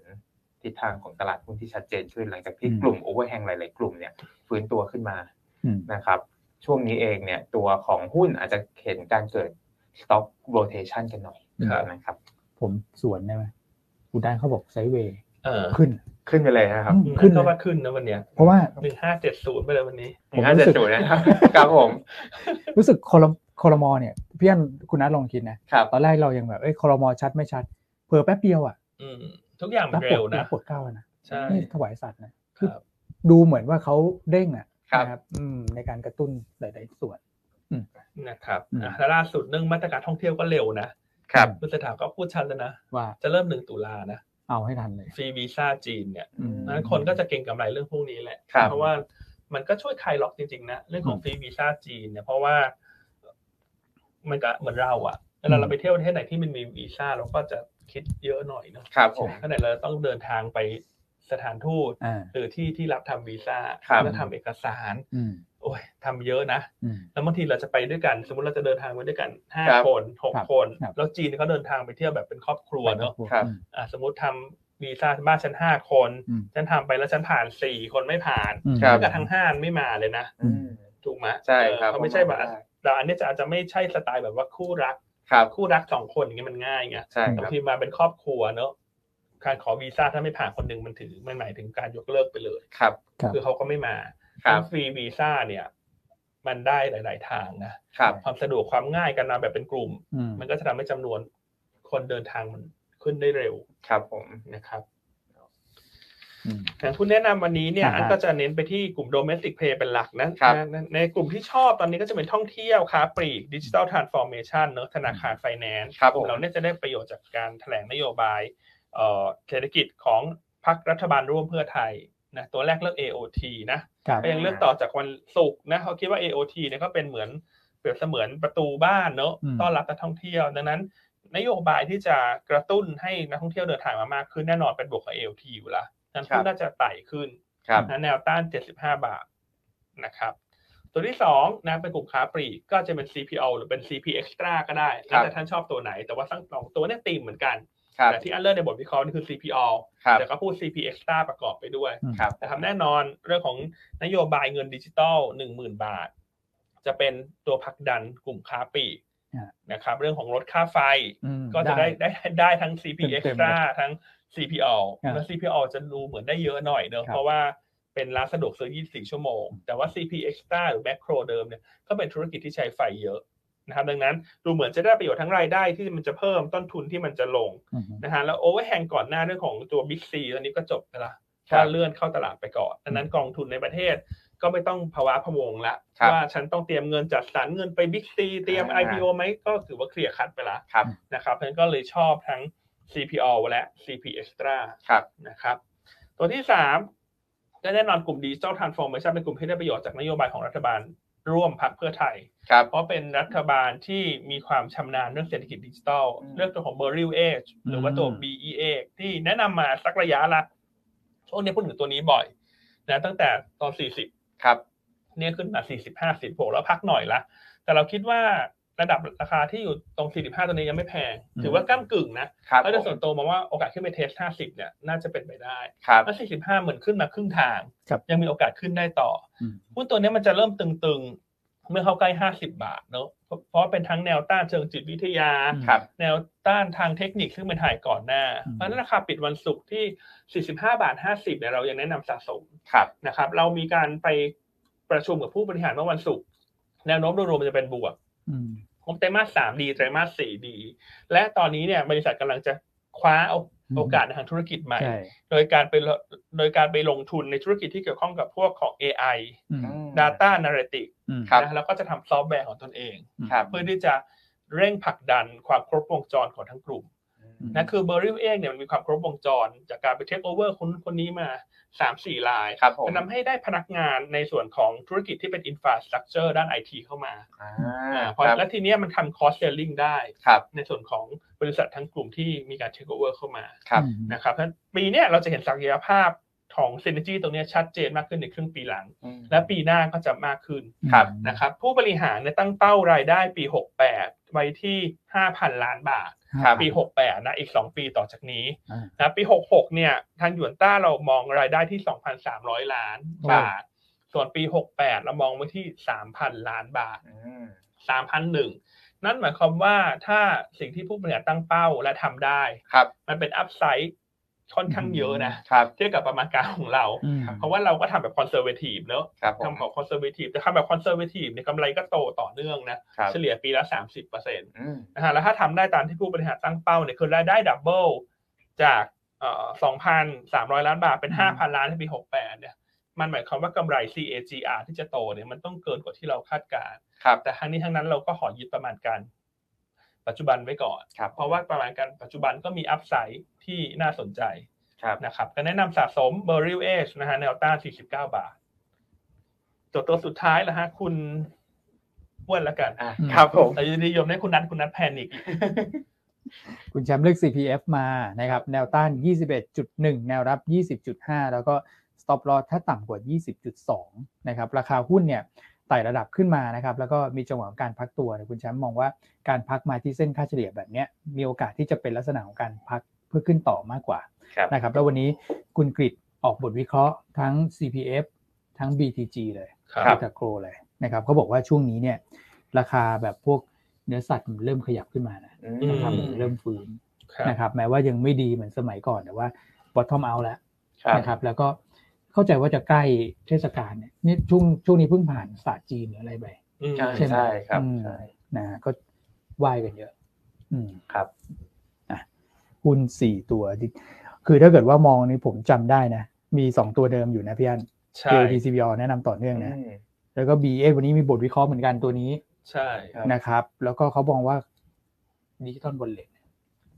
[SPEAKER 3] ทิศทางของตลาดหุ้นที่ชัดเจนขึ้นหลังจากที่กลุ่มโอเวอร์แฮงหลาย ๆ กลุ่มเนี่ยฟื้นตัวขึ้นมา
[SPEAKER 2] อืม
[SPEAKER 3] นะครับช่วงนี้เองเนี่ยตัวของหุ้นอาจจะเห็นการเกิด stock rotation กันหน่อย
[SPEAKER 2] ครับ
[SPEAKER 3] นะครับ
[SPEAKER 2] ผมสวนได้ไหมคุณด้านเขาบอกไซด์เวย์
[SPEAKER 1] เออ
[SPEAKER 2] ขึ้น
[SPEAKER 3] ขึ้นไปเลยนะครับ
[SPEAKER 2] อืม ขึ้นเลย
[SPEAKER 1] ก็ว่าขึ้นนะวันเนี้ย
[SPEAKER 2] เพราะว่า
[SPEAKER 1] หนึ่งห้าเจ็ดศูนย์ไปเลยวันนี้
[SPEAKER 2] ผม
[SPEAKER 3] ห้า
[SPEAKER 2] รู้
[SPEAKER 3] เจ็ด
[SPEAKER 2] สึก
[SPEAKER 3] ศูนย์นะครับ ครับผม
[SPEAKER 2] รู้สึกคอรมคอรมอเนี่ยพี่อันคุณนัทลองคิดนะ
[SPEAKER 3] ครับ
[SPEAKER 2] ตอนแรกเรายังแบบเอ้ยคอรมอชัดไม่ชัด เผลอแป๊บเดียวอ่ะ
[SPEAKER 1] อืมทุกอย่างมัน
[SPEAKER 2] บ
[SPEAKER 1] เร็ว
[SPEAKER 2] รั
[SPEAKER 1] นะ
[SPEAKER 2] บปลดเกล้าแล้วนะ
[SPEAKER 1] ใช่
[SPEAKER 2] นี่ถวายสัตว์นะ
[SPEAKER 1] ครั
[SPEAKER 2] ดูเหมือนว่าเขาเร่งอ่ะ
[SPEAKER 3] ครับ
[SPEAKER 2] นะอืมในการกระตุ้นหลาย ๆ ส่วน
[SPEAKER 1] บนะครับ
[SPEAKER 2] อืม
[SPEAKER 1] อ่ะแล้วล่าสุดเรื่องมาตรการท่องเที่ยวก็เร็วนะครับ คุณเศรษฐาก็พูดชัดแล้วนะ
[SPEAKER 2] ว่า
[SPEAKER 1] จะเริ่มหนึ่งตุลานะ
[SPEAKER 2] เอาให้ทันเลย
[SPEAKER 1] ฟรีวีซ่าจีนเนี่ย
[SPEAKER 2] อืม
[SPEAKER 1] เพราะฉะนั้นคนก็จะเก่งกำไรเรื่องพวกนี้แหละ
[SPEAKER 3] ครับ
[SPEAKER 1] เพราะว่ามันก็ช่วยคลายล็อกจริงๆนะเรื่องของฟรีวีซ่าจีนเนี่ยเพราะว่า มันก็เหมือนเราอะเวลาเราไปเที่ยวประเทศไหนที่มันมีวีซ่าเราก็จะคิดเยอะหน่อยเนอะ
[SPEAKER 3] ครับผม
[SPEAKER 1] ขณะเราต้องเดินทางไป สถานทูต
[SPEAKER 2] อ่า
[SPEAKER 1] หรือที่ที่รับทำวีซ่า
[SPEAKER 3] ครับ
[SPEAKER 1] แล้วทำเอกสาร
[SPEAKER 2] อืม
[SPEAKER 1] โอ้ยทำเยอะนะ
[SPEAKER 2] อืม
[SPEAKER 1] แล้วบางทีเราจะไปด้วยกัน สมมติเราจะเดินทางไปด้วยกันห้า
[SPEAKER 3] ครับ
[SPEAKER 1] คนหก
[SPEAKER 2] ครับ
[SPEAKER 1] คน
[SPEAKER 2] ครับ
[SPEAKER 1] แล้วจีนเขาเดินทางไปเที่ยวแบบเป็นครอบครัวเนอะ
[SPEAKER 3] ครับ
[SPEAKER 2] อืม
[SPEAKER 1] อ่ะสมมติทำวีซ่าบ้านฉันห้าคน
[SPEAKER 2] อืม
[SPEAKER 1] ฉันทำไปแล้วฉันผ่านสี่คนไม่ผ่าน
[SPEAKER 2] อืม
[SPEAKER 3] ครั
[SPEAKER 1] แล้วกับทั้งห้าไม่มาเลยนะ
[SPEAKER 2] อืม
[SPEAKER 1] ถูกไหม
[SPEAKER 3] ใช่ครับ
[SPEAKER 1] เออเขาไม่ใช่แบบ
[SPEAKER 3] ผว่า
[SPEAKER 1] แต่อันนี้จะอาจจะไม่ใช่สไตล์แบบว่าคู่รัก
[SPEAKER 3] ครับ
[SPEAKER 1] คู่รักสองคนอย่างเงี้ยมันง่ายไง
[SPEAKER 3] ใช่ค
[SPEAKER 1] บาง
[SPEAKER 3] รับ
[SPEAKER 1] ทีมาเป็นครอบครัวเนอะการขอวีซ่าถ้าไม่ผ่านคนหนึ่งมันถือมันหมายถึงการยกเลิกไปเลย
[SPEAKER 3] ครับ
[SPEAKER 2] ครับ
[SPEAKER 1] คือเขาก็ไม่มา
[SPEAKER 3] ครับ
[SPEAKER 1] ฟรีวีซ่าเนี่ย มันได้หลาย ๆ ทางนะ
[SPEAKER 3] ครับ
[SPEAKER 1] ความสะดวกความง่ายการมาแบบเป็นกลุ่ม
[SPEAKER 2] อืม
[SPEAKER 1] มันก็จะทำให้จำนวนคนเดินทางมันขึ้นได้เร็ว
[SPEAKER 3] ครับผม
[SPEAKER 1] นะครับอย่างคุณแนะนำวันนี้เนี่ย
[SPEAKER 2] ครับ
[SPEAKER 1] อันก็จะเน้นไปที่กลุ่ม domestic play เป็นหลักนะครับ นะนะในกลุ่มที่ชอบตอนนี้ก็จะเป็นท่องเที่ยวค้าปลีกดิจิ t a ลทรานส์ฟอร์เมชันเนอะธนาคารไฟแนนซ์
[SPEAKER 3] ครับผม
[SPEAKER 1] เราเนี่ยจะได้ประโยชน์จากการแถลงนโยบายเอ่อเศรษฐกิจของพรรครัฐบาลร่วมเพื่อไทยนะตัวแรกเลือก AOT นะ
[SPEAKER 2] ครับ
[SPEAKER 1] ก็ยังเลือกต่อจากวันศุกร์นะเขาคิดว่า AOT เนี่ยก็เป็นเหมือนเปรียบเสมือนประตูบ้านเนอะต้อนรับนักท่องเที่ยว ดังนั้น นโยบายที่จะกระตุ้นให้นักท่องเที่ยวเดินทางมามากขึ้นแน่นอนเป็นบวกกับ AOT อยู่ละนั้น
[SPEAKER 3] ครับ
[SPEAKER 1] ก็น่าจะไต่ขึ้น
[SPEAKER 3] ครับ
[SPEAKER 1] นะแนวต้าน 75 บาทนะครับ ตัวที่สองนะเป็นกลุ่มค้าปลีกก็จะเป็น CPO หรือเป็น CP Extra ก็ได้แล้วแต่ท่านชอบตัวไหน แต่ว่าทั้งสองตัวเนี่ยตีมเหมือนกัน
[SPEAKER 3] ครับ
[SPEAKER 1] แต่ที่อันเลอร์ในบทวิเคราะห์นี่คือ CPO
[SPEAKER 3] ครับ
[SPEAKER 1] แต่ก็พูด CP Extra ประกอบไปด้วย
[SPEAKER 3] ครับ
[SPEAKER 1] นะครับแน่นอนเรื่องของนโยบายเงินดิจิตอล10,000 บาท จะเป็นตัวผลักดันกลุ่มค้าปลีกนะครับเรื่องของลดค่าไฟ
[SPEAKER 2] อืม
[SPEAKER 1] ก็จะได้ได้ได้ทั้ง CP
[SPEAKER 2] เต็มๆ
[SPEAKER 1] Extra ทั้ง CPO
[SPEAKER 2] ครับ
[SPEAKER 1] แล้ว CPO จะดูเหมือนได้เยอะหน่อยเนอะ
[SPEAKER 2] ครับ
[SPEAKER 1] เพราะว่าเป็นร้านสะดวกซื้อ 24 ชั่วโมง แต่ว่า CP Extra หรือ Macro เดิมเนี่ยก็เป็นธุรกิจที่ใช้ไฟเยอะนะครับดังนั้นดูเหมือนจะได้ประโยชน์ทั้งรายได้ที่มันจะเพิ่มต้นทุนที่มันจะลง
[SPEAKER 2] อืม
[SPEAKER 1] นะฮะแล้วโอเวอร์แฮงก่อนหน้าเรื่องของตัวบิ๊กซีตอนนี้ก็จบไปละ
[SPEAKER 3] ครับ
[SPEAKER 1] ก็เลื่อนเข้าตลาดไปก่อนดังนั้นกองทุนในประเทศก็ไม่ต้องภาวะพะวงละ
[SPEAKER 3] ครับ
[SPEAKER 1] ว่าฉันต้องเตรียมเงินจัดสรรเงินไปบิ๊กซีเตรียม IPO ไหมก็ถือว่าเคลียร์คัดไปละ
[SPEAKER 3] ครับ
[SPEAKER 1] นะครับเพราะฉะนั้นก็เลยชอบทั้ง CPO และ CP Extra
[SPEAKER 3] ครับ
[SPEAKER 1] นะครับ ตัวที่สามก็แน่นอนกลุ่มดิจิ t a ลทรานส์ฟอร์เมชันเป็นกลุ่มที่ได้ประโยชน์จากนโยบายของรัฐบาลร่วมพักเพื่อไทย
[SPEAKER 3] ครับ
[SPEAKER 1] เพราะเป็นรัฐบาลที่มีความชำนาญเรื่องเศรษฐกิจดิจิทัล
[SPEAKER 3] อืม
[SPEAKER 1] เรื่องตัวของ b e r i l Edge หรือว่าตัว
[SPEAKER 2] อืม
[SPEAKER 1] BEA ที่แนะนำมาสักระยะละช่วงนี้พูดถึงตัวนี้บ่อยนะตั้งแต่ตอน 40
[SPEAKER 3] ครับ
[SPEAKER 1] เนี่ยขึ้นมา 40 50บวกแล้วพักหน่อยละ แต่เราคิดว่าระดับราคาที่อยู่ตรง 45 ตัวนี้ยังไม่แพง
[SPEAKER 2] อืม
[SPEAKER 1] ถือว่าก้ามกึ่งนะครับ แล้วโดยส่วนตัวมองว่าโอกาสขึ้นไปเทส 50 เนี่ยน่าจะเป็นไปได้
[SPEAKER 3] ครับ
[SPEAKER 1] แล้ว45 เหมือนขึ้นมาครึ่งทาง
[SPEAKER 2] ครับ
[SPEAKER 1] ยังมีโอกาสขึ้นได้ต่ออ
[SPEAKER 2] ม
[SPEAKER 1] หุ้นตัวเนี้ยมันจะเริ่มตึงๆ เมื่อเข้าใกล้ 50 บาทเนอะเพราะเพราะเป็นทั้งแนวต้านเชิงจิตวิทยา
[SPEAKER 3] ครับ
[SPEAKER 1] แนวต้านทางเทคนิคซึ่งเป็นถ่ายก่อนหน้า
[SPEAKER 2] อืม
[SPEAKER 1] เพราะฉะนั้นราคาปิดวันศุกร์ที่ 45 บาท 50เนี่ยเรายังแนะนำสะสม
[SPEAKER 3] ครับ
[SPEAKER 1] นะครับ เรามีการไปประชุมกับผู้บริหารเมื่อวันศุกร์แนวโน้มโดยรวมมันจะเป็นบวก
[SPEAKER 2] อืม
[SPEAKER 1] งบไตรมาสสามดีไตรมาสสี่ดี และตอนนี้เนี่ยบริษัทกำลังจะคว้าเอา
[SPEAKER 2] อืม
[SPEAKER 1] โอกาสในทางธุรกิจใหม่
[SPEAKER 2] ใช่
[SPEAKER 1] โดยการไปลงโดยการไปลงทุนในธุรกิจที่เกี่ยวข้องกับพวกของ AI
[SPEAKER 2] อืม
[SPEAKER 3] อืม
[SPEAKER 1] Data Analytics
[SPEAKER 2] อืม
[SPEAKER 3] ครับ
[SPEAKER 1] นะแล้วก็จะทำซอฟต์แวร์ของตนเอง
[SPEAKER 3] ครับ
[SPEAKER 1] เพื่อที่จะเร่งผลักดันความครบวงจรของทั้งกลุ่ม
[SPEAKER 2] ม
[SPEAKER 1] นะคือ b e r r y เองเนี่ยมันมีความครบวงจร จากการไปเทคโอเวอร์คนคนนี้มา 3-4 ลาย
[SPEAKER 3] ครับผม
[SPEAKER 1] จะทำให้ได้พนักงานในส่วนของธุรกิจที่เป็น Infrastructure ด้าน IT เข้ามา
[SPEAKER 3] อ่า
[SPEAKER 1] อ่าเพ
[SPEAKER 3] ค
[SPEAKER 1] ราะ
[SPEAKER 3] รับ
[SPEAKER 1] และทีเนี้ยมันทำ Cost Selling ได้
[SPEAKER 3] ครับ
[SPEAKER 1] ในส่วนของบริษัททั้งกลุ่มที่มีการเทคโอเวอร์เข้ามา
[SPEAKER 3] ครับ
[SPEAKER 2] อืม
[SPEAKER 1] นะครับเพราะฉะนั้นปีเนี้ยเราจะเห็นศักยภาพของซินเนจีตรงเนี้ยชัดเจนมากขึ้นในครึ่งปีหลัง และปีหน้าก็จะมากขึ้น
[SPEAKER 3] ครับ
[SPEAKER 1] นะครับผู้บริหารเนี่ยตั้งเป้ารายได้ปี 68 ไว้ที่ 5,000 ล้านบาท
[SPEAKER 3] ครับ
[SPEAKER 1] ปี 68 นะอีก 2 ปีต่อจากนี้
[SPEAKER 2] อ่า
[SPEAKER 1] นะปี 66 เนี่ยทางหยวนต้าเรามองรายได้ที่ 2,300 ล้านบาท ส่วนปี 68 เรามองไว้ที่ 3,000 ล้านบาท
[SPEAKER 3] อืม
[SPEAKER 1] 3,001 นั่นหมายความว่าถ้าสิ่งที่ผู้บริหารตั้งเป้าและทำได้
[SPEAKER 3] ครับ
[SPEAKER 1] มันเป็นอัพไซด์ค่อนข้างเยอะนะ
[SPEAKER 3] ครับ
[SPEAKER 1] เทียบกับประมาณการของเรา
[SPEAKER 2] อืม
[SPEAKER 1] เพราะว่าเราก็ทำแบบคอนเซอร์เวทีฟเนอะ
[SPEAKER 3] ครับผม
[SPEAKER 1] ทำแบบคอนเซอร์เวทีฟแต่ทำแบบคอนเซอร์เวทีฟเนี่ยกำไรก็โตต่อเนื่องนะ
[SPEAKER 3] ครับ
[SPEAKER 1] เฉลี่ยปีละ 30เปอร์เซ็นต์
[SPEAKER 3] อืม
[SPEAKER 1] นะฮะแล้วถ้าทำได้ตามที่ผู้บริหารตั้งเป้าเนี่ยคือรายได้ดับเบิลจากเอ่อ2,300 ล้านบาทเป็น
[SPEAKER 2] อืม
[SPEAKER 1] 5,000 ล้านในปี 68 เนี่ย มันหมายความว่ากำไร CAGR ที่จะโตเนี่ยมันต้องเกินกว่าที่เราคาดการณ์
[SPEAKER 3] ครับ
[SPEAKER 1] แต่ทั้งนี้ทั้งนั้นเราก็ขอยึดประมาณการปัจจุบันไว้ก่อน
[SPEAKER 3] ครับ
[SPEAKER 1] เพราะว่าประมาณการปัจจุบันก็มีอัพไซด์ที่น่าสนใจ
[SPEAKER 3] ครับ
[SPEAKER 1] นะครับก็แนะนำสะสม b e r i l Edge นะฮะแนวต้าน49 บาทตัวตัวสุดท้ายละฮะ คุณอ้วนละกัน
[SPEAKER 3] อ่ะครับผม
[SPEAKER 1] แต่อยินดียมได้คุณนัทคุณนัทแพนิก
[SPEAKER 2] คุณแชมป์เลือก CPF มานะครับ แนวต้าน 21.1 แนวรับ 20.5 แล้วก็ stop loss ถ้าต่ำกว่า 20.2 นะครับ ราคาหุ้นเนี่ยไต่ระดับขึ้นมานะครับ แล้วก็มีจังหวะของการพักตัวเนี่ยคุณแชมป์มองว่าการพักมาที่เส้นค่าเฉลี่ยแบบเนี้ยมีโอกาสที่จะเป็นลักษณะของการพักเพื่อขึ้นต่อมากกว่า
[SPEAKER 3] ครับ
[SPEAKER 2] นะครับ แล้ววันนี้คุณกริดออกบทวิเคราะห์ทั้ง CPF ทั้ง BTG เลย
[SPEAKER 1] ครับ
[SPEAKER 2] ตะโกรเลยนะครับเขาบอกว่าช่วงนี้เนี่ย ราคาแบบพวกเนื้อสัตว์มันเริ่มขยับขึ้นมานะ
[SPEAKER 3] อืม
[SPEAKER 1] อื
[SPEAKER 2] ราคาหมูเริ่มฟื้น
[SPEAKER 1] ครับ
[SPEAKER 2] นะครับแม้ว่ายังไม่ดีเหมือนสมัยก่อนแต่ว่า bottom out แล้ว
[SPEAKER 3] ครับ
[SPEAKER 2] นะครับแล้วก็เข้าใจว่าจะใกล้เทศกาลเนี่ยนี่ช่วงช่วงนี้เพิ่งผ่านศาสตร์จีนหรืออะไรไป
[SPEAKER 1] อืม
[SPEAKER 3] ใช่
[SPEAKER 2] ใช่ไหม
[SPEAKER 3] ใช่ครับ
[SPEAKER 2] อืม
[SPEAKER 3] ใช่
[SPEAKER 2] นะฮะก็ไหว้กันเยอะ อืม
[SPEAKER 3] ครับ
[SPEAKER 2] หุ้นสี่ตัวที่คือถ้าเกิดว่ามองนี่ผมจำได้นะ มีสองตัวเดิมอยู่นะพี่อัน
[SPEAKER 1] ใช่
[SPEAKER 2] LDCBR แนะนำต่อเนื่องนะ แล้วก็ BS วันนี้มีบทวิเคราะห์เหมือนกันตัวนี้
[SPEAKER 1] ใช่
[SPEAKER 3] ครับ
[SPEAKER 2] นะครับ แล้วก็เขาบอกว่าดิจิตอลบอลเลต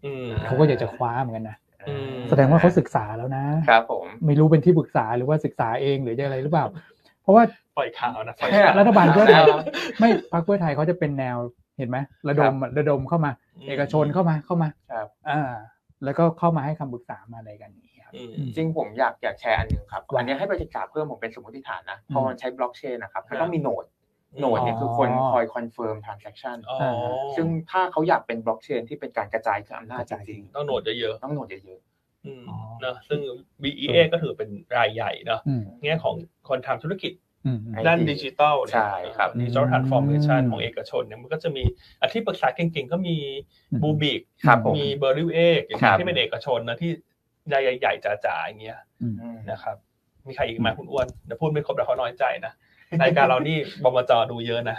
[SPEAKER 1] อืม
[SPEAKER 2] เขาก็อยากจะคว้าเหมือนกันนะ
[SPEAKER 1] อืม
[SPEAKER 2] แสดงว่าเขาศึกษาแล้วนะ
[SPEAKER 3] ครับผม
[SPEAKER 2] ไม่รู้เป็นที่ปรึกษาหรือว่าศึกษาเองหรือจะอะไรหรือเปล่า เพราะว่า
[SPEAKER 1] ปล่อยข่าว
[SPEAKER 3] <laughs>
[SPEAKER 1] นะปล่อย
[SPEAKER 3] แค่
[SPEAKER 1] ข่าว
[SPEAKER 2] รัฐบาลเพื่อไทย
[SPEAKER 3] เอาแล้ว
[SPEAKER 2] ไม่พรรคเพื่อไทยเขาจะเป็นแนวเห็นไหมระดมระดมเข้ามา
[SPEAKER 1] ม
[SPEAKER 2] เอกชนเข้ามาเข้ามา
[SPEAKER 3] ครับ
[SPEAKER 2] อ่าแล้วก็เข้ามาให้คำปรึกษามาอะไรกันอย่างนี้ครับ
[SPEAKER 1] อืม
[SPEAKER 3] จริงผมอยากอยากแชร์อันหนึ่งครับ
[SPEAKER 2] ว่า
[SPEAKER 3] อันนี้ให้บริการเพิ่มผมเป็นสมมติฐานนะเพราะมันใช้บล็อกเชนนะครับมัน
[SPEAKER 1] ครับ
[SPEAKER 3] ต้องมีโหนดโหนดเนี่ยคือคนคอยคอนเฟิร์มทรานแซคชัน
[SPEAKER 1] อ๋อ
[SPEAKER 3] ซึ่งถ้าเขาอยากเป็นบล็อกเชนที่เป็นการกระจายอำนาจจริง
[SPEAKER 1] ต้องโหนดเยอะ
[SPEAKER 3] ๆต้องโหนดเยอะ
[SPEAKER 1] ๆอืม
[SPEAKER 2] อ๋อ
[SPEAKER 1] เนอะซึ่ง BEA ก็ถือเป็นรายใหญ่เนอะ
[SPEAKER 2] อืม
[SPEAKER 1] แง่ของคนทำธุรกิจ
[SPEAKER 2] อืม
[SPEAKER 1] ด้านดิจิทัลเนี่ย
[SPEAKER 3] ใช่ครับ
[SPEAKER 1] ดิจิทัลทรานส์ฟอร์เมชัน
[SPEAKER 2] อืม
[SPEAKER 1] ของเอกชนเนี่ยมันก็จะมีอะที่ปรึกษาเก่งๆ ก็มี
[SPEAKER 2] อืม
[SPEAKER 1] บูบิก
[SPEAKER 3] ครับผม
[SPEAKER 1] มีเบอร์ริวเอกอย่างเงี้
[SPEAKER 3] ครั
[SPEAKER 1] ย
[SPEAKER 3] บ
[SPEAKER 1] ที่เป็นเอกชนนะที่ใหญ่ๆจ๋าๆอย่างเงี้ย
[SPEAKER 2] อืม
[SPEAKER 3] อืม
[SPEAKER 1] นะครับ มีใครอีกไหมคุณอ้วนเดี๋ยวพูดไม่ครบเดี๋ยวเขาน้อยใจนะรายการเรานี่ <laughs> บมจดูเยอะ
[SPEAKER 3] <laughs>
[SPEAKER 1] นะ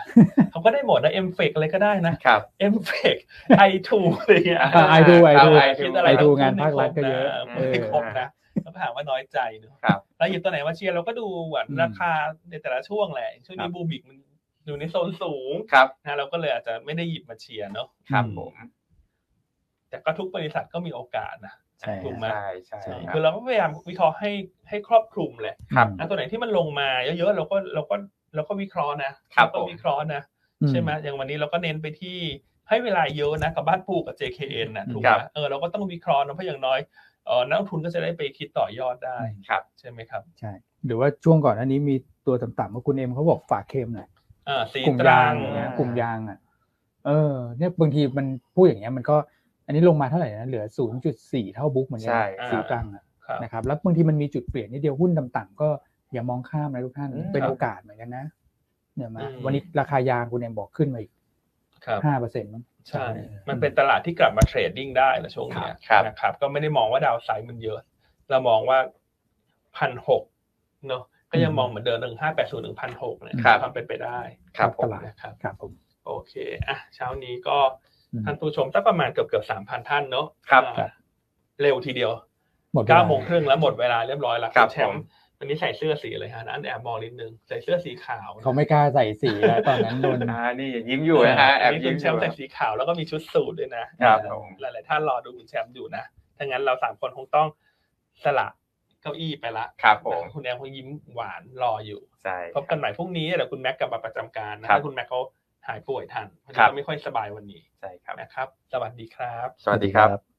[SPEAKER 1] เขาก็ได้หมดนะเอ็มเฟกอะไรก็ได้นะครับ เอ็มเฟกไอทูอะไรเงี้ย
[SPEAKER 2] อ่า I do I do
[SPEAKER 3] เา I do
[SPEAKER 1] คิดอะไร
[SPEAKER 2] ไอทู
[SPEAKER 1] แบบ
[SPEAKER 2] งานภาครัฐก็เยอะ
[SPEAKER 1] พูดไม่ครบนะแล้วก็ถามว่าน้อยใจเนอะ
[SPEAKER 3] ครับ
[SPEAKER 1] แล้วหยิบตัวไหนมาเชียร์เราก็ดูเหมือน
[SPEAKER 2] อืม
[SPEAKER 1] ราคาในแต่ละช่วงแหละช่วง
[SPEAKER 3] ครั
[SPEAKER 1] นี้
[SPEAKER 3] บ
[SPEAKER 1] บูบิกมันอยู่ในโซนสูง
[SPEAKER 3] ครับ
[SPEAKER 1] นะเราก็เลยอาจจะไม่ได้หยิบมาเชียร์เนาะ
[SPEAKER 3] ครับ
[SPEAKER 2] อืม
[SPEAKER 3] ผม
[SPEAKER 1] แต่ก็ทุกบริษัทก็มีโอกาสนะ
[SPEAKER 2] ใช่
[SPEAKER 1] ถูกไหม
[SPEAKER 3] ใช่ใช่ครั
[SPEAKER 1] คือบ เราก็พยายามวิเคราะห์ให้ให้ครอบคลุมแหละ
[SPEAKER 2] ครับ
[SPEAKER 1] นะตัวไหนที่มันลงมาเยอะๆเราก็เราก็เราก็วิเคราะห์นะครับ เาก็
[SPEAKER 3] ผม
[SPEAKER 1] วิเคราะห์นะใช่ไหมอย่างวันนี้เราก็เน้นไปที่ให้เวลาเยอะนะกับบ้านปูกับ JKN นะถูก
[SPEAKER 3] ครั
[SPEAKER 1] ไหม
[SPEAKER 3] บ
[SPEAKER 1] เออเราก็ต้องวิเคราะห์นะเพราะอย่างน้อยเออนักลงทุนก็จะได้ไปคิดต่อยอดได้
[SPEAKER 3] ครับ
[SPEAKER 1] ใช่ไหมครับ
[SPEAKER 2] ใช่ หรือว่าช่วงก่อนอันนี้มีตัวต่ำๆว่าคุณเอ็มเขาบอกฝากเค็มหน่อย
[SPEAKER 1] อ่าสี
[SPEAKER 2] กลุ่ม
[SPEAKER 1] ต
[SPEAKER 2] ยา
[SPEAKER 1] รั
[SPEAKER 2] ง
[SPEAKER 1] ง
[SPEAKER 2] อย่างเงี้ย
[SPEAKER 3] อ่าก
[SPEAKER 2] ลุ่มยางอ่ะ เออ เนี่ยบางทีมันพูดอย่างเงี้ยมันก็ อันนี้ลงมาเท่าไหร่นะเหลือ 0.4 เท่าบุ๊กเหมือนกั
[SPEAKER 3] ใช่
[SPEAKER 2] นะสีกลางอ่ะ
[SPEAKER 1] ครับ
[SPEAKER 2] นะครับแล้วบางทีมันมีจุดเปลี่ยนนิดเดียวหุ้นต่ำๆก็อย่ามองข้ามนะทุกท่าน
[SPEAKER 3] อืม
[SPEAKER 2] เป็นโอกาสเหมือนกันนะเนี่ยมา
[SPEAKER 1] อืม
[SPEAKER 2] วันนี้ราคายางคุณเอ็มบอกขึ้นมาอีก
[SPEAKER 1] ครับ
[SPEAKER 2] ห้าเปอร์เซ็นต์มั้ง
[SPEAKER 1] ใช่ มันเป็นตลาดที่กลับมาเทรดดิ้งได้นะช่วงเนี้ย
[SPEAKER 3] ครับ
[SPEAKER 1] นะครับ ก็ไม่ได้มองว่าดาวไซด์มันเยอะ เรามองว่าพันหกเนาะ ก็ยังมองเหมือนเดิมหนึ่งห้าแปดศูนย์หนึ่งพันหกเนี่ย
[SPEAKER 3] ครับ
[SPEAKER 1] ความเป็นไปได้
[SPEAKER 3] ครับผ
[SPEAKER 2] ต
[SPEAKER 3] ม
[SPEAKER 2] ลาด
[SPEAKER 1] นะครับ
[SPEAKER 2] ครับผม
[SPEAKER 1] โอเค อ่ะ เช้านี้ก็
[SPEAKER 2] อืม
[SPEAKER 1] ท่านผู้ชมตั้งประมาณเกือบเกือบสามพันท่านเนาะ
[SPEAKER 3] ครับ
[SPEAKER 1] อ่า
[SPEAKER 2] ครับ
[SPEAKER 1] เร็วทีเดียว
[SPEAKER 2] หมดวล
[SPEAKER 1] เก้าโมงครึ่งแล้วหมดเวลาเรียบร้อยแล้ว
[SPEAKER 3] ครับ
[SPEAKER 1] แชมป์
[SPEAKER 3] ผม
[SPEAKER 1] วันนี้ใส่เสื้อสีอะไรฮะนั้นแอบมองนิดนึง ใส่เสื้อสีขาวนะ
[SPEAKER 2] เขาไม่กล้าใส่สีแล้วตอนนั้นโดน
[SPEAKER 3] อ่านี่ยิ้มอยู่นะฮะแอบ
[SPEAKER 1] มีคุ
[SPEAKER 3] ยิ้ม
[SPEAKER 1] ณ
[SPEAKER 3] อ
[SPEAKER 1] แชม
[SPEAKER 3] ยู่
[SPEAKER 1] ป์ใส่สีขาวแล้วก็มีชุดสูทด้วยนะครับ
[SPEAKER 3] ผม
[SPEAKER 1] หลายๆท่านรอดูคุณแชมป์อยู่นะถ้างั้นเราสามคนคงต้องสละเก้าอี้ไปละ
[SPEAKER 3] ครับผม
[SPEAKER 1] คุณแอมคงยิ้มหวานรออยู่
[SPEAKER 3] ใช่
[SPEAKER 1] พบกันใหม่พรุ่งนี้เดี๋ยวคุณแม็กกลับมาประจำการนะครับ ถ้าคุณแม็กเขาหายป่วยทันเพราะ
[SPEAKER 3] ครับ
[SPEAKER 1] เขาไม่ค่อยสบายวันนี้
[SPEAKER 3] ใช่ครับ
[SPEAKER 1] นะครับ สวัสดีครับ
[SPEAKER 3] สวัสดีครับ